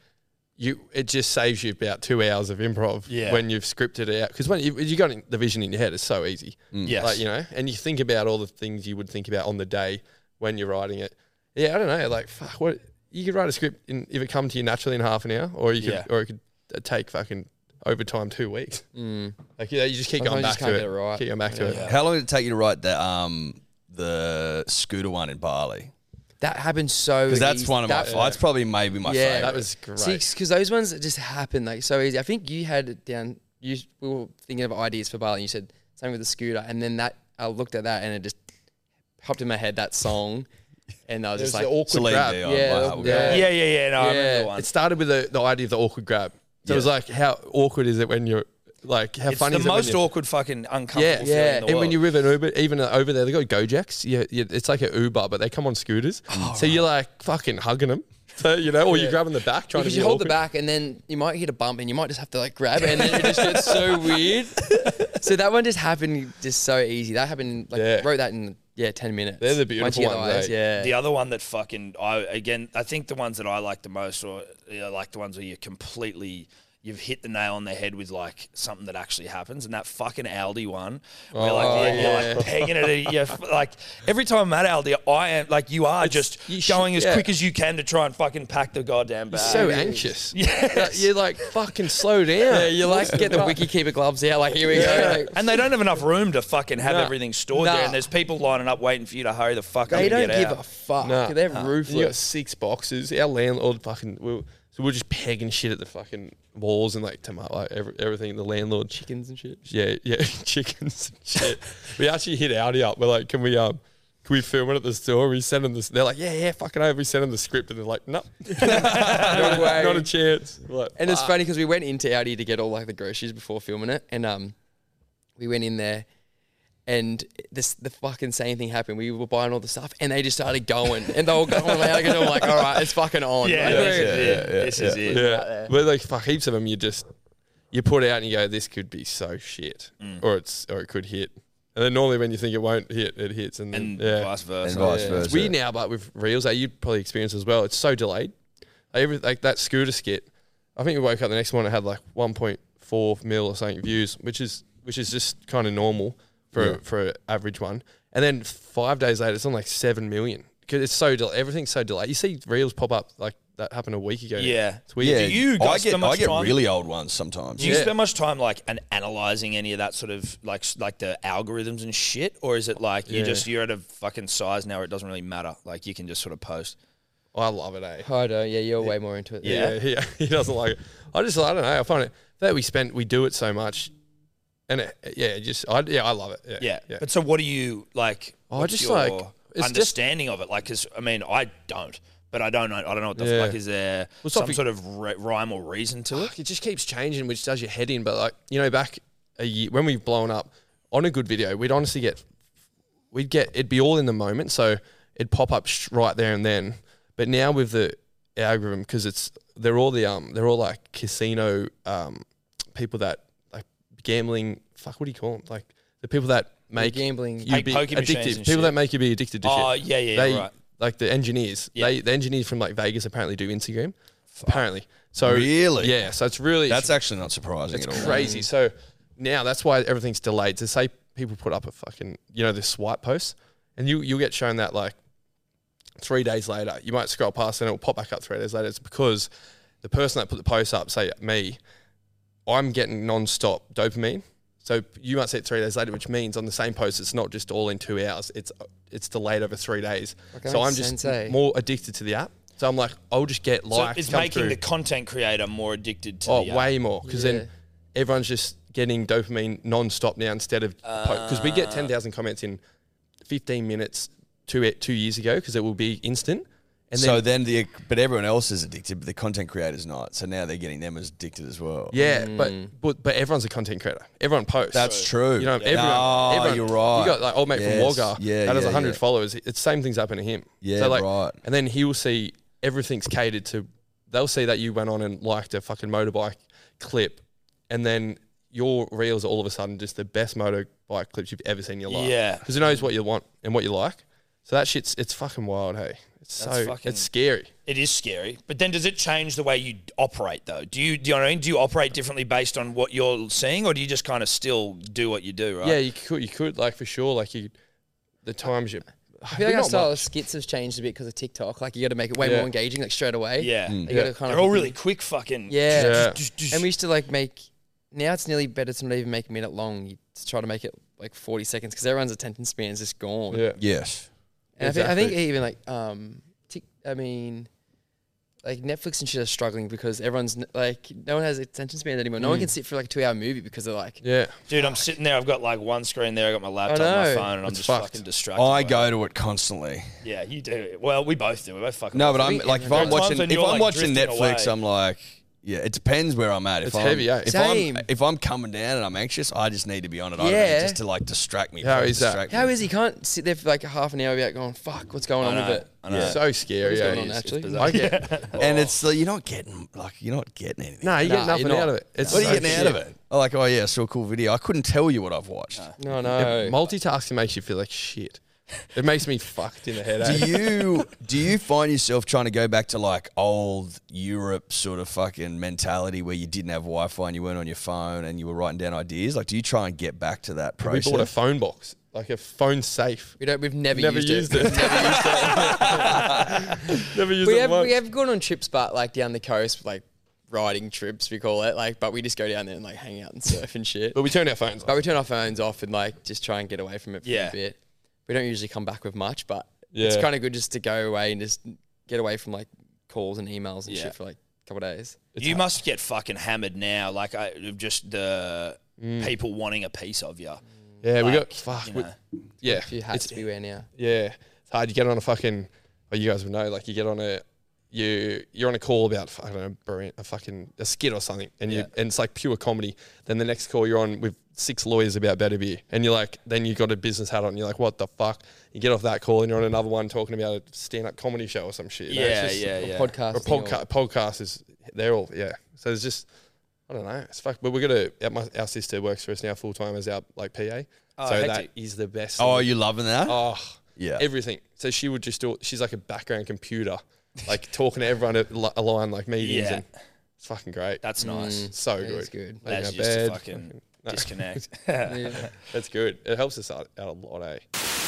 D: you, it just saves you about two hours of improv
B: Yeah.
D: when you've scripted it out. Because when you, you got the vision in your head, it's so easy.
B: Yes.
D: Like, you know, and you think about all the things you would think about on the day when you're writing it. Yeah, I don't know. Like, fuck, what you could write a script in, if it come to you naturally in half an hour, or you could,
B: Yeah.
D: or it could uh, take fucking overtime two weeks. Like, you, know, you just keep
C: Sometimes you
D: going back
C: just can't
D: to
C: get
D: it.
C: it right.
D: Keep going back to it.
A: How long did it take you to write the um the scooter one in Bali?
C: That happens so.
A: Because that's
C: easy.
A: one of my.
C: That-
A: That's probably maybe my
C: Yeah,
A: favorite.
D: That was great.
C: Six, because those ones that just happen like so easy. I think you had it down. You we were thinking of ideas for Bali, and you said something with the scooter, and then that I looked at that and it just popped in my head that song, and I was
D: It was
C: just
D: the
C: like,
D: awkward
A: Celine
D: grab.
A: Dion.
C: Yeah,
A: Wow,
C: yeah.
A: great.
B: Yeah, yeah, yeah. No, I remember
C: Yeah.
B: the one.
D: It started with the, the idea of the awkward grab. So it was
A: Yeah.
D: like, how awkward is it when you're like, how
B: It's
D: funny
B: the
D: is it when
B: most
D: you're-
B: awkward fucking uncomfortable
D: Yeah,
B: feeling
C: yeah.
B: in the
D: And
B: world.
D: when you're with an Uber, even uh, over there, they got Gojeks. Yeah, yeah, it's like an Uber, but they come on scooters.
C: Oh,
D: so you're like fucking hugging them. So you know, or you're grabbing the back, trying
C: Because
D: to
C: you
D: be
C: hold the
D: awkward.
C: back and then you might hit a bump and you might just have to like grab it and then it just gets so weird. So that one just happened just so easy. That happened like
D: Yeah.
C: wrote that in yeah, ten minutes.
D: They're the
C: Once you
D: beautiful
C: get the
D: ones,
C: eyes,
D: eh?
C: yeah.
B: The other one that fucking I again, I think the ones that I like the most, or you know, like the ones where you're completely. You've hit the nail on the head with like something that actually happens, and that fucking Aldi one, where like
D: Oh,
B: you're, you're like pegging it, at- you're f- like every time I'm at Aldi, I am like you are just
D: you should-
B: going as
D: yeah.
B: quick as you can to try and fucking pack the goddamn bag.
D: So anxious.
B: yeah,
D: Like, You're like fucking slow down. Yeah,
C: You like to get the wiki keeper gloves out, like here we go. Like,
B: and they don't have enough room to fucking have
D: Nah.
B: everything stored
C: Nah.
B: there, and there's people lining up waiting for you to hurry the fuck up.
C: they
B: and
C: don't
B: get
C: give
B: out.
C: a fuck. They're ruthless.
D: You got six boxes. Our landlord fucking. We were, so we we're just pegging shit at the fucking walls and like tomato, like every, everything. The landlord chickens and shit. Yeah, yeah, chickens and shit. we actually hit Audi up. We're like, can we um. Can we film it at the store? We send them this. They're like, yeah, yeah, fucking over. We send them the script, and they're like, no,
C: No way.
D: not a chance. We're like,
C: And it's funny because we went into Audi to get all like the groceries before filming it, and um, we went in there, and this the fucking same thing happened. We were buying all the stuff, and they just started going, and they were going like, I'm like, all right, it's fucking on.
B: Yeah,
C: Like,
B: this
C: we're-
B: is it. This is it.
D: Yeah. But like fuck heaps of them you just you put out and you go, This could be so shit.
B: Mm.
D: Or it's or it could hit. And then normally when you think it won't hit, it hits and, then
B: and
D: yeah.
B: vice versa.
A: And vice
D: Yeah.
A: versa.
D: It's weird now, but with reels that you probably experience as well. It's so delayed. Like, every, like that scooter skit. I think we woke up the next morning and had like 1.4 mil or something views, which is which is just kind of normal for a, for an average one. And then five days later, it's on like seven million because it's so del- everything's so delayed. You see reels pop up like that happened a week ago. now.
B: Yeah.
D: it's weird.
B: Do you guys
A: I get,
B: spend much
A: I get
B: time-
A: really old ones sometimes.
B: Do you spend much time like an analyzing any of that sort of like s- like the algorithms and shit, or is it like you just you're at a fucking size now where it doesn't really matter? Like you can just sort of post.
D: I love it, eh?
C: I don't. Yeah, you're way more into it. than-
D: Yeah, he, he doesn't like it. I just, I don't know. I find it that we spent, we do it so much, and it, yeah, it just, I, yeah, I love it. Yeah,
B: Yeah.
D: yeah.
B: But so what do you like?
D: I
B: what's
D: just,
B: your
D: like, it's just-
B: understanding of it, like because I mean I don't, but I don't know. I don't know what the
D: Yeah.
B: fuck is there
D: Well,
B: some
D: something-
B: sort of ri- rhyme or reason to it.
D: Fuck, it just keeps changing, which does your head in. But like, you know, back a year when we've blown up on a good video, we'd honestly get, we'd get, it'd be all in the moment, so it'd pop up sh- right there and then. But now with the algorithm, because it's they're all the um, they're all like casino um, people that like gambling. Fuck, what do you call them? Like the people that make
C: gambling-
D: you
B: Like
D: be
B: poker machines
D: addicted. People
B: and shit.
D: that make you be addicted to shit.
B: Oh, yeah, yeah,
D: They-
B: right.
D: Like the engineers, they the engineers from like Vegas apparently do Instagram. Apparently, so
A: Really?
D: yeah. So it's really
A: That's actually not surprising at all.
B: Mm.
D: crazy. So now that's why everything's delayed. To say people put up a fucking you know the swipe post, and you you'll get shown that like three days later. You might scroll past and it'll pop back up three days later. It's because the person that put the post up, say me, I'm getting non-stop dopamine. So you might see it three days later, which means on the same post, it's not just all in two hours. It's it's delayed over three days.
C: that
D: so I'm
C: makes
D: just
C: sense, eh?
D: more addicted to the app. So I'm like, I'll just get
B: So
D: likes.
B: it's
D: Oh, come
B: making
D: through.
B: the content creator more addicted to
D: Oh,
B: the app.
D: way more because
C: Yeah.
D: then everyone's just getting dopamine non-stop now instead of because we get ten thousand comments in fifteen minutes two e- two years ago because it will be instant. And then,
A: so then the but everyone else is addicted, but the content creators not. So now they're getting them as addicted as well.
D: yeah, but, but but everyone's a content creator. Everyone posts.
A: That's true.
D: You know,
A: Yeah.
D: everyone,
A: No,
D: everyone-
A: you're right.
D: You got like old mate
A: Yes.
D: from Wagga.
A: Yeah,
D: that has
A: yeah,
D: hundred
A: yeah.
D: followers. It's same things happening to him.
A: Yeah,
D: so like,
A: right.
D: And then he will see everything's catered to. They'll see that you went on and liked a fucking motorbike clip, and then your reels are all of a sudden just the best motorbike clips you've ever seen in your life.
B: Yeah.
D: because it knows what you want and what you like. So that shit's it's fucking wild. Hey, it's
B: That's
D: so
B: fucking-
D: it's scary.
B: It is scary, but then does it change the way you d- operate though? Do you do you know what I mean? Do you operate differently based on what you're seeing, or do you just kind of still do what you do? Right?
D: Yeah, you could you could like for sure like you, the times you.
C: I feel like our style of skits has changed a bit because of TikTok. Like you got to make it way
D: Yeah.
C: more engaging, like straight away.
B: yeah.
A: Mm.
C: You got to kind
B: They're
C: of
B: all really quick, fucking.
C: Yeah.
D: Yeah.
C: And we used to like make. Now it's nearly better to not even make a minute long. You try to make it like forty seconds because everyone's attention span is just gone.
D: Yeah.
A: Yes.
C: And I, think, I think
D: Exactly.
C: even like um, I mean, like Netflix and shit are struggling because everyone's n- like, no one has attention span anymore. No one can sit for like a two hour movie because they're like,
D: Yeah.
B: Dude, I'm sitting there. I've got like one screen there. I got my laptop, my
C: know.
B: phone, and I'm just
D: fucked.
B: fucking distracted. by
A: I
B: it.
A: go to it constantly.
B: Yeah, you do. Well, we both do. We both fucking.
A: No,
B: both
A: but I'm
C: we-
A: like if
C: there
A: I'm
B: are times
A: watching
B: when
A: if
B: you're,
A: I'm
B: like,
A: watching
B: drifting
A: Netflix,
B: away.
A: I'm like, yeah, it depends where I'm at. If
D: It's
A: I'm,
D: heavy, eh?
A: If
C: Same.
A: I'm if I'm coming down and I'm anxious, I just need to be on it. I don't
C: Yeah.
A: need just to like distract me.
D: How
A: fucking
D: is that?
A: distract
C: how
A: me.
C: is he? Can't sit there for like a half an hour without going, fuck, what's going
B: I
C: on
B: know.
C: with it?
B: I know.
D: So scary.
C: What's
D: Yeah.
C: going on
D: It's-
C: actually?
D: it's bizarre. I get.
A: And it's like, you're not getting like you're not getting anything.
D: Oh. No, you get
C: Nah,
D: nothing
C: you're
D: out
C: not.
D: of it. It's
A: What are
D: so
A: you getting out
D: shit.
A: of it? Oh, like, oh yeah, I saw a cool video. I couldn't tell you what I've watched.
C: No, no.
D: Multitasking makes you feel like shit. It makes me fucked in the head. eh?
A: Do you do you find yourself trying to go back to like old Europe sort of fucking mentality where you didn't have Wi-Fi and you weren't on your phone and you were writing down ideas? Like, do you try and get back to that
D: we
A: process?
D: bought a phone box, like a phone safe.
C: we don't. We've never,
D: Never
C: used,
D: used
C: it.
D: it. Never used
C: we
D: it
C: have
D: once.
C: we have gone on trips, but like down the coast, like riding trips we call it. Like, but we just go down there and like hang out and surf and shit.
D: but we turned our phones
C: But
D: off.
C: we turn our phones off and like just try and get away from it for
B: Yeah.
C: a bit. We don't usually come back with much, but it's
D: Yeah.
C: kind of good just to go away and just get away from like calls and emails and
B: Yeah.
C: shit for like a couple of days.
B: you must get fucking hammered now. Like I just the
A: Mm.
B: people wanting a piece of you.
D: Yeah, we
B: Like,
D: got fuck.
B: you
D: we-
B: know.
D: yeah,
C: You have
D: it's
C: to be wearing now.
D: yeah. It's hard. You get on a fucking. Well, you guys would know. Like you get on a. You you're on a call about I don't know brewing- a fucking a skit or something, and you and it's like pure comedy. Then the next call you're on with six lawyers about better beer, and you're like, then you got a business hat on. and You're like, what the fuck? You get off that call, and you're on another one talking about a stand up comedy show or some shit. you know? It's
B: Yeah,
D: just-
B: yeah, yeah.
C: Podcast.
D: Or podcast, podcast is they're all yeah. So it's just I don't know. It's fuck. But we're gonna our, my, our sister works for us now full time as our like PA.
B: Oh,
D: so
B: hectic.
D: that is the best.
A: oh,
D: thing.
A: you loving that?
D: oh
A: yeah.
D: everything. So she would just do. She's like a background computer, like talking to everyone at li- a line like meetings.
B: Yeah.
D: and It's fucking great. Mm.
B: That's nice.
A: Mm.
D: so
C: That
D: good.
C: is good.
D: Making
B: That's
D: our
B: just a
D: bed,
B: fucking
D: no,
B: Disconnect.
D: that's good. It helps us out, out a lot, eh?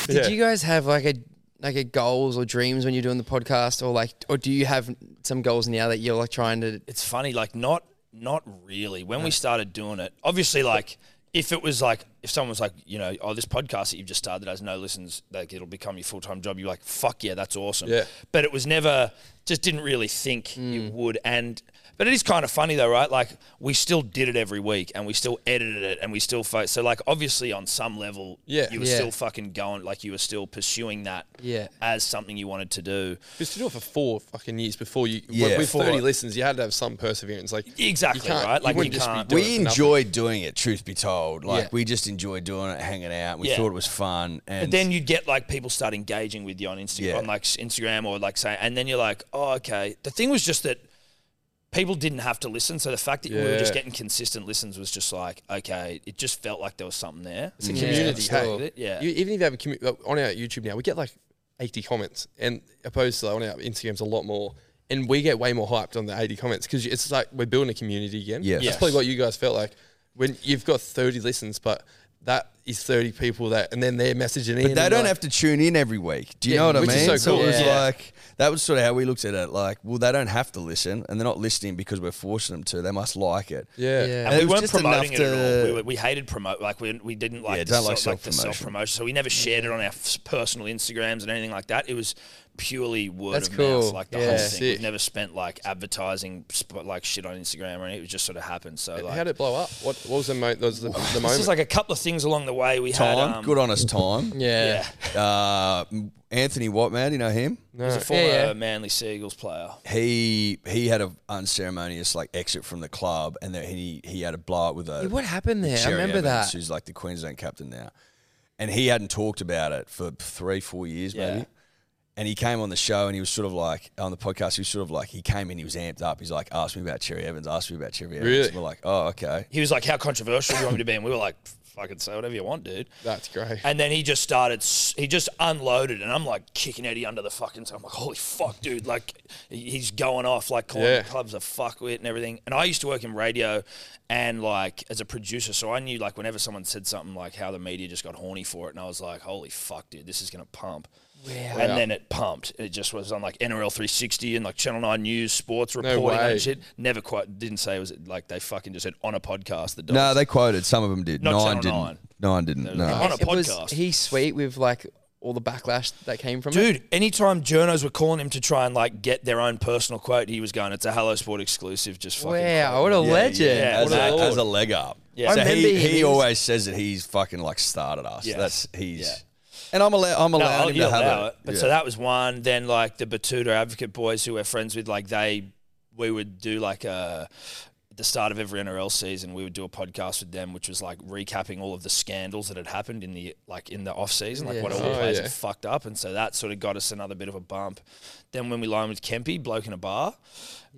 C: Did you guys have like a like a goals or dreams when you're doing the podcast, or like, or do you have some goals now that you're like trying to?
B: it's funny, like not not really. When we started doing it, obviously, like if it was like if someone was like, you know, oh, this podcast that you've just started has no listens, like it'll become your full time job. You're like, fuck yeah, that's awesome.
D: Yeah.
B: But it was never just didn't really think it would. And but it is kind of funny though, right? Like we still did it every week, and we still edited it, and we still fo- so like obviously on some level,
D: Yeah.
B: you were
C: Yeah.
B: still fucking going, like you were still pursuing that,
C: Yeah.
B: as something you wanted to do.
D: Because to do it for four fucking years before you,
A: Yeah.
D: with
A: Before
D: thirty
A: it.
D: listens, you had to have some perseverance. Like
B: Exactly
D: can't-
B: right.
D: you
B: Like you,
D: wouldn't just be
B: can't.
D: doing
A: we
D: it for nothing.
A: enjoyed doing it. Truth be told, like
C: Yeah.
A: we just enjoyed doing it, hanging out. We
B: Yeah.
A: thought it was fun, and
B: But then you'd get like people start engaging with you on Instagram,
A: Yeah.
B: on like s- Instagram or like saying, and then you're like, oh, okay. The thing was just that people didn't have to listen. So the fact that we were just
D: Yeah.
B: getting consistent listens was just like, okay, it just felt like there was something there.
D: It's a
C: Yeah.
D: community.
B: Yeah.
D: hey.
B: Yeah.
D: You, even if you have a community on our YouTube now, we get like 80 comments, and opposed to on our Instagrams a lot more. And we get way more hyped on the 80 comments because it's like we're building a community again.
A: Yes.
D: that's
A: Yes.
D: probably what you guys felt like when you've got 30 listens, but that is 30 people that, and then they're messaging in.
A: But they
D: and
A: don't
D: like-
A: have to tune in every week. Do you
D: Yeah,
A: know what I
D: which
A: mean?
D: is so
A: it
D: cool.
A: was
C: Yeah.
A: like that was sort of how we looked at it. Like, well, they don't have to listen, and they're not listening because we're forcing them to. They must like it.
D: Yeah.
C: Yeah.
B: And
A: it
B: we
A: was
B: weren't
A: just
B: promoting it
A: enough
B: at all.
A: to-
B: We, were, we hated promote. Like we, we didn't like,
A: Yeah,
B: the,
A: don't
B: self,
A: like
B: like the
A: self-promotion.
B: self-promotion. So we never shared it on our f- personal Instagrams and anything like that. It was purely word
C: That's
B: of
C: cool.
B: mouth. Like the
C: Yeah.
B: whole thing.
D: Sick.
B: We've never spent like advertising sp- like shit on Instagram or anything. It was just sort of happened. So like,
D: How did it blow up? What, what was the, mo- was the, the moment?
B: It's just like a couple of things along the way. We
A: Time,
B: had um,
A: good on us, time.
C: Yeah,
B: Yeah,
A: Uh, Anthony Whiteman, you know him.
B: he was a former
C: Yeah, yeah.
B: Manly Seagulls player.
A: He he had an unceremonious like exit from the club, and then he he had a blow up with a.
C: Yeah, what happened there? I
A: Sherry
C: remember
A: Evans,
C: that.
A: Who's like the Queensland captain now, and he hadn't talked about it for three, four years
B: Yeah.
A: maybe. And he came on the show, and he was sort of like on the podcast. He was sort of like he came in, he was amped up. He's like, "Ask me about Cherry Evans. Ask me about Cherry Evans."
D: Really?
A: We're like, "Oh, okay."
B: He was like, "How controversial do you want me to be?" And we were like, "Fucking say whatever you want, dude."
D: That's great.
B: And then he just started, s- he just unloaded, and I'm like kicking Eddie under the fucking. So I'm like, holy fuck, dude! Like, he- he's going off, like calling
D: Yeah.
B: the clubs a fuckwit and everything. And I used to work in radio, and like as a producer, so I knew like whenever someone said something like how the media just got horny for it, and I was like, holy fuck, dude, this is gonna pump. And then it pumped. It just was on like NRL 360 and like Channel 9 News, sports reporting
D: way.
B: and shit. Never quite didn't say it was like they fucking just said on a podcast. The
A: No,
B: dogs.
A: they quoted. Some of them did.
B: Not
A: nine
B: Channel
A: didn't.
B: Nine.
A: Nine didn't. No.
B: on a
C: It was-
B: podcast.
C: he's sweet with like all the backlash that came from it.
B: Dude, anytime journos were calling him to try and like get their own personal quote, he was going, "It's a Hello Sport exclusive." Just fucking.
C: Wow, what a legend.
B: yeah.
A: as,
B: What a
A: a,
B: lord.
A: as a leg up.
B: Yeah.
A: So
C: I remember
A: he,
C: him.
A: he
C: He was-
A: always says that he's fucking like started us.
B: Yeah.
A: That's he's
B: Yeah.
A: and I'm allowed I'm
B: No,
A: allowed
B: I'll-
A: him
B: you
A: to have
B: allow
A: it.
B: it. But
A: Yeah.
B: so that was one. Then like the Batuta Advocate boys who we're friends with, like they, we would do like a. At the start of every NRL season, we would do a podcast with them, which was like recapping all of the scandals that had happened in the like in the off season, like what all the
D: Oh,
B: players
D: yeah.
B: had fucked up, and so that sort of got us another bit of a bump. Then when we lined with Kempy, bloke in a bar,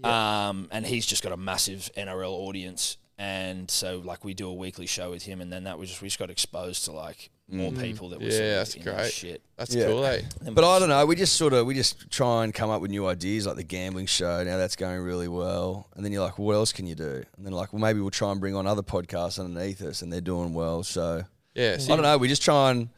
B: um, and he's just got a massive NRL audience, and so like we do a weekly show with him, and then that was just we just got exposed to like more people that were sort
D: Mm. Yeah,
B: of
D: that's
B: in that
D: great.
B: shit.
D: That's
A: Yeah.
D: cool, eh?
A: But I don't know. We just sort of we just try and come up with new ideas, like the gambling show. Now that's going really well, and then you're like, what else can you do? And then like, well, maybe we'll try and bring on other podcasts underneath us, and they're doing well. So
D: Yeah.
A: I
D: So
A: don't know. We just try and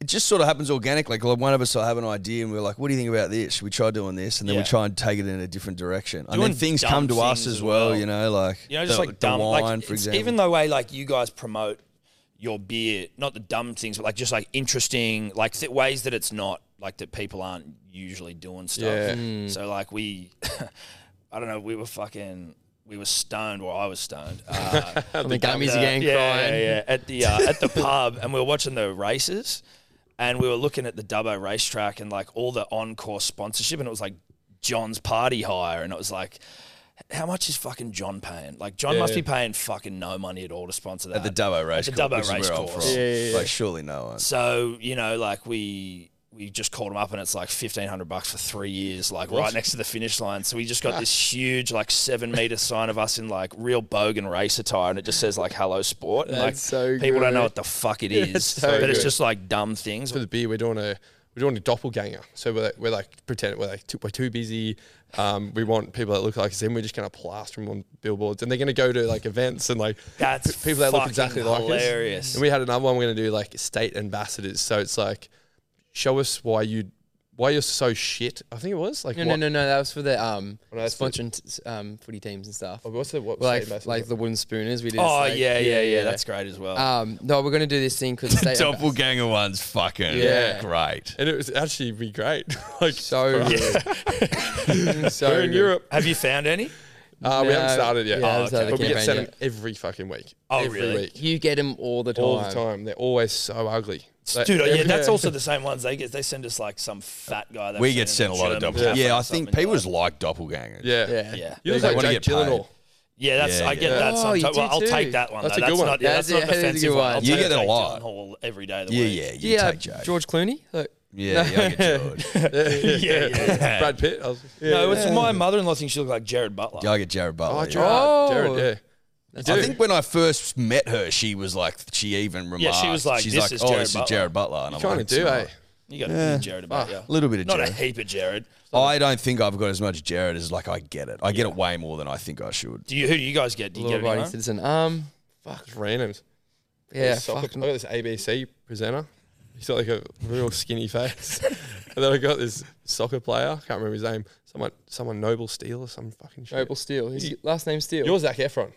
A: it just sort of happens organically. Like one of us will have an idea, and we're like, what do you think about this? Should we try doing this? And then we
B: Yeah.
A: try and take it in a different direction. And
B: Doing
A: then things
B: dumb
A: come to us
B: things
A: as
B: as
A: well,
B: well.
A: You know, like
B: You know, just
A: the,
B: like
A: the
B: dumb,
A: wine,
B: like,
A: for
B: it's
A: example.
B: Even the way like you guys promote your beer, not the dumb things, but like just like interesting, like th- ways that it's not like that people aren't usually doing stuff.
D: Yeah.
B: So like we, I don't know, we were fucking. We were stoned. Well, I was stoned. Uh,
C: And the gummies
B: uh,
C: again
B: yeah,
C: crying.
B: Yeah, yeah. At the uh, at the pub, and we were watching the races, and we were looking at the Dubbo racetrack and like all the encore sponsorship, and it was like John's party hire, and it was like. How much is fucking John paying? Like John must be paying fucking no money at all to sponsor that.
A: at the Dubbo race,
B: the
A: course,
B: Dubbo
A: which is where
B: race
A: I'm
B: course.
A: from.
B: Yeah,
A: Like surely no one.
B: So you know, like we we just called him up, and it's like fifteen hundred bucks for three years, like right next to the finish line. So we just got this huge, like seven meter sign of us in like real bogan race attire, and it just says like "Hello Sport." And, like
C: That's so
B: people don't know
C: good.
B: what the fuck it is,
D: so
B: but it's
D: good.
B: just like dumb things.
D: for the beer, we're doing a we're doing a doppelganger. So we're like, we're like pretend we're like too, we're too busy. Um, we want people that look like us, and we're just gonna plaster them on billboards, and they're gonna go to like events and like
B: That's
D: p- people that look
B: fucking
D: exactly like
B: hilarious.
D: us. And we had another one we're gonna do like state ambassadors. So it's like, show us why you why you're so shit. I think it was like
C: No,
D: what,
C: no, no, no. That was for the um
D: no, that's for-
C: sponsoring t- um, footy teams and stuff.
D: oh, What's the what state
C: like
D: ambassador?
C: like the wooden spooners. We did.
B: oh
C: like-
B: yeah, yeah, yeah, That's great as well.
C: Um, no, we're gonna do this thing because state.
A: Doppelganger one's fucking
C: Yeah.
A: great.
D: and it was actually be great. like
C: So good. so
D: we're in
C: good.
D: Europe.
B: Have you found any?
D: Uh, we haven't
C: No,
D: started yet.
C: yeah, haven't started Oh, the
D: but we get
C: campaign
D: sent
C: yet.
D: them every fucking week.
B: Oh,
D: every
B: really?
D: Week.
C: You get them all the time.
D: all the time. They're always so ugly. Like,
B: Dude, oh, yeah,
D: every-
B: that's also the same ones they get. They send us like some fat guy. they've
A: We
B: seen in
A: get sent a lot of
B: German
A: doppelgangers.
B: cafe
A: Yeah,
B: or
A: I think
B: something,
A: people's
B: like-
A: like doppelgangers.
D: Yeah.
C: Yeah. Yeah.
D: You look
A: They
D: like
A: wanna
D: Jake
A: get paid.
D: Gyllenhaal.
B: Yeah, that's
A: Yeah,
B: I get
A: yeah.
B: that
C: Oh,
B: sometimes.
C: you do
B: Well, I'll
C: too.
B: take that one.
D: That's
B: though.
D: a good
B: that's
D: one.
B: Not, yeah,
C: That's
B: that's,
C: a-
B: not
C: that is a
B: an
C: good
B: offensive one.
C: one.
B: I'll
A: You
B: take
A: get it a
B: Jake
A: lot.
B: Gyllenhaal every day of the
A: Yeah,
B: week.
A: yeah, you take Jake.
C: George Clooney. Like,
A: Yeah, yeah, I get George.
B: yeah, yeah. yeah.
D: Brad Pitt. I was, yeah.
B: No, it's my mother-in-law thinks she looks like Jared Butler.
A: yeah, I get Jared Butler.
D: Oh,
A: yeah.
D: Jared.
C: Oh.
D: Jared, yeah.
A: I
D: Dude,
A: think when I first met her, she was like, she even remarked.
B: she was like,
A: she's
B: "This
A: like,
B: is
A: oh,
B: Jared
A: this
B: Butler."
A: is Jared Butler. And I'm
D: kind
A: like,
D: of do, eh?
A: "Smart."
B: You got a bit of Jared about you.
A: A Ah, little bit of
B: Not
A: Jared.
B: a heap of Jared.
A: I don't think I've got as much Jared as like I get it. I get it way more than I think I should.
B: Do you? Who do you guys get? Do you
C: little
B: get
C: writing
B: anyone?
C: citizen. Um.
D: Fuck, it's random.
C: Yeah.
D: Soccer-
C: Fuck.
D: I got this ABC presenter. He's got like a real skinny face. and then I got this soccer player. I can't remember his name. Someone, someone Noble Steel or some fucking shit.
C: Noble Steel. His last name's Steel.
D: You're Zac Efron.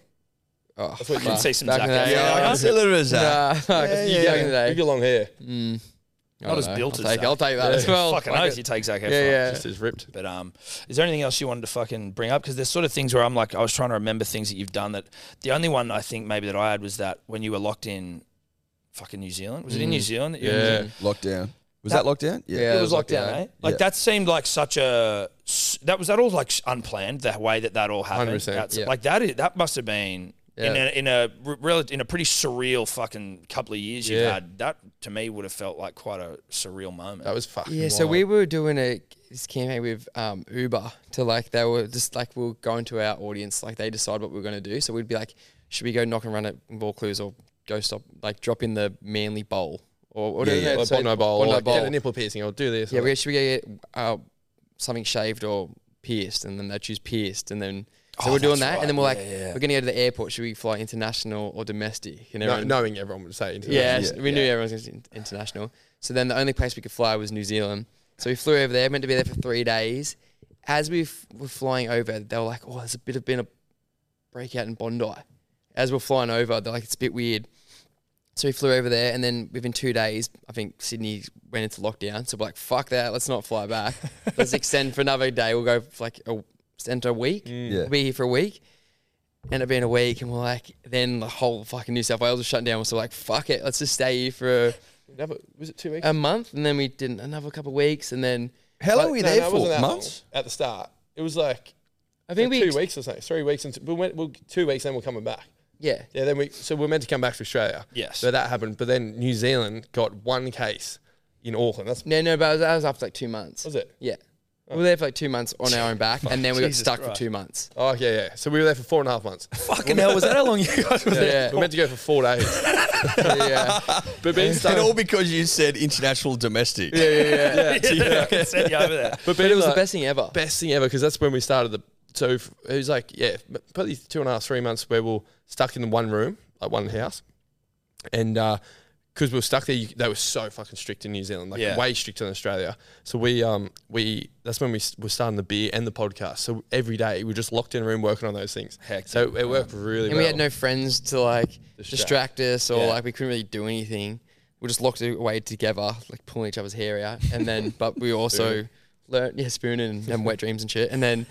C: Oh,
D: That's what
B: You
D: you
B: can
C: fuck.
B: see some
C: Back in
B: Zach.
C: the day.
B: Yeah,
C: I
B: yeah.
C: can
A: see a little bit of
C: Nah, fuck,
A: Yeah,
C: you
A: yeah, yeah.
C: back in the
D: You
C: day.
D: get long hair.
C: I
B: Not
C: Mm. don't
B: as
C: know.
B: built
C: I'll
B: as
C: take,
B: Zach.
C: I'll take that as well.
B: Fucking
C: Fuck
B: oath,
C: it.
B: you take Zach Efron.
C: Yeah, yeah.
D: Just as ripped.
B: But um, is there anything else you wanted to fucking bring up? Because there's sort of things where I'm like, I was trying to remember things that you've done. That the only one I think maybe that I had was that when you were locked in, fucking New Zealand. Was it in New
A: Mm.
B: Zealand? that you were in New
D: Yeah.
B: Zealand?
A: Lockdown. Was that, lockdown?
C: Yeah.
B: it was locked
C: lockdown.
B: down, eh? Like
A: Yeah.
B: that seemed like such a s- that was that all like s- unplanned the way that that all happened.
D: 100%,
B: That's-
C: yeah.
B: Like that is, that must have been in
C: Yeah.
B: a in a re- rel- in a pretty surreal fucking couple of years you've
D: Yeah.
B: had. That to me would have felt like quite a surreal moment.
D: That was fucking.
C: Yeah, so
D: wild.
C: we were doing a this campaign with um, Uber to like they were just like we were going to our audience, like they decide what we are going to do. So we'd be like, should we go knock and run at Vaucluse or go stop like drop in the Manly Bowl or, or
A: Yeah, yeah.
D: Like
C: so-
D: Bono Bowl.
C: Bondo
D: like, Get
C: Bowl.
D: a nipple piercing. I'll do this.
C: Yeah,
D: I'll-
C: we should we get uh, something shaved or pierced, and then they choose pierced, and then so
B: Oh,
C: we're doing
B: that's
C: that, and then
B: right.
C: we're like,
B: Yeah, yeah.
C: we're gonna go to the airport. Should we fly international or domestic? You know,
D: No,
C: and-
D: knowing everyone would say it.
C: yeah, so we knew everyone was in- international. So then the only place we could fly was New Zealand. So we flew over there, meant to be there for three days. As we f- were flying over, they were like, "Oh, there's a bit of been a breakout in Bondi." As we're flying over, they're like, "It's a bit weird." So we flew over there, and then within two days, I think Sydney went into lockdown. So we're like, fuck that, let's not fly back. let's extend for another day. We'll go for like a, extend to a week.
A: Yeah.
C: We'll be here for a week. End up being a week, and we're like, then the whole fucking New South Wales was shut down. So we're like, fuck it, let's just stay here for
D: Another, was it two weeks?
C: a month. And then we did another couple of weeks, and then
A: How long
D: Like,
A: were you
D: no,
A: there
D: no, it wasn't
A: for?
D: that long
A: Months?
D: at the start. It was like
C: I think we
D: two weeks or something, three weeks, and t- we went well, two weeks, then we're coming back.
C: yeah,
D: Yeah, then we so we're meant to come back to Australia.
B: Yes.
D: So that happened, but then New Zealand got one case in Auckland. That's
C: no, no, but I was, I was after like two months.
D: was it?
C: Yeah. We were there for like two months on our own back, and then we got stuck for two months.
D: Oh yeah, yeah. So we were there for four and a half months.
B: Fucking hell, was that how long you guys were there?
C: Yeah.
D: We're meant to go for four days,
C: yeah.
D: but being
A: And
D: stuck.
A: all because you said international domestic.
B: yeah. I sent you over there.
D: But,
C: But it was
D: like,
C: the best thing ever.
D: best thing ever because that's when we started the. So f- it was like yeah, m- probably two and a half, three months where we we're stuck in the one room, like one house, and because we were stuck there, you, they were so fucking strict in New Zealand, like
B: Yeah.
D: way stricter than Australia. So we um we that's when we s- were starting the beer and the podcast. So every day we were just locked in a room working on those things.
B: Hectic.
D: So it worked really.
C: And
D: well.
C: we had no friends to like distract, us or
D: Yeah.
C: like we couldn't really do anything. We are just locked away together, like pulling each other's hair out. And then, but we also learned, yeah, spoon and, and wet dreams and shit. And then,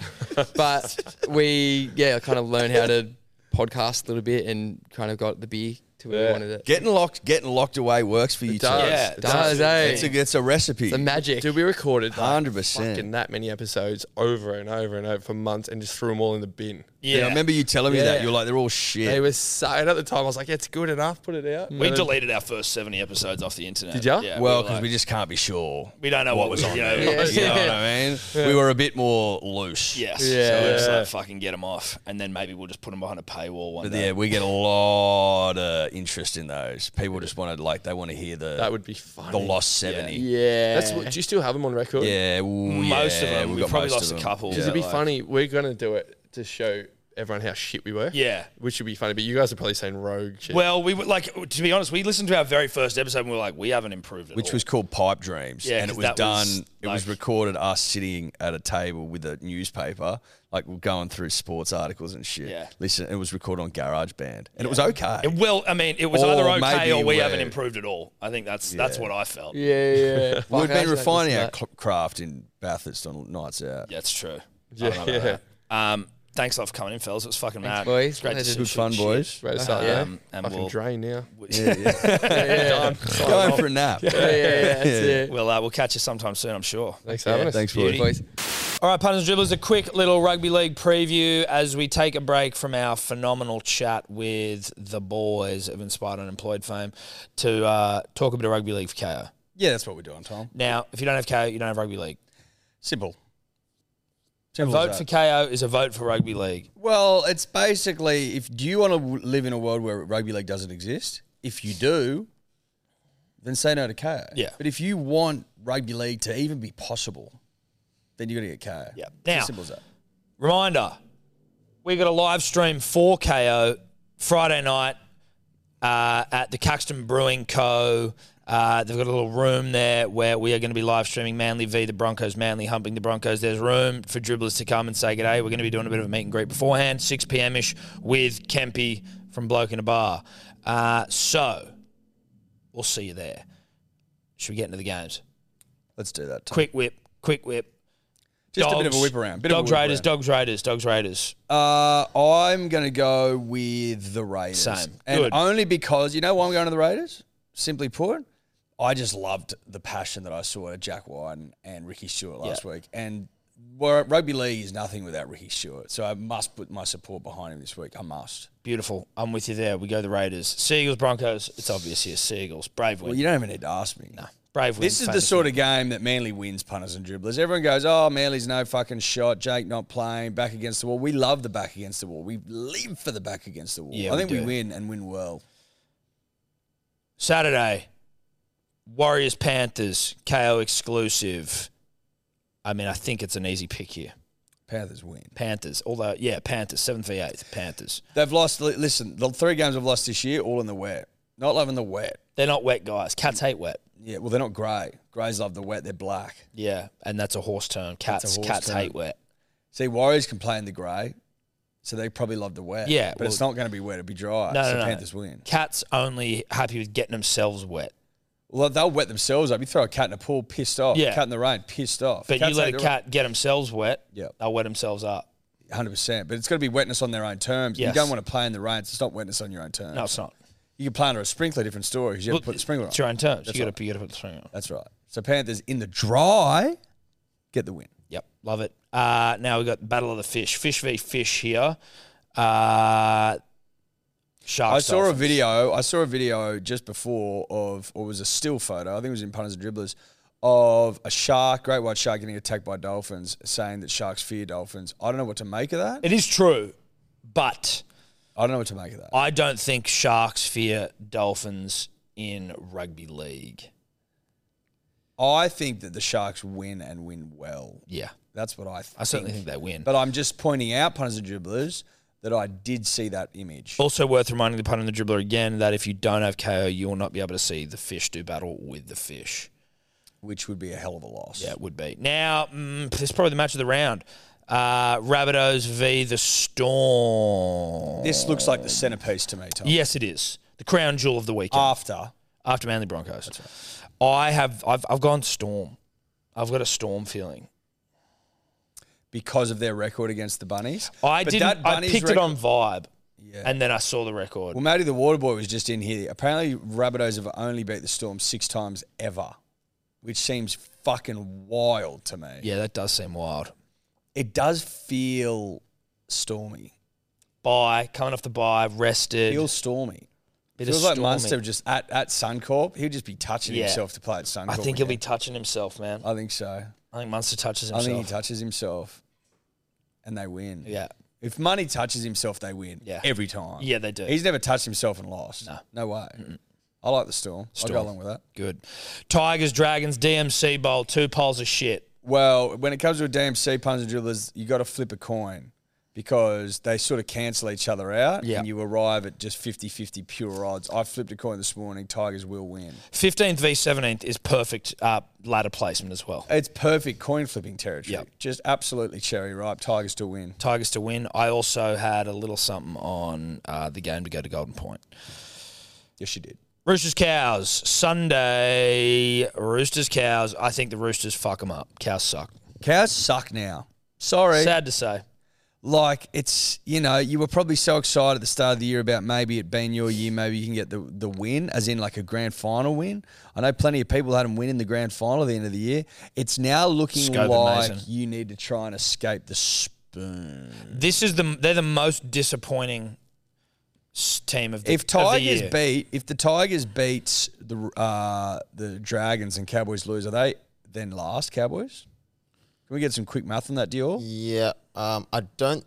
C: but we, yeah, kind of learned how to podcast a little bit and kind of got the beer to where we
D: Yeah.
C: wanted it.
A: Getting locked, getting locked away works for you. too.
D: does.
B: Yeah,
D: it
C: does, eh?
A: It's a, it's a recipe.
C: the magic.
D: Dude, we recorded like,
A: 100%.
D: fucking that many episodes over and over and over for months and just threw them all in the bin.
A: Yeah, I remember you telling me that.
D: Yeah.
A: You're like, they're all
D: They
A: shit.
D: were so. And at the time, I was like, "It's good enough. Put it out."
B: We
D: And then-
B: deleted our first 70 episodes off the internet.
D: Did ya?
B: Yeah,
A: well,
B: were
A: because
B: like-
A: we just can't be sure.
B: we don't know what was on there.
C: Yeah.
A: You know what I mean? We were a bit more loose.
B: Yes.
D: Yeah.
B: So let's
D: Yeah.
B: like fucking get them off, and then maybe we'll just put them behind a paywall one
A: But
B: day.
A: yeah, we get a lot of interest in those. People just want to like they want to hear the
D: That would be funny.
A: the lost seventy.
C: yeah.
D: That's what, do you still have them on record?
A: Yeah, ooh,
B: Most of
A: yeah,
B: them.
A: we've
B: We
A: got
B: probably
A: most
B: lost
A: of
B: a
A: them.
B: couple.
D: Because it'd be
B: like-
D: funny. We're gonna do it to show everyone how shit we were.
B: Yeah.
D: Which would be funny. But you guys are probably saying rogue shit.
B: Well, we were like, to be honest, we listened to our very first episode and we were like, we haven't improved at
A: Which
B: all.
A: was called Pipe Dreams,
B: Yeah,
A: and it
B: 'cause
A: was
B: that
A: done.
B: was,
A: it was
B: like-
A: recorded us sitting at a table with a newspaper, like we're going through sports articles and shit.
B: Yeah.
A: listen, it was recorded on GarageBand, and it was okay.
B: It- well, I mean, it was
A: Or
B: either
A: maybe
B: okay or we
A: we're-
B: haven't improved at all. I think that's that's what I felt. Yeah,
C: yeah, yeah.
A: We've
C: Fuck, I
A: been
C: actually like
A: refining
C: listening
A: our
C: to
A: cl- craft in Bathurst on nights out.
B: that's true.
D: Yeah,
B: I don't know about
D: yeah.
B: that. Um, thanks a lot for coming in, fellas. It was fucking mad.
C: boys.
B: It's great to
C: Pleasure.
B: see
A: Good
B: shit,
A: fun,
B: shit.
A: boys.
D: Right, so,
C: Yeah.
D: yeah.
B: Um, and
D: Fucking
B: we'll,
D: drain now.
A: Going for a nap.
C: that. Yeah, yeah, yeah. That's it.
B: we'll, uh, we'll catch you sometime soon, I'm sure.
D: Thanks for having us.
A: Thanks, boys.
C: Boys.
B: All right, punters and dribblers, a quick little rugby league preview as we take a break from our phenomenal chat with the boys of Inspired Unemployed fame to uh, talk a bit of rugby league for KO.
A: Yeah, that's what we're doing, Tom.
B: Now, if you don't have KO, you don't have rugby league.
A: Simple.
B: A vote for KO is a vote for rugby league.
A: Well, it's basically if do you want to w- live in a world where rugby league doesn't exist? If you do, then say no to KO.
B: Yeah.
A: But if you want rugby league to even be possible, then you got to get KO.
B: Yeah.
A: It's
B: Now-
A: as simple as that.
B: Reminder, we got a live stream for KO Friday night uh, at the Caxton Brewing Co. Uh, they've got a little room there where we are going to be live streaming Manly v the Broncos, Manly humping the Broncos. There's room for dribblers to come and say g'day. We're going to be doing a bit of a meet and greet beforehand, 6 p.m. ish, with Kempy from Bloke in a Bar. Uh, so we'll see you there. Should we get into the games?
A: Let's do that. Tom.
B: Quick whip, quick whip.
A: Just
B: dogs,
A: a bit of a whip around. Bit
B: dogs
A: of a whip
B: Raiders,
A: around.
B: Dogs Raiders, Dogs Raiders.
A: Uh, I'm going to go with the Raiders.
B: Same.
A: And
B: Good.
A: only because, you know why I'm going to the Raiders? Simply put, I just loved the passion that I saw at Jack Wyden and Ricky Stewart last week. And where rugby league is nothing without Ricky Stewart. So I must put my support behind him this week. I must.
B: Beautiful. I'm with you there. We go the Raiders. Seagulls, Broncos. It's obvious here. Seagulls. Brave win.
A: Well, you don't even need to ask me. No.
B: Brave win.
A: This is the
B: famous
A: sort of game that Manly wins punters and dribblers. Everyone goes, oh, Manly's no fucking shot. Jake not playing. Back against the wall. We love the back against the wall. We live for the back against the wall.
B: Yeah,
A: I
B: we
A: think we,
B: do.
A: win and win well.
B: win. Saturday. Warriors, Panthers. KO exclusive. I mean, I think it's an easy pick here.
A: Panthers win.
B: Panthers. Although, yeah, Panthers. Seventh v eighth. Panthers.
A: They've lost. li- Listen, the three games I've lost this year, all in the wet. Not loving the wet.
B: They're not wet guys. Cats hate wet.
A: Yeah, well, they're not grey. Greys love the wet. They're black.
B: Yeah, and that's a horse term. Cats.
A: horse
B: cats
A: term.
B: hate wet.
A: See, Warriors can play in the grey. So they probably love the wet.
B: Yeah,
A: But
B: well-
A: it's not going to be wet. It'll be dry.
B: No,
A: so
B: no, no.
A: Panthers win.
B: Cats only happy with getting themselves wet.
A: Well, they'll wet themselves up. You throw a cat in a pool, pissed off.
B: Yeah.
A: Cat in the rain, pissed off.
B: But you
A: Cats
B: let
A: hate
B: a
A: the
B: cat get themselves wet,
A: Yeah.
B: they'll wet themselves up.
A: rain. 100%. But it's got to be wetness on their own terms.
B: Yes.
A: You don't want to play in the rain. So it's not wetness on your own terms.
B: No, it's not.
A: You can play under a sprinkler, different story. 'cause You have to put the sprinkler on.
B: It's your own terms. you got to put the sprinkler on.
A: That's right. So Panthers in the dry get the win.
B: Yep, love it. Uh, now we've got Battle of the Fish. Fish v Fish here. Uh, Sharks.
A: I saw a
B: Dolphins.
A: video. I saw a video just before of, or it was a still photo. I think it was in punters and dribblers of a shark, great white shark, getting attacked by dolphins, saying that sharks fear dolphins. I don't know what to make of that.
B: It is true, but
A: I don't know what to make of that.
B: I don't think sharks fear dolphins in rugby league.
A: I think that the sharks win and win well.
B: Yeah,
A: That's what I think.
B: I certainly think they win.
A: But I'm just pointing out, punters and dribblers, that I did see that image.
B: also worth reminding the pun and the dribbler again that if you don't have KO, you will not be able to see the fish do battle with the fish.
A: which would be a hell of a loss.
B: Yeah, it would be. Now, mm, this is probably the match of the round. Uh, Rabbitohs v the Storm.
A: This looks like the centerpiece to me, Tom.
B: Yes, it is the crown jewel of the weekend
A: After
B: after Manly Broncos. I have I've, I've gone Storm. I've got a Storm feeling.
A: because of their record against the bunnies.
B: I
A: But
B: did.
A: that
B: I
A: Bunnies
B: picked it
A: record-
B: on vibe,
A: Yeah.
B: and then I saw the record.
A: Well, Matty the Waterboy was just in here. Apparently, Rabbitohs have only beat the Storm six times ever, which seems fucking wild to me.
B: yeah, that does seem wild.
A: It does feel stormy.
B: Bye, coming off the bye, rested.
A: Feels stormy.
B: bit of
A: feels like
B: stormy.
A: Munster just at, at Suncorp. He'll just be touching
B: Yeah.
A: himself to play at Suncorp.
B: I think he'll be
A: again.
B: touching himself, man.
A: I think so.
B: I think Munster touches
A: I think he
B: himself.
A: touches himself, and they win.
B: yeah,
A: If money touches himself, they win.
B: Yeah.
A: Every time.
B: yeah, they do.
A: He's never touched himself and lost. No. No way. I like the storm. I'll
B: Storm.
A: go along with that.
B: Good. Tigers, Dragons, DMC Bowl, two poles of shit.
A: Well, when it comes to a DMC puns and dribblers, you got to flip a coin because they sort of cancel each other out
B: Yeah.
A: and you arrive at just 50-50 pure odds. I flipped a coin this morning. Tigers will win.
B: 15th v 17th is perfect uh, ladder placement as well.
A: It's perfect coin flipping territory.
B: Yep.
A: Just absolutely cherry ripe. Tigers to win.
B: Tigers to win. I also had a little something on uh, the game to go to Golden Point.
A: Yes, you did.
B: Roosters Cows Sunday. Roosters Cows. I think the Roosters fuck them up. Cows suck.
A: Cows suck now. Sorry.
B: Sad to say.
A: like it's you know you were probably so excited at the start of the year about maybe it being your year maybe you can get the the win as in like a grand final win i know plenty of people had them win in the grand final at the end of the year it's now looking
B: Scobie
A: like
B: Mason.
A: you need to try and escape the spoon
B: This is the they're the most disappointing s- team of the,
A: if
B: of the
A: tigers
B: year.
A: beat if the tigers beats the uh the dragons and cowboys lose are they then last cowboys can we get some quick math on that deal
E: Yeah. Um, I don't.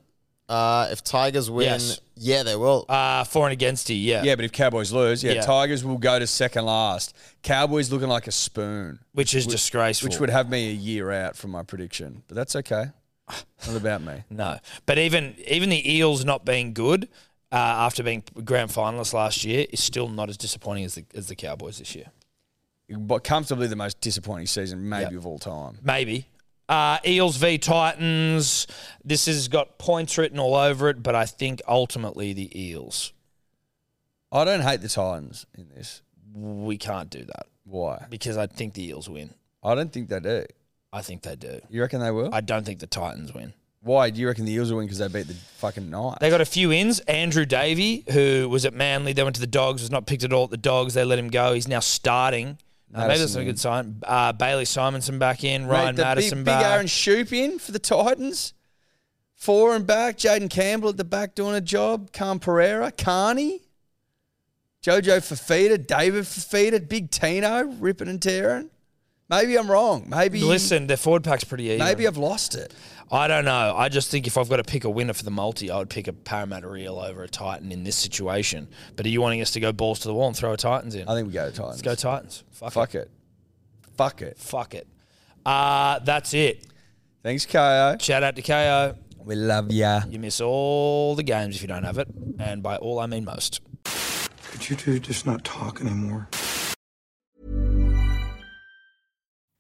E: Uh, if Tigers win,
B: Yes.
E: yeah, they will.
B: uh, for and against you, yeah.
A: yeah but if cowboys lose yeah,
B: Yeah.
A: tigers will go to second last cowboys looking like a spoon
B: which is disgraceful.
A: which would have me a year out from my prediction, but that's okay. Not about me.
B: No, but even even the Eels not being good uh, after being grand finalists last year is still not as disappointing as the as the Cowboys this year.
A: But comfortably the most disappointing season maybe
B: Yep.
A: of all time.
B: Maybe uh, Eels v Titans. This has got points written all over it, but I think ultimately the Eels.
A: I don't hate the Titans in this.
B: We can't do that
A: Why?
B: because I think the Eels win.
A: I don't think they do.
B: I think they do.
A: You reckon they will?
B: I don't think the Titans win.
A: Why? Do you reckon the Eels will win because they beat the fucking Knights?
B: They got a few ins. Andrew Davey, who was at Manly, they went to the Dogs, was not picked at all at the Dogs. They let him go. He's now starting. Uh, maybe that's
A: Madison
B: not a
A: in.
B: good sign. Uh, Bailey Simonson back in. Ryan
A: the
B: Madison
A: big,
B: back.
A: big Aaron Shoop in for the Titans. Four and back. Jaden Campbell at the back doing a job. Khan Pereira. Carney. Jojo Fafita. David Fafita. Big Tino ripping and tearing. Maybe I'm wrong. Maybe
B: Listen, their forward pack's pretty even.
A: Maybe I've lost it.
B: I don't know. I just think if I've got to pick a winner for the multi, I would pick a Parramatta Eel over a Titan in this situation. But are you wanting us to go balls to the wall and throw a Titans in?
A: I think we go to Titans.
B: Let's go Titans. Fuck,
A: Fuck
B: it.
A: it. Fuck it.
B: Fuck it. Uh, that's it.
A: Thanks, KO.
B: Shout out to KO.
A: We love ya.
B: You miss all the games if you don't have it. And by all, I mean most.
F: Could you two just not talk anymore?